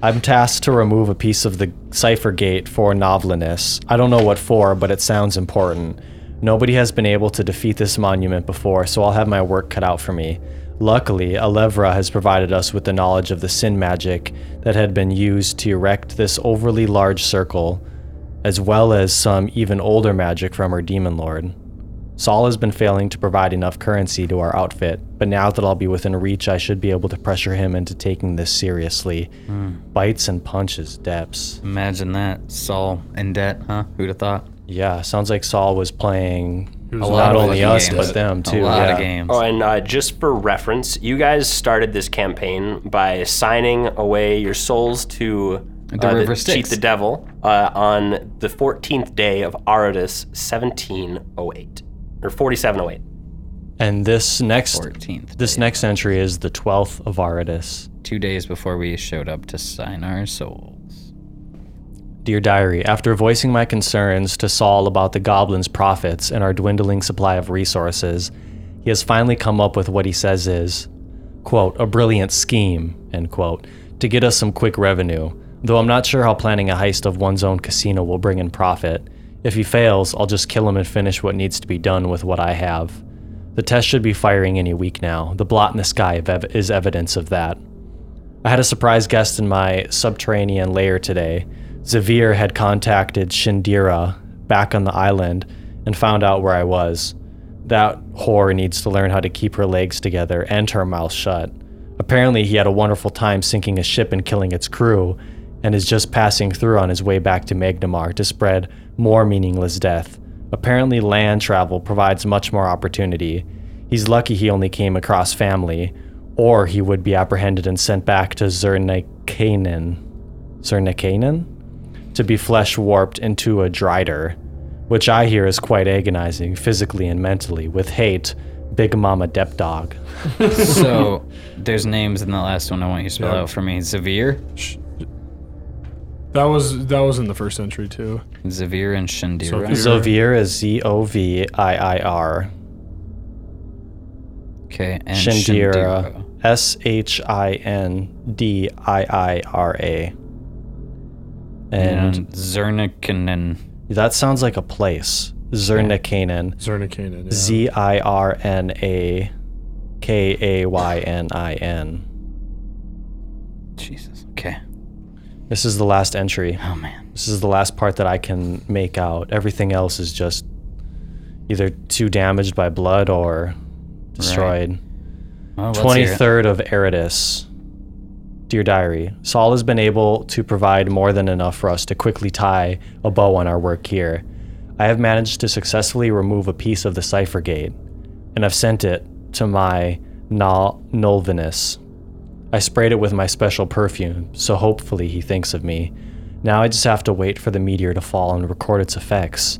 E: I'm tasked to remove a piece of the cipher gate for Novelinus. I don't know what for, but it sounds important. Nobody has been able to defeat this monument before, so I'll have my work cut out for me. Luckily, Alevra has provided us with the knowledge of the sin magic that had been used to erect this overly large circle, as well as some even older magic from her demon lord. Saul has been failing to provide enough currency to our outfit, but now that I'll be within reach, I should be able to pressure him into taking this seriously.
C: Hmm.
E: Bites and punches, depths.
C: Imagine that. Saul in debt, huh? Who'd have thought?
E: Yeah, sounds like Saul was playing
D: was
E: not
C: lot of
E: only
C: fucking
E: us,
C: games.
E: but them
C: a
E: too.
C: lot
E: yeah.
C: of games.
B: Oh, and uh, just for reference, you guys started this campaign by signing away your souls to uh,
C: The River
B: cheat
C: Styx.
B: the devil uh, on the 14th day of Aradus 1708 or 4708.
E: And this next
C: 14th.
E: this next entry is the 12th of Aradus.
C: two days before we showed up to sign our souls.
E: Dear Diary, after voicing my concerns to Saul about the goblins' profits and our dwindling supply of resources, he has finally come up with what he says is, quote, a brilliant scheme, end quote, to get us some quick revenue. Though I'm not sure how planning a heist of one's own casino will bring in profit. If he fails, I'll just kill him and finish what needs to be done with what I have. The test should be firing any week now. The blot in the sky of ev- is evidence of that. I had a surprise guest in my subterranean lair today. Zavir had contacted Shindira back on the island and found out where I was. That whore needs to learn how to keep her legs together and her mouth shut. Apparently, he had a wonderful time sinking a ship and killing its crew, and is just passing through on his way back to Magnamar to spread more meaningless death. Apparently, land travel provides much more opportunity. He's lucky he only came across family, or he would be apprehended and sent back to Zernikanen. Zernikanen? To be flesh warped into a drider, which I hear is quite agonizing physically and mentally, with hate, Big Mama Dep Dog.
C: so there's names in the last one I want you to spell out for me. Zavir,
D: That was that was in the first entry too.
C: Zavir, and Shandira.
E: Zovir is Z O V I I R.
C: okay, and
E: Shandira.
C: Shandira.
E: S H I N D I I R A. And
C: And Zernikanen.
E: that sounds like a place. Zernikanen.
D: Zernikanen. Yeah.
E: Z I R N A K A Y N I N.
C: Jesus. Okay.
E: This is the last entry.
C: Oh man.
E: This is the last part that I can make out. Everything else is just either too damaged by blood or destroyed.
C: Well, let's hear it.
E: 23rd of Eridus. Dear Diary, Saul has been able to provide more than enough for us to quickly tie a bow on our work here. I have managed to successfully remove a piece of the cipher gate, and I've sent it to my Nol- Nolvinus. I sprayed it with my special perfume, so hopefully he thinks of me. Now I just have to wait for the meteor to fall and record its effects.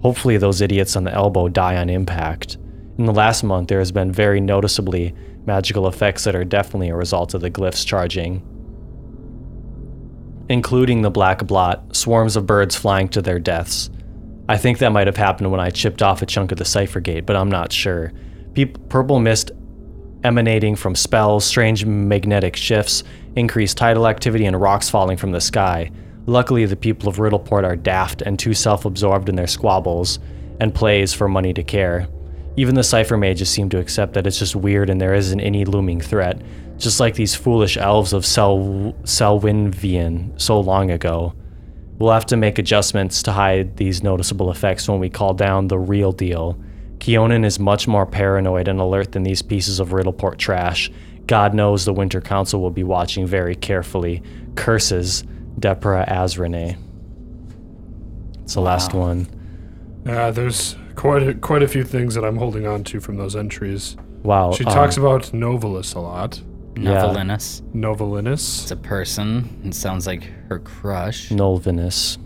E: Hopefully, those idiots on the elbow die on impact. In the last month, there has been very noticeably magical effects that are definitely a result of the glyphs charging, including the black blot, swarms of birds flying to their deaths. I think that might have happened when I chipped off a chunk of the cipher gate, but I'm not sure. Peop purple mist emanating from spells, strange magnetic shifts, increased tidal activity, and rocks falling from the sky. Luckily, the people of Riddleport are daft and too self absorbed in their squabbles and plays for money to care. Even the Cypher Mages seem to accept that it's just weird and there isn't any looming threat, just like these foolish elves of Sel- Selwynvian so long ago. We'll have to make adjustments to hide these noticeable effects when we call down the real deal. Keonan is much more paranoid and alert than these pieces of Riddleport trash. God knows the Winter Council will be watching very carefully. Curses, Depra Azrene. It's the last one.
D: Yeah, there's quite a, quite a few things that I'm holding on to from those entries.
C: Oh,
E: Wow.
D: She
C: uh,
E: um,
D: talks about Novalis a lot.
C: Novelinus. It's
D: Novalinus.
C: a person. It sounds like her crush.
E: Nolvinus.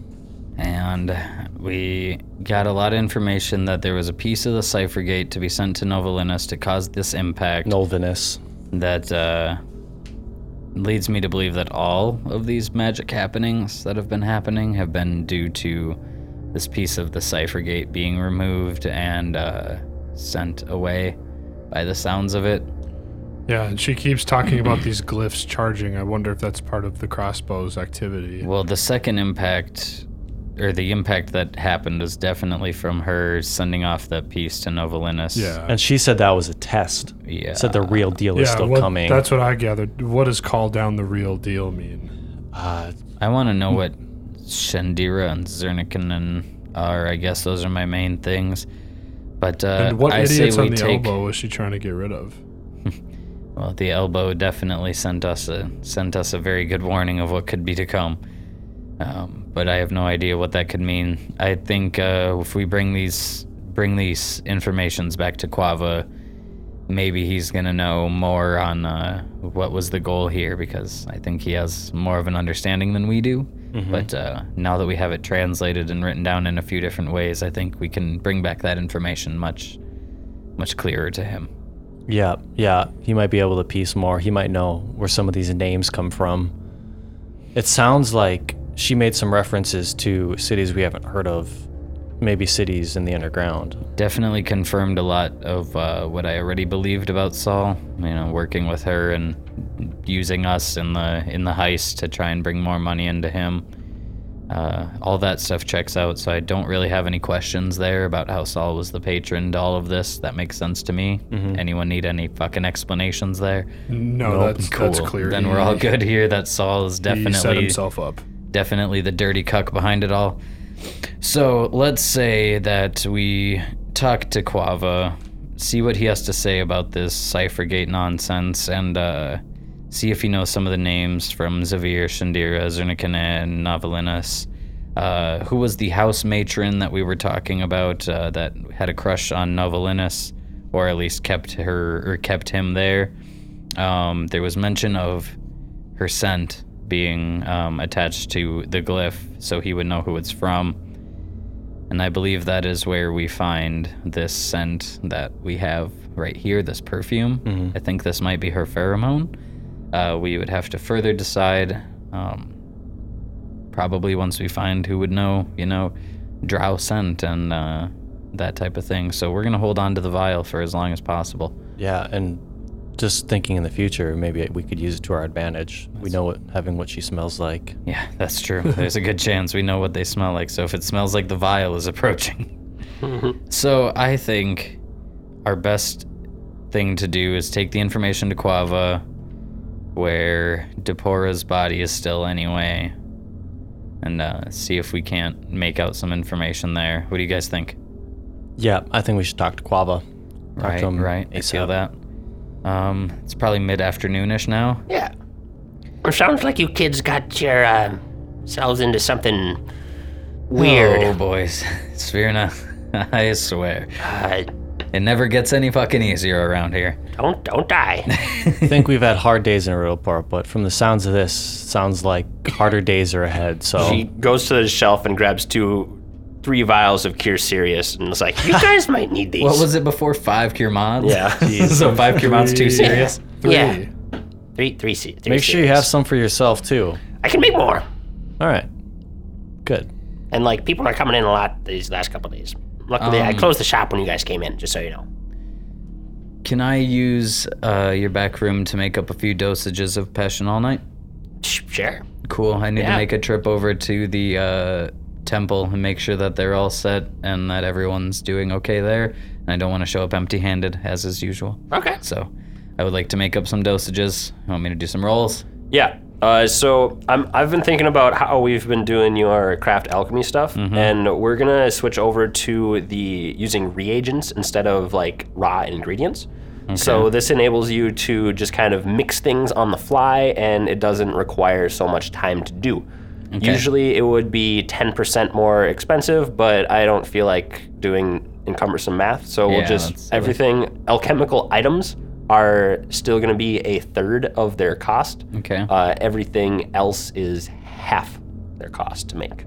C: And we got a lot of information that there was a piece of the cipher gate to be sent to Novelinus to cause this impact.
E: Nolvinus.
C: that uh, leads me to believe that all of these magic happenings that have been happening have been due to this piece of the cipher gate being removed and uh, sent away by the sounds of it.
D: Yeah, and she keeps talking about these glyphs charging. I wonder if that's part of the crossbow's activity.
C: Well, the second impact, or the impact that happened, was definitely from her sending off that piece to Novelinus.
D: Yeah.
E: And she said that was a test.
C: Yeah.
E: Said the real deal is
D: yeah,
E: still
D: what-
E: coming.
D: That's what I gathered. What does call down the real deal mean?
E: Uh,
C: I want to know what Shandira and Zernikanen are. I guess those are my main things. But uh,
D: And what
C: I say
D: idiots
C: we
D: on the
C: take.
D: elbow was she trying to get rid of?
C: Well, the elbow definitely sent us a sent us a very good warning of what could be to come. Um, but I have no idea what that could mean. I think uh, if we bring these bring these informations back to Quava, maybe he's gonna know more on uh, what was the goal here because I think he has more of an understanding than we do. But uh, now that we have it translated and written down in a few different ways, I think we can bring back that information much much clearer to him.
E: yeah, yeah. He might be able to piece more. He might know where some of these names come from. It sounds like she made some references to cities we haven't heard of, maybe cities in the underground.
C: definitely confirmed a lot of uh, what I already believed about Saul. You know, working with her and using us in the in the heist to try and bring more money into him. Uh, all that stuff checks out, so I don't really have any questions there about how Saul was the patron to all of this. That makes sense to me.
D: Mm-hmm.
C: Anyone need any fucking explanations there?
D: No, that's that's clear.
C: Then we're all good here. That Saul is
D: He set
C: definitely
D: himself up.
C: definitely the dirty cuck behind it all. So let's say that we talk to Quava, see what he has to say about this Cyphergate nonsense, and uh, see if he knows some of the names from Xavier, Shandira, Zernikana, and Novelinus. Uh, who was the house matron that we were talking about uh, that had a crush on Novelinus? or at least kept her or kept him there. Um, there was mention of her scent being um, attached to the glyph, so he would know who it's from. And I believe that is where we find this scent that we have right here, this perfume. I think this might be her pheromone. Uh, we would have to further decide, um, probably once we find who would know, you know, drow scent and uh, that type of thing. So we're going to hold on to the vial for as long as possible.
E: Yeah, and just thinking in the future, maybe we could use it to our advantage. we know what having what she smells like.
C: Yeah, that's true. There's a good chance we know what they smell like. So if it smells like the vial is approaching.
E: Mm-hmm.
C: so I think our best thing to do is take the information to Quava, where Depora's body is still anyway, and uh, see if we can't make out some information there. What do you guys think?
E: Yeah, I think we should talk to Quava. Talk
C: Right,
E: to him
C: right. I feel
E: ASAP.
C: that. Um, it's probably mid-afternoonish now.
B: Yeah. Well, sounds like you kids got your uh, selves into something weird.
C: Oh, boys. Svirna, I swear.
B: Uh,
C: It never gets any fucking easier around here.
B: don't don't die.
E: I think we've had hard days in a real part, but from the sounds of this, sounds like harder days are ahead. So
B: she goes to the shelf and grabs two, three vials of Cure Serious and is like, "You guys might need these."
C: What was it before? Five cure mods?
B: Yeah.
C: so five cure mods too serious?
B: Yeah. Three, three, se- three
E: make sure you
B: series.
E: have some for yourself too.
B: I can make more.
E: All right, good.
B: And like people are coming in a lot these last couple days. Luckily, I
C: Um,
B: closed the shop when you guys came in, just so you know.
C: Can I use uh, your back room to make up a few dosages of Passion All Night?
B: Sh- Sure.
C: Cool. I need
B: Yeah.
C: to make a trip over to the uh, temple and make sure that they're all set and that everyone's doing okay there. And I don't want to show up empty handed, as is usual.
B: Okay.
C: So I would like to make up some dosages. You want me to do some rolls?
B: Yeah. Uh, so I'm, I've been thinking about how we've been doing your craft alchemy stuff,
C: Mm-hmm.
B: and we're gonna switch over to the using reagents instead of like raw ingredients. So this enables you to just kind of mix things on the fly, and it doesn't require so much time to do. Usually, it would be 10% more expensive, but I don't feel like doing encumbersome math, so we'll
C: Yeah,
B: just
C: that's-
B: everything alchemical items are still going to be a third of their cost.
C: Okay.
B: Uh, everything else is half their cost to make.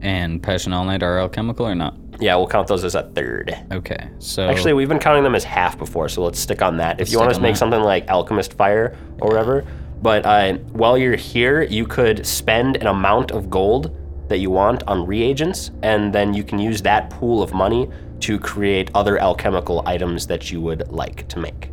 C: and Passion All Night are alchemical or not?
B: Yeah, we'll count those as a third.
C: Okay. So
B: Actually, we've been counting them as half before, so let's stick on that. if you want
C: stick
B: us to
C: on
B: make
C: that.
B: something like Alchemist Fire or whatever, but uh, while you're here, you could spend an amount of gold that you want on reagents, and then you can use that pool of money to create other alchemical items that you would like to make.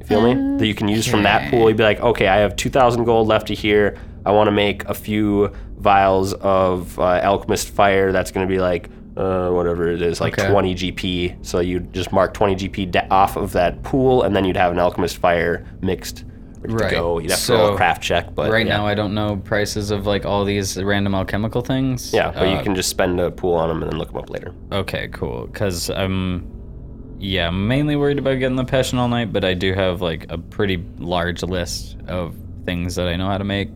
B: You feel me? That you can use from that pool. You'd be like, okay, I have 2,000 gold left to here. I want to make a few vials of uh, Alchemist Fire. That's going to be like, uh, whatever it is, like
C: Okay.
B: 20 GP. So you just mark 20 GP da- off of that pool, and then you'd have an Alchemist Fire mixed ready
C: Right.
B: to go. You'd have to roll a
C: So,
B: craft check, but
C: right
B: yeah.
C: now I don't know prices of like all these random alchemical things.
B: Yeah, but
C: Uh,
B: you can just spend a pool on them and then look them up later.
C: Okay, cool. Cause I'm, yeah, I'm mainly worried about getting the passion all night, but I do have like a pretty large list of things that I know how to make.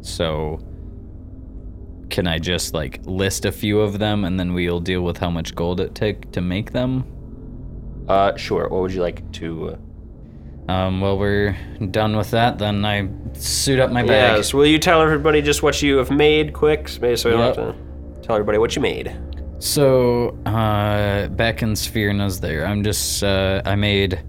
C: So, can I just like list a few of them, and then we'll deal with how much gold it took to make them?
B: Uh, sure. What would you like to? Uh,
C: Um, well, we're done with that. Then I suit up my bag.
B: yes. Will you tell everybody just what you have made, quick, so we don't have
C: Yep.
B: to tell everybody what you made?
C: So, uh, back in Sphyrna's there, I'm just, uh, I made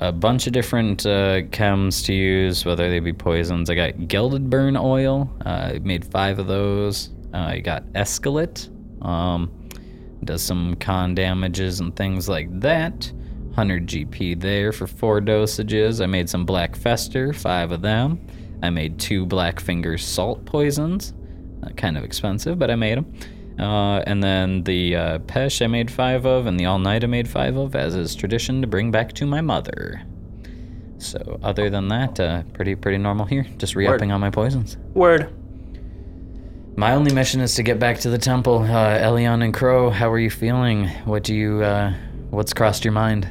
C: a bunch of different uh, chems to use, whether they be poisons. I got Gelded Burn Oil, uh, I made five of those. Uh, I got Escalate, um, does some con damages and things like that. 100 GP there for four dosages. I made some Black Fester, five of them. I made two Black Finger Salt Poisons, uh, kind of expensive, but I made them. Uh, and then the uh, Pesh I made five of, and the All Night I made five of, as is tradition to bring back to my mother. So other than that, uh, pretty pretty normal here. Just re-upping on my poisons.
B: Word.
C: My only mission is to get back to the temple. Uh, Elion and Crow, how are you feeling? What do you, uh, what's crossed your mind?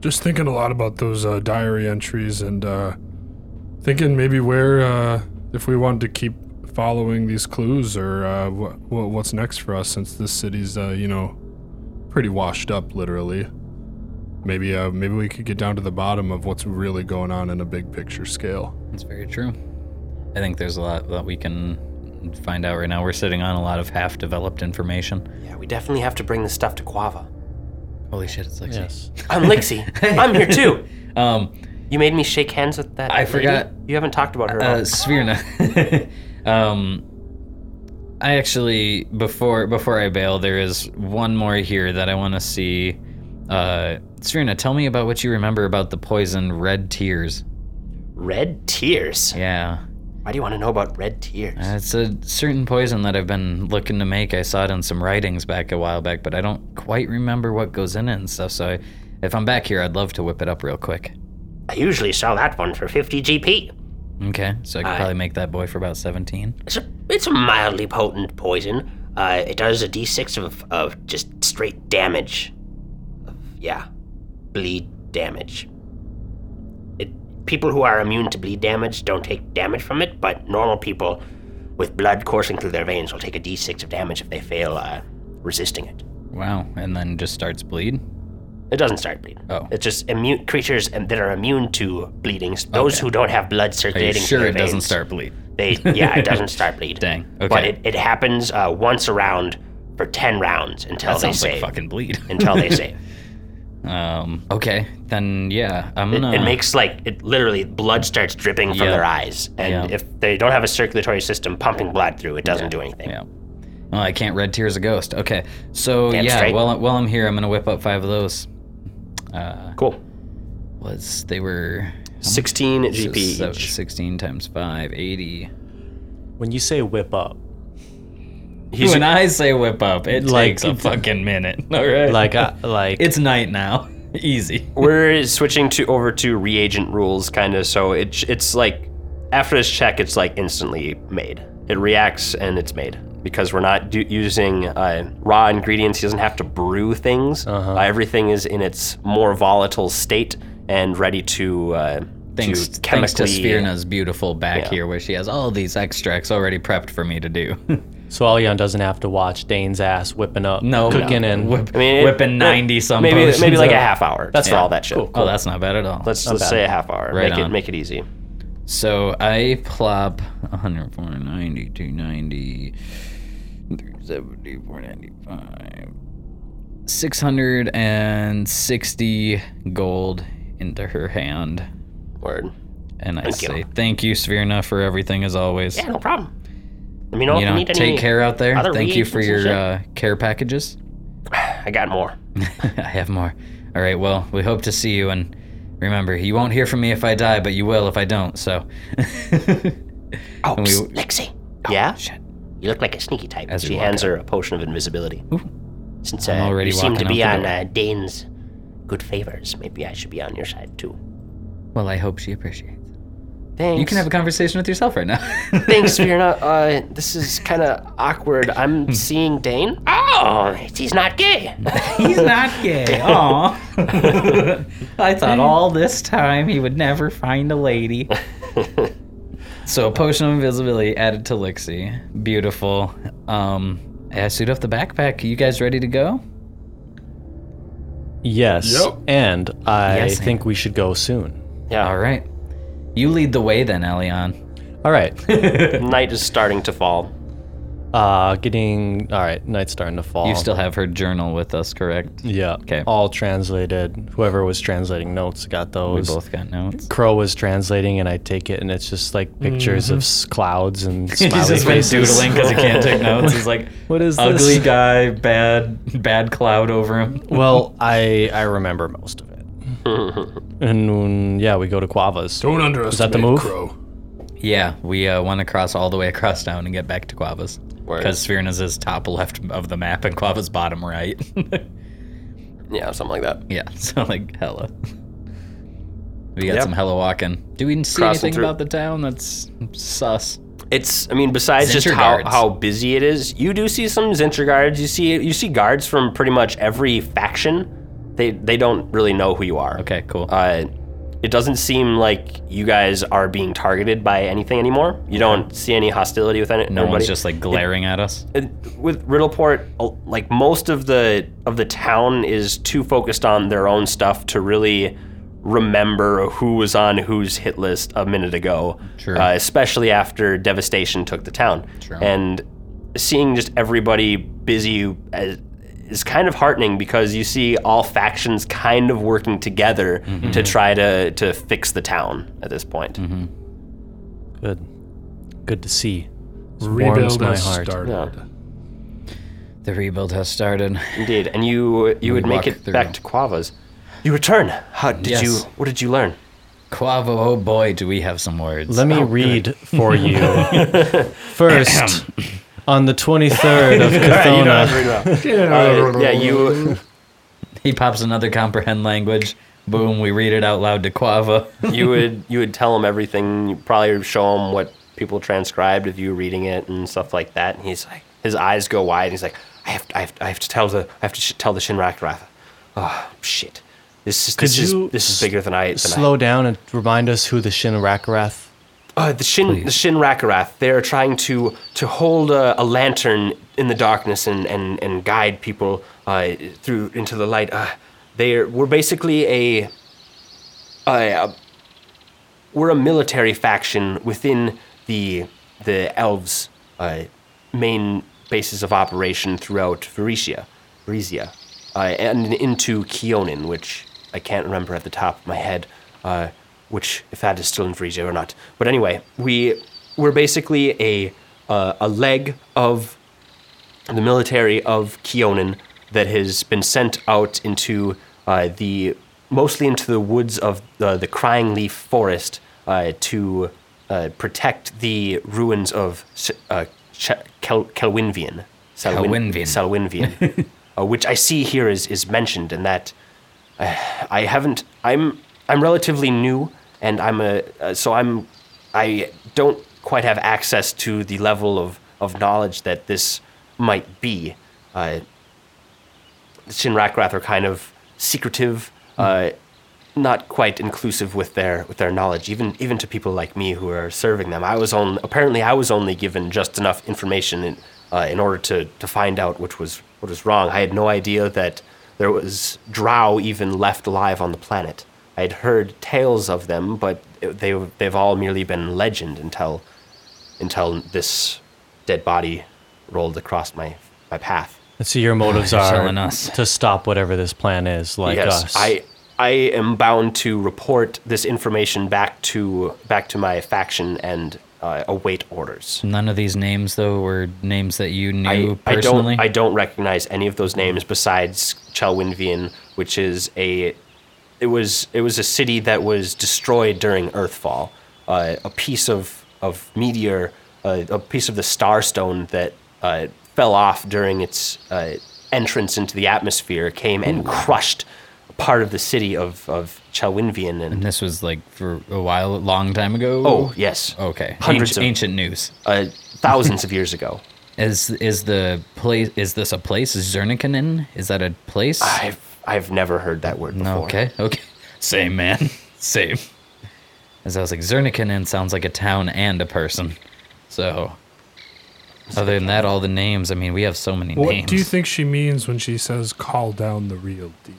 D: Just thinking a lot about those uh, diary entries and uh, thinking maybe where, uh, if we wanted to keep following these clues or uh, wh- wh- what's next for us since this city's, uh, you know, pretty washed up, literally.
F: Maybe uh, maybe we could get down to the bottom of what's really going on in a big picture scale.
C: That's very true. I think there's a lot that we can find out right now. We're sitting on a lot of half developed information.
B: Yeah, we definitely have to bring this stuff to Quava.
C: Holy shit, it's like
E: Yes.
B: I'm Lixie. I'm here too.
C: um
B: You made me shake hands with that.
C: I
B: lady.
C: forgot.
B: You haven't talked about her. at all.
C: uh Svirna. um I actually before before I bail, there is one more here that I wanna see. Uh Svirna, tell me about what you remember about the poison red tears.
B: Red tears.
C: Yeah.
B: Why do you want to know about red tears?
C: Uh, It's a certain poison that I've been looking to make. I saw it in some writings back a while back, but I don't quite remember what goes in it and stuff. So I, if I'm back here, I'd love to whip it up real quick.
B: I usually sell that one for 50 GP.
C: Okay, so I could
B: Aye.
C: probably make that boy for about 17.
B: It's a it's a mildly potent poison. Uh, it does a d6 of of just straight damage. Of, yeah, bleed damage. It people who are immune to bleed damage don't take damage from it, but normal people with blood coursing through their veins will take a d6 of damage if they fail uh, resisting it.
C: Wow, and then just starts bleed.
B: It doesn't start bleeding.
C: Oh.
B: It's just immune creatures um, that are immune to bleeding. Those
C: Okay.
B: who don't have blood
C: Are you
B: circulating. through
C: sure
B: their
C: it doesn't
B: veins,
C: start bleed?
B: They yeah, it doesn't start bleed.
C: Dang,
B: But
C: okay.
B: it, it happens uh, once a round for ten rounds until
C: That
B: they
C: sounds like
B: save.
C: fucking bleed.
B: until they save.
C: Um, okay, then yeah, I'm
B: It,
C: gonna.
B: it makes like it literally blood starts dripping from
C: Yeah.
B: their eyes, and
C: Yeah.
B: if they don't have a circulatory system pumping blood through, it doesn't do anything.
C: Yeah. Well, I can't red tears a ghost. Okay, so
B: Damn
C: yeah,
B: straight.
C: while, while I'm here, I'm gonna whip up five of those. Uh,
B: Cool.
C: was they were
B: Sixteen
C: so
B: GP each.
C: sev- 16 times 5 80
E: When you say whip up,
B: He's-
C: when i say whip up it
E: Like-
C: takes a fucking minute all right
E: like, I, like
C: it's night now easy
B: we're switching to over to reagent rules kind of so it, it's like after this check it's like instantly made it reacts and it's made because we're not do- using uh, raw ingredients he doesn't have to brew things
C: Uh-huh.
B: uh everything is in its more volatile state and ready to uh,
C: thanks
B: to
C: thanks to
B: chemically
C: Svirna's beautiful back
B: Yeah.
C: here where she has all these extracts already prepped for me to do
E: so Alyon doesn't have to watch Dane's ass whipping up,
C: no
E: cooking and
C: whip,
B: I mean, it-
C: whipping
B: it-
C: 90 some
B: maybe maybe
C: potions
B: like a
C: up.
B: half hour that's for all that shit
C: oh that's not bad at all
B: let's let's say a half hour
C: Right
B: make it
C: on.
B: make it easy
C: So I plop 104, 90, 290, 370, 495, 660 gold into her hand.
B: word
C: And I
B: Thank you.
C: say, thank you, Svirna, for everything as always.
B: yeah no problem let me know
C: you
B: if you
C: know,
B: need any
C: take care out there.
B: other
C: Thank you for
B: reagents and
C: your uh, care packages.
B: i got more
C: I have more. All right, well, we hope to see you. And remember, you won't hear from me if I die, but you will if I don't. So,
B: oh
C: we-
B: psst, lexi yeah
C: Oh, shit.
B: You look like a sneaky type.
C: As we
B: she
C: walk
B: hands
C: out.
B: her a potion of invisibility.
C: Ooh.
B: Since
C: I'm
B: uh,
C: already
B: you seem to
C: walking
B: be
C: out
B: on
C: the
B: uh, Dane's good favors, maybe I should be on your side too.
C: Well, I hope she appreciates.
B: Thanks.
C: You can have a conversation with yourself right now.
B: Thanks, Virna. Uh, this is kind of awkward.
C: Hmm.
B: I'm seeing Dane. Oh, he's not gay.
C: He's not gay. Aw. I thought all this time he would never find a lady. so, potion of invisibility added to Lixie. Beautiful. Um, I suit up the backpack. You guys ready to go?
E: yes, and I
C: Yes,
E: think we should go soon.
B: yeah.
C: All right. You lead the way then, Allian.
E: All right,
B: Night is starting to fall.
E: uh, getting all right. Night's starting to fall.
C: You still have her journal with us, correct?
E: yeah.
C: 'Kay.
E: All translated. Whoever was translating notes got
C: We
E: those.
C: both got notes.
E: Crow was translating, and I take it, and it's just like pictures of s- clouds and
C: He's
E: smiley
C: Mm-hmm. just been
E: faces.
C: doodling because he can't take notes. He's like,
E: What is
C: ugly
E: this?
C: guy, bad, bad cloud over him.
E: Well, I I remember most of it. and mm, yeah, we go to Quavas.
F: Don't underestimate
E: the move?
F: Crow.
C: Yeah, we uh, went across all the way across town and get back to Quavas.
B: Word.
C: Because Sphyrna's is top left of the map and Quavas bottom right.
B: Yeah, something like that.
C: yeah, so like hella. We got
B: Yeah.
C: some hella walking. Do we see
B: Crossing
C: anything
B: through.
C: about the town that's sus?
B: It's. I mean, besides just
C: Zinter
B: how,
C: guards.
B: how busy it is, you do see some Zinter guards. You see you see guards from pretty much every faction. They they don't really know who you are.
C: Okay, cool.
B: Uh, it doesn't seem like you guys are being targeted by anything anymore. You don't see any hostility with any,
C: No
B: nobody.
C: one's just like glaring at us.
B: And with Riddleport, a- like most of the of the town is too focused on their own stuff to really remember who was on whose hit list a minute ago.
C: Sure.
B: Uh, especially after devastation took the town.
C: True.
B: And seeing just everybody busy as, is kind of heartening because you see all factions kind of working together to try to to fix the town at this point.
E: Good. Good to see. This warms
D: Rebuild
E: my
D: has
E: heart.
D: started.
B: Yeah.
C: The rebuild has started.
B: Indeed, and you you would make
C: walk
B: it
C: through.
B: back to Quava's. You return. How did
C: Yes.
B: you? What did you learn?
C: Quavo, oh boy, do we have some words.
E: Let me read for you. First, on the 23rd of Cathona,
B: Uh, yeah, you
C: He pops another comprehend language. Boom, we read it out loud to Quavo.
B: you would you would tell him everything. You probably show him what people transcribed of you reading it and stuff like that. And he's like, his eyes go wide. And he's like, I have I have, I have to tell the I have to sh- tell the Shinrak Ratha. Oh shit, this is this
E: Could
B: is
E: you
B: this is bigger than I than I-
E: slow down and remind us who the Shin Rakarath.
B: Uh, the Shin the Shin Rakarath, they are trying to to hold a, a lantern in the darkness and and, and guide people uh, through into the light. Uh, they are, we're basically a, a, a we're a military faction within the the elves' uh, main bases of operation throughout Varisia, Varisia, uh, and into Keonin, which I can't remember at the top of my head, uh, which if that is still in Varisia or not. But anyway, we we're basically a uh, a leg of the military of Keonan that has been sent out into uh, the mostly into the woods of uh, the, the Crying Leaf Forest uh, to uh, protect the ruins of S- uh, Ch- Kel- Kelwinvian. Salwin-
C: Kelwinvian.
B: Salwinvian, uh, which I see here is, is mentioned, and that uh, I haven't. I'm I'm relatively new, and I'm a uh, so I'm I don't quite have access to the level of, of knowledge that this might be. Uh, the Shin Rakrath are kind of secretive, uh, not quite inclusive with their with their knowledge, even even to people like me who are serving them. I was on apparently I was only given just enough information in, uh, in order to, to find out which was what was wrong. I had no idea that there was Drow even left alive on the planet. I had heard tales of them, but they they've all merely been legend until until this dead body rolled across my my path.
E: And so your motives
C: Oh, You're
E: are
C: selling us.
E: to stop whatever this plan is, like
B: yes,
E: us.
B: I I am bound to report this information back to back to my faction and uh, await orders.
C: None of these names, though, were names that you knew
B: I, I
C: personally.
B: don't I don't recognize any of those names besides Chelwinvian, which is a it was it was a city that was destroyed during Earthfall. Uh, a piece of of meteor, uh, a piece of the Starstone that uh, fell off during its uh, entrance into the atmosphere came and crushed part of the city of of Chelwinvian and
C: and this was like for a while, a long time ago.
B: Oh yes,
C: okay.
B: hundreds
C: Anci-
B: of-
C: ancient news.
B: uh, thousands of years ago.
C: Is is the place? Is this a place? Zernikanen? Is that a place?
B: I've I've never heard that word before.
C: Okay, okay. Same, man. Same. As I was like, Zernikanen sounds like a town and a person. So, other than that, all the names, I mean, we have so many
D: What
C: names.
D: do you think she means when she says call down the real deal?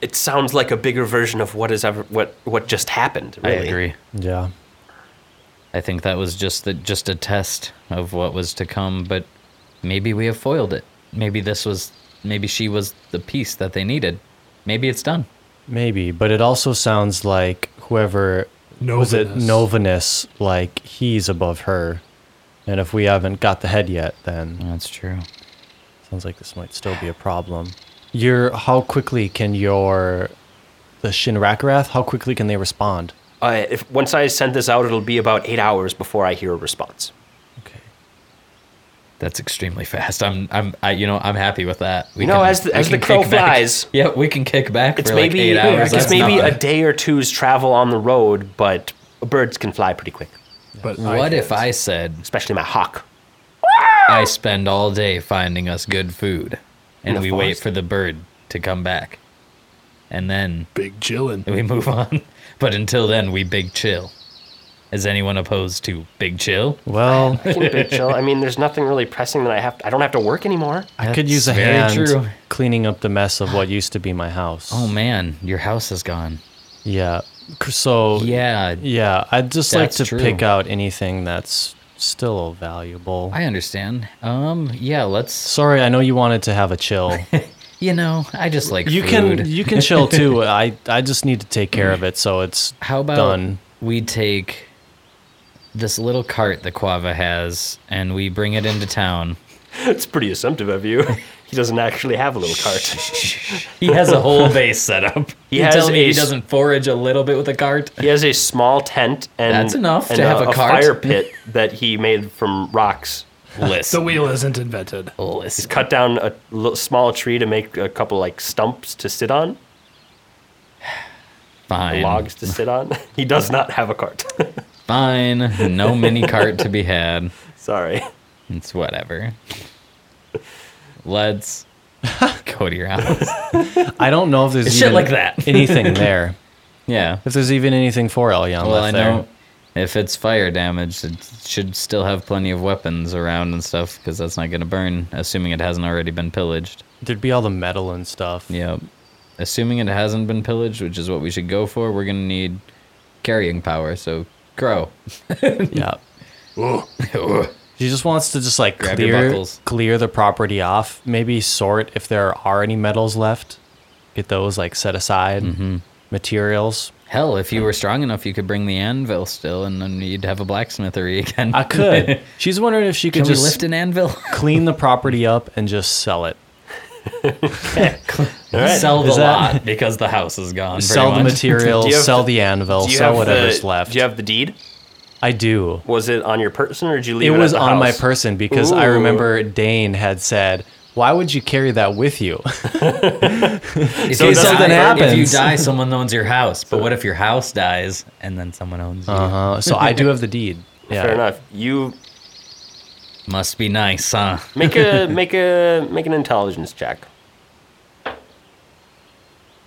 B: It sounds like a bigger version of what is ever what what just happened.
C: I
B: Really.
C: agree.
E: yeah.
C: I think that was just the, just a test of what was to come, but maybe we have foiled it. Maybe this was, maybe she was the piece that they needed. Maybe it's done.
E: Maybe, but it also sounds like whoever was it Novanus, like he's above her. And if we haven't got the head yet, then
C: That's true.
E: sounds like this might still be a problem. Your how quickly can your the Shin Rakarath, how quickly can they respond?
B: Uh, if once I send this out, it'll be about eight hours before I hear a response.
E: Okay.
C: That's extremely fast. I'm, I'm, I, you know, I'm happy with that. We
B: You know, as the-
C: we
B: as the
C: kick
B: crow
C: back.
B: flies-
C: yeah, we can kick back.
B: It's
C: for
B: maybe
C: like eight hours.
B: it's
C: That's
B: maybe
C: not
B: a day or two's travel on the road, but birds can fly pretty quick,
D: But
C: What if I said
B: especially my hawk.
C: I spend all day finding us good food, and
B: the
C: we wait
B: forest?
C: for the bird to come back? and then
A: Big chillin'.
C: we move on. But until then, we big chill. Is anyone opposed to big chill?
E: Well,
B: I can big chill. I mean, there's nothing really pressing that I have. I don't have to work anymore.
E: I could use a
C: Very
E: hand
C: true.
E: cleaning up the mess of what used to be my house.
C: Oh man, your house is gone.
E: Yeah. C- So
C: Yeah,
E: yeah, I'd just like
C: That's
E: to
C: true.
E: pick out anything that's still valuable.
C: I understand. Um, yeah, let's.
E: Sorry, I know you wanted to have a chill.
C: You know, I just like
E: you
C: food.
E: can you can chill too. I I just need to take care of it, so it's
C: How about
E: done.
C: we take this little cart that Quava has and we bring it into town?
B: It's pretty assumptive of you. He doesn't actually have a little cart.
C: He has a whole base set up.
B: He
C: You
B: has
C: tell me
B: a
C: he
B: s-
C: doesn't forage a little bit with a cart.
B: He has a small tent and
C: That's enough
B: and
C: to have a cart.
B: fire pit that he made from rocks.
C: Listen,
D: wheel isn't invented.
B: He's
C: listen.
B: cut down a l- small tree to make a couple like stumps to sit on,
C: Fine,
B: logs to sit on. he does not have a cart.
C: fine. No mini cart to be had.
B: Sorry.
C: It's whatever. Let's go to your house.
E: I don't know if there's
C: Shit
E: even
C: like that.
E: anything there.
C: Yeah.
E: If there's even anything for Elyon
C: Well, I
E: left
C: know
E: there.
C: if it's fire damage, it should still have plenty of weapons around and stuff because that's not going to burn, assuming it hasn't already been pillaged.
E: There'd be all the metal and stuff.
C: Yep. Assuming it hasn't been pillaged, which is what we should go for, we're going to need carrying power. So, grow.
E: Yeah. She just wants to just like
C: Grab your
E: clear,
C: buckles.
E: clear the property off. Maybe sort if there are any metals left. Get those like set aside.
B: Mm-hmm.
E: Materials.
C: Hell, if you were strong enough, you could bring the anvil still, and then you'd have a blacksmithery again.
E: I could. She's wondering if she could
C: Can we
E: just
C: lift an anvil?
E: clean the property up and just sell it.
C: Sell the
E: Is that-
C: lot because the house is gone. pretty
E: sell the
C: much.
B: Do you
E: materials.
B: have
E: Sell
B: the-
E: the anvil.
B: Do you
E: Sell
B: have
E: whatever's
B: the,
E: left.
B: Do you have the deed?
E: I do.
B: Was it on your person or did you
E: It
B: leave it, at
E: was
B: the
E: on my
B: house?
E: person because I
B: Ooh.
E: remember Dane had said, "Why would you carry that with you?"
C: If
E: So
C: you
E: something
C: die- If you
E: happens.
C: die, someone owns your house. But what if your house dies and then someone owns you?
E: Uh huh. So I do have the deed. Yeah.
B: Fair enough. You
C: Must be nice, huh?
B: make a make a make an intelligence check.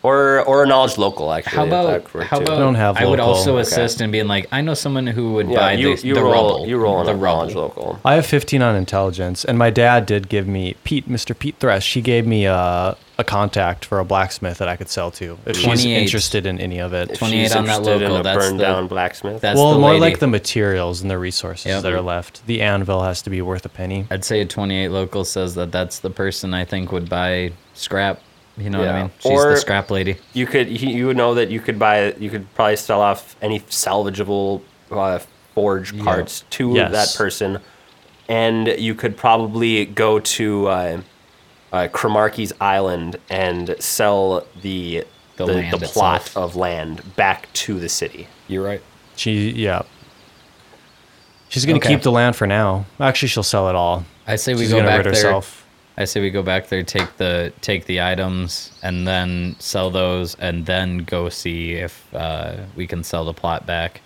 B: Or or a knowledge local actually.
C: How
B: if
C: about
B: that worked
C: how
B: too.
C: about
E: I don't have
C: I would
E: local.
C: also
E: Okay.
C: assist in being like, I know someone who would
B: yeah,
C: buy
B: you,
C: the,
B: you
C: the
B: roll
C: rubble.
B: you roll on
C: the
B: a knowledge
C: rubble.
B: local.
E: I have 15 on intelligence, and my dad did give me Pete, Mr. Pete Thresh. He gave me a, a contact for a blacksmith that I could sell to if she's
C: 28.
E: interested in any of it.
B: If
C: 28
B: she's
C: on that
B: interested
C: local,
B: In a
C: that's
B: burned
C: the-
B: down blacksmith.
C: That's
E: Well,
C: the
E: more
C: lady.
E: like the materials and the resources
C: Yep.
E: that are left. The anvil has to be worth a penny.
C: I'd say a 28 local says that that's the person I think would buy scrap. You know what I
B: Yeah.
C: mean? She's
B: Or-
C: the scrap lady.
B: you could he- you would know that you could buy you could probably sell off any salvageable uh, forge parts to
E: Yes.
B: that person, and you could probably go to uh, uh, Cromarkey's Island and sell the the,
C: The
B: the,
C: land
B: plot
C: itself.
B: of land back to the city.
C: You're right.
E: She, yeah. She's going to
C: Okay.
E: keep the land for now. Actually, she'll sell it all.
C: I say we
E: She's
C: go
E: gonna
C: back
E: rid
C: there.
E: herself.
C: I say we go back there, take the take the items, and then sell those, and then go see if uh, we can sell the plot back.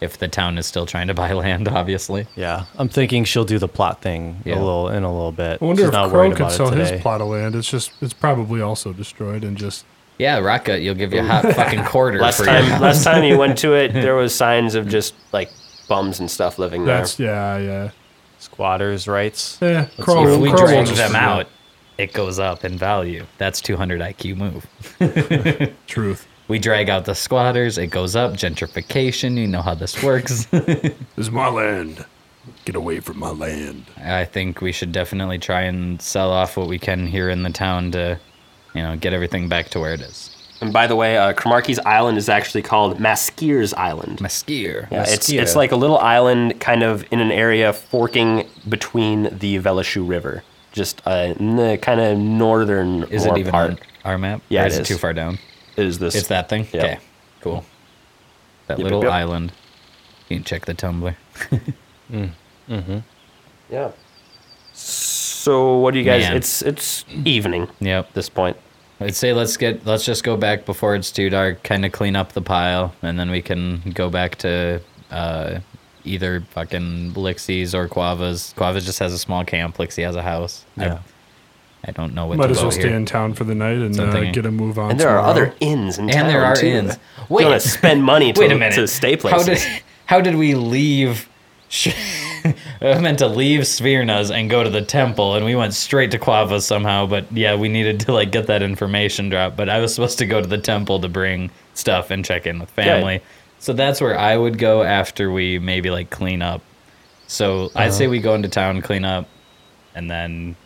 C: If the town is still trying to buy land, obviously.
E: Yeah. I'm thinking she'll do the plot thing
C: Yeah.
E: a little in a little bit.
D: I wonder
E: she's
D: if
E: not
D: Crow
E: worried
D: could
E: about
D: sell
E: it
D: his
E: today.
D: plot of land. It's just it's probably also destroyed and just
C: Yeah, Rocket, you'll give you a hot fucking quarter
B: Last
C: for
B: time
C: your
B: last time you went to it, there was signs of just like bums and stuff living there.
D: that's yeah yeah
E: Squatters' rights.
D: yeah. Crow,
C: If we
D: Crow will
C: drag
D: just-
C: them out, it goes up in value. That's 200 IQ move.
D: Truth.
C: We drag out the squatters, it goes up. Gentrification, you know how this works.
A: This is my land. Get away from my land.
C: I think we should definitely try and sell off what we can here in the town to, you know, get everything back to where it is.
B: And by the way, uh, Cromarkey's Island is actually called Maskeer's Island.
C: Maskier.
B: Yeah, it's it's like a little island, kind of in an area forking between the Velashu River, just uh, in the kind of northern
C: Is
B: more
C: it even
B: part
C: on our map?
B: Yeah,
C: Or
B: it
C: is it
B: is.
C: too far down?
B: is this.
C: It's that thing?
B: Yeah.
C: Okay, cool. That
B: Yep,
C: little
B: yep, yep.
C: island. You can check the Tumblr.
B: Yeah. So what do you guys?
C: Man.
B: It's it's evening
C: Yep.
B: at this point.
C: I'd say let's get let's just go back before it's too dark, kind of clean up the pile, and then we can go back to uh, either fucking Lixies or Quavas. Quavas just has a small camp. Lixie has a house. I-
E: Yeah.
C: I don't know what
D: Might
C: to
D: as
C: go
D: well
C: here.
D: stay in town for the night and
C: I'm
D: uh,
C: thinking.
D: get a move on.
B: And there are
D: tomorrow.
B: other inns in town.
C: and there are
B: too.
C: inns.
B: You want
C: Wait,
B: to spend money to,
C: wait a minute.
B: to stay places.
C: How did how did we leave? Sh- I meant to leave Svirna's and go to the temple, and we went straight to Quava somehow. But yeah, we needed to like get that information drop. But I was supposed to go to the temple to bring stuff and check in with family. So that's where I would go after we maybe like clean up. So I'd say we go into town, clean up, and then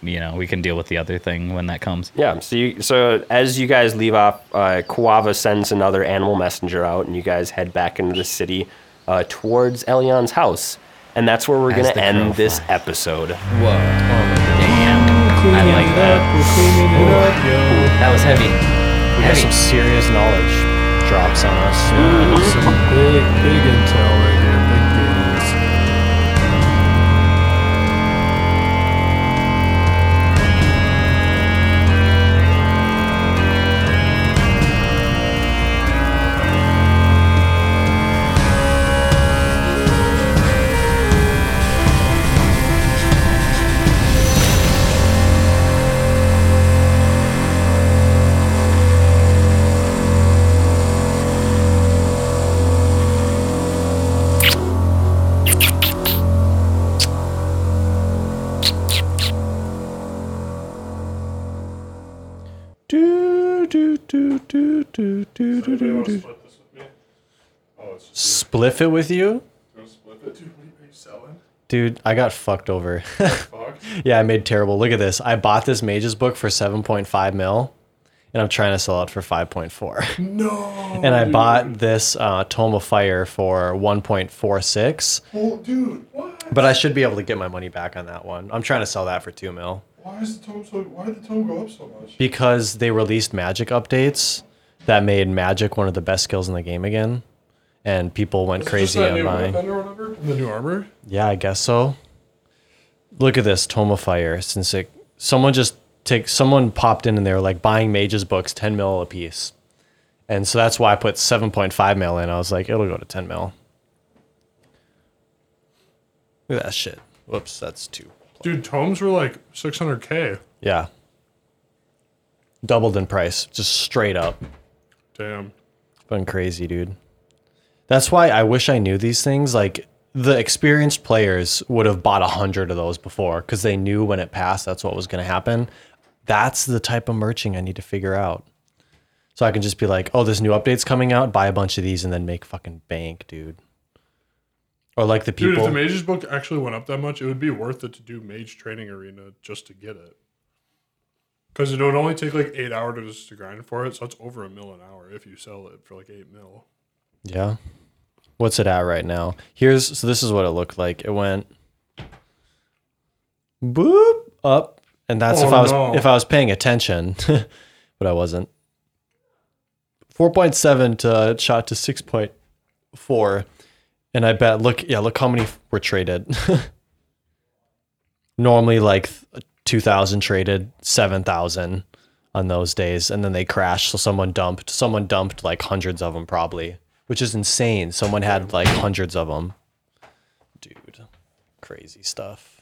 C: you know we can deal with the other thing when that comes.
B: Yeah. So you, so as you guys leave off, uh, Kuava sends another animal messenger out, and you guys head back into the city uh, towards Elion's house, and that's where we're
C: As
B: gonna
C: the
B: end
C: crow
B: this episode.
C: Whoa! Oh, damn! I like that. That was heavy.
E: We got some serious knowledge drops on us.
D: Some big, big intel right here. Big gains.
E: Spliff it with you? Dude, I got fucked over. yeah, I made terrible. Look at this. I bought this mage's book for 7.5 mil, and I'm trying to sell it for 5.4. No. and I bought this uh, Tome of Fire for 1.46.
F: Well, dude, what?
E: But I should be able to get my money back on that one. I'm trying to sell that for 2 mil
F: Why is the tone so? Why did the tone go up so much?
E: because they released magic updates that made magic one of the best skills in the game again. And people went crazy on buying.
F: or whatever. The new armor.
E: Yeah, I guess so. Look at this Tome of Fire. Since it, someone just take someone popped in and they were like buying mages books, ten mil a piece, and so that's why I put seven point five mil in. I was like, it'll go to ten mil. Look at that shit. Whoops, that's two.
D: Dude, tomes were like 600k.
E: Yeah, doubled in price, just straight up.
D: Damn.
E: Fucking crazy, dude. That's why I wish I knew these things. Like the experienced players would have bought a hundred of those before because they knew when it passed that's what was going to happen. That's the type of merching I need to figure out. So I can just be like, oh, this new update's coming out. Buy a bunch of these and then make fucking bank, dude. Or like the
D: Dude,
E: people.
D: if the mage's book actually went up that much, it would be worth it to do mage training arena just to get it. Because it would only take like eight hours to just to grind for it, so that's over a mil an hour if you sell it for like eight mil.
E: yeah. What's it at right now? Here's so this is what it looked like. It went boop up, and that's if
D: Oh,
E: I was
D: no.
E: if I was paying attention, but I wasn't. Four point seven to shot to six point four, and I bet look yeah look how many were traded. Normally like two thousand traded, seven thousand on those days, and then they crashed. So someone dumped someone dumped like hundreds of them probably, which is insane. Someone had like hundreds of them, dude. Crazy stuff.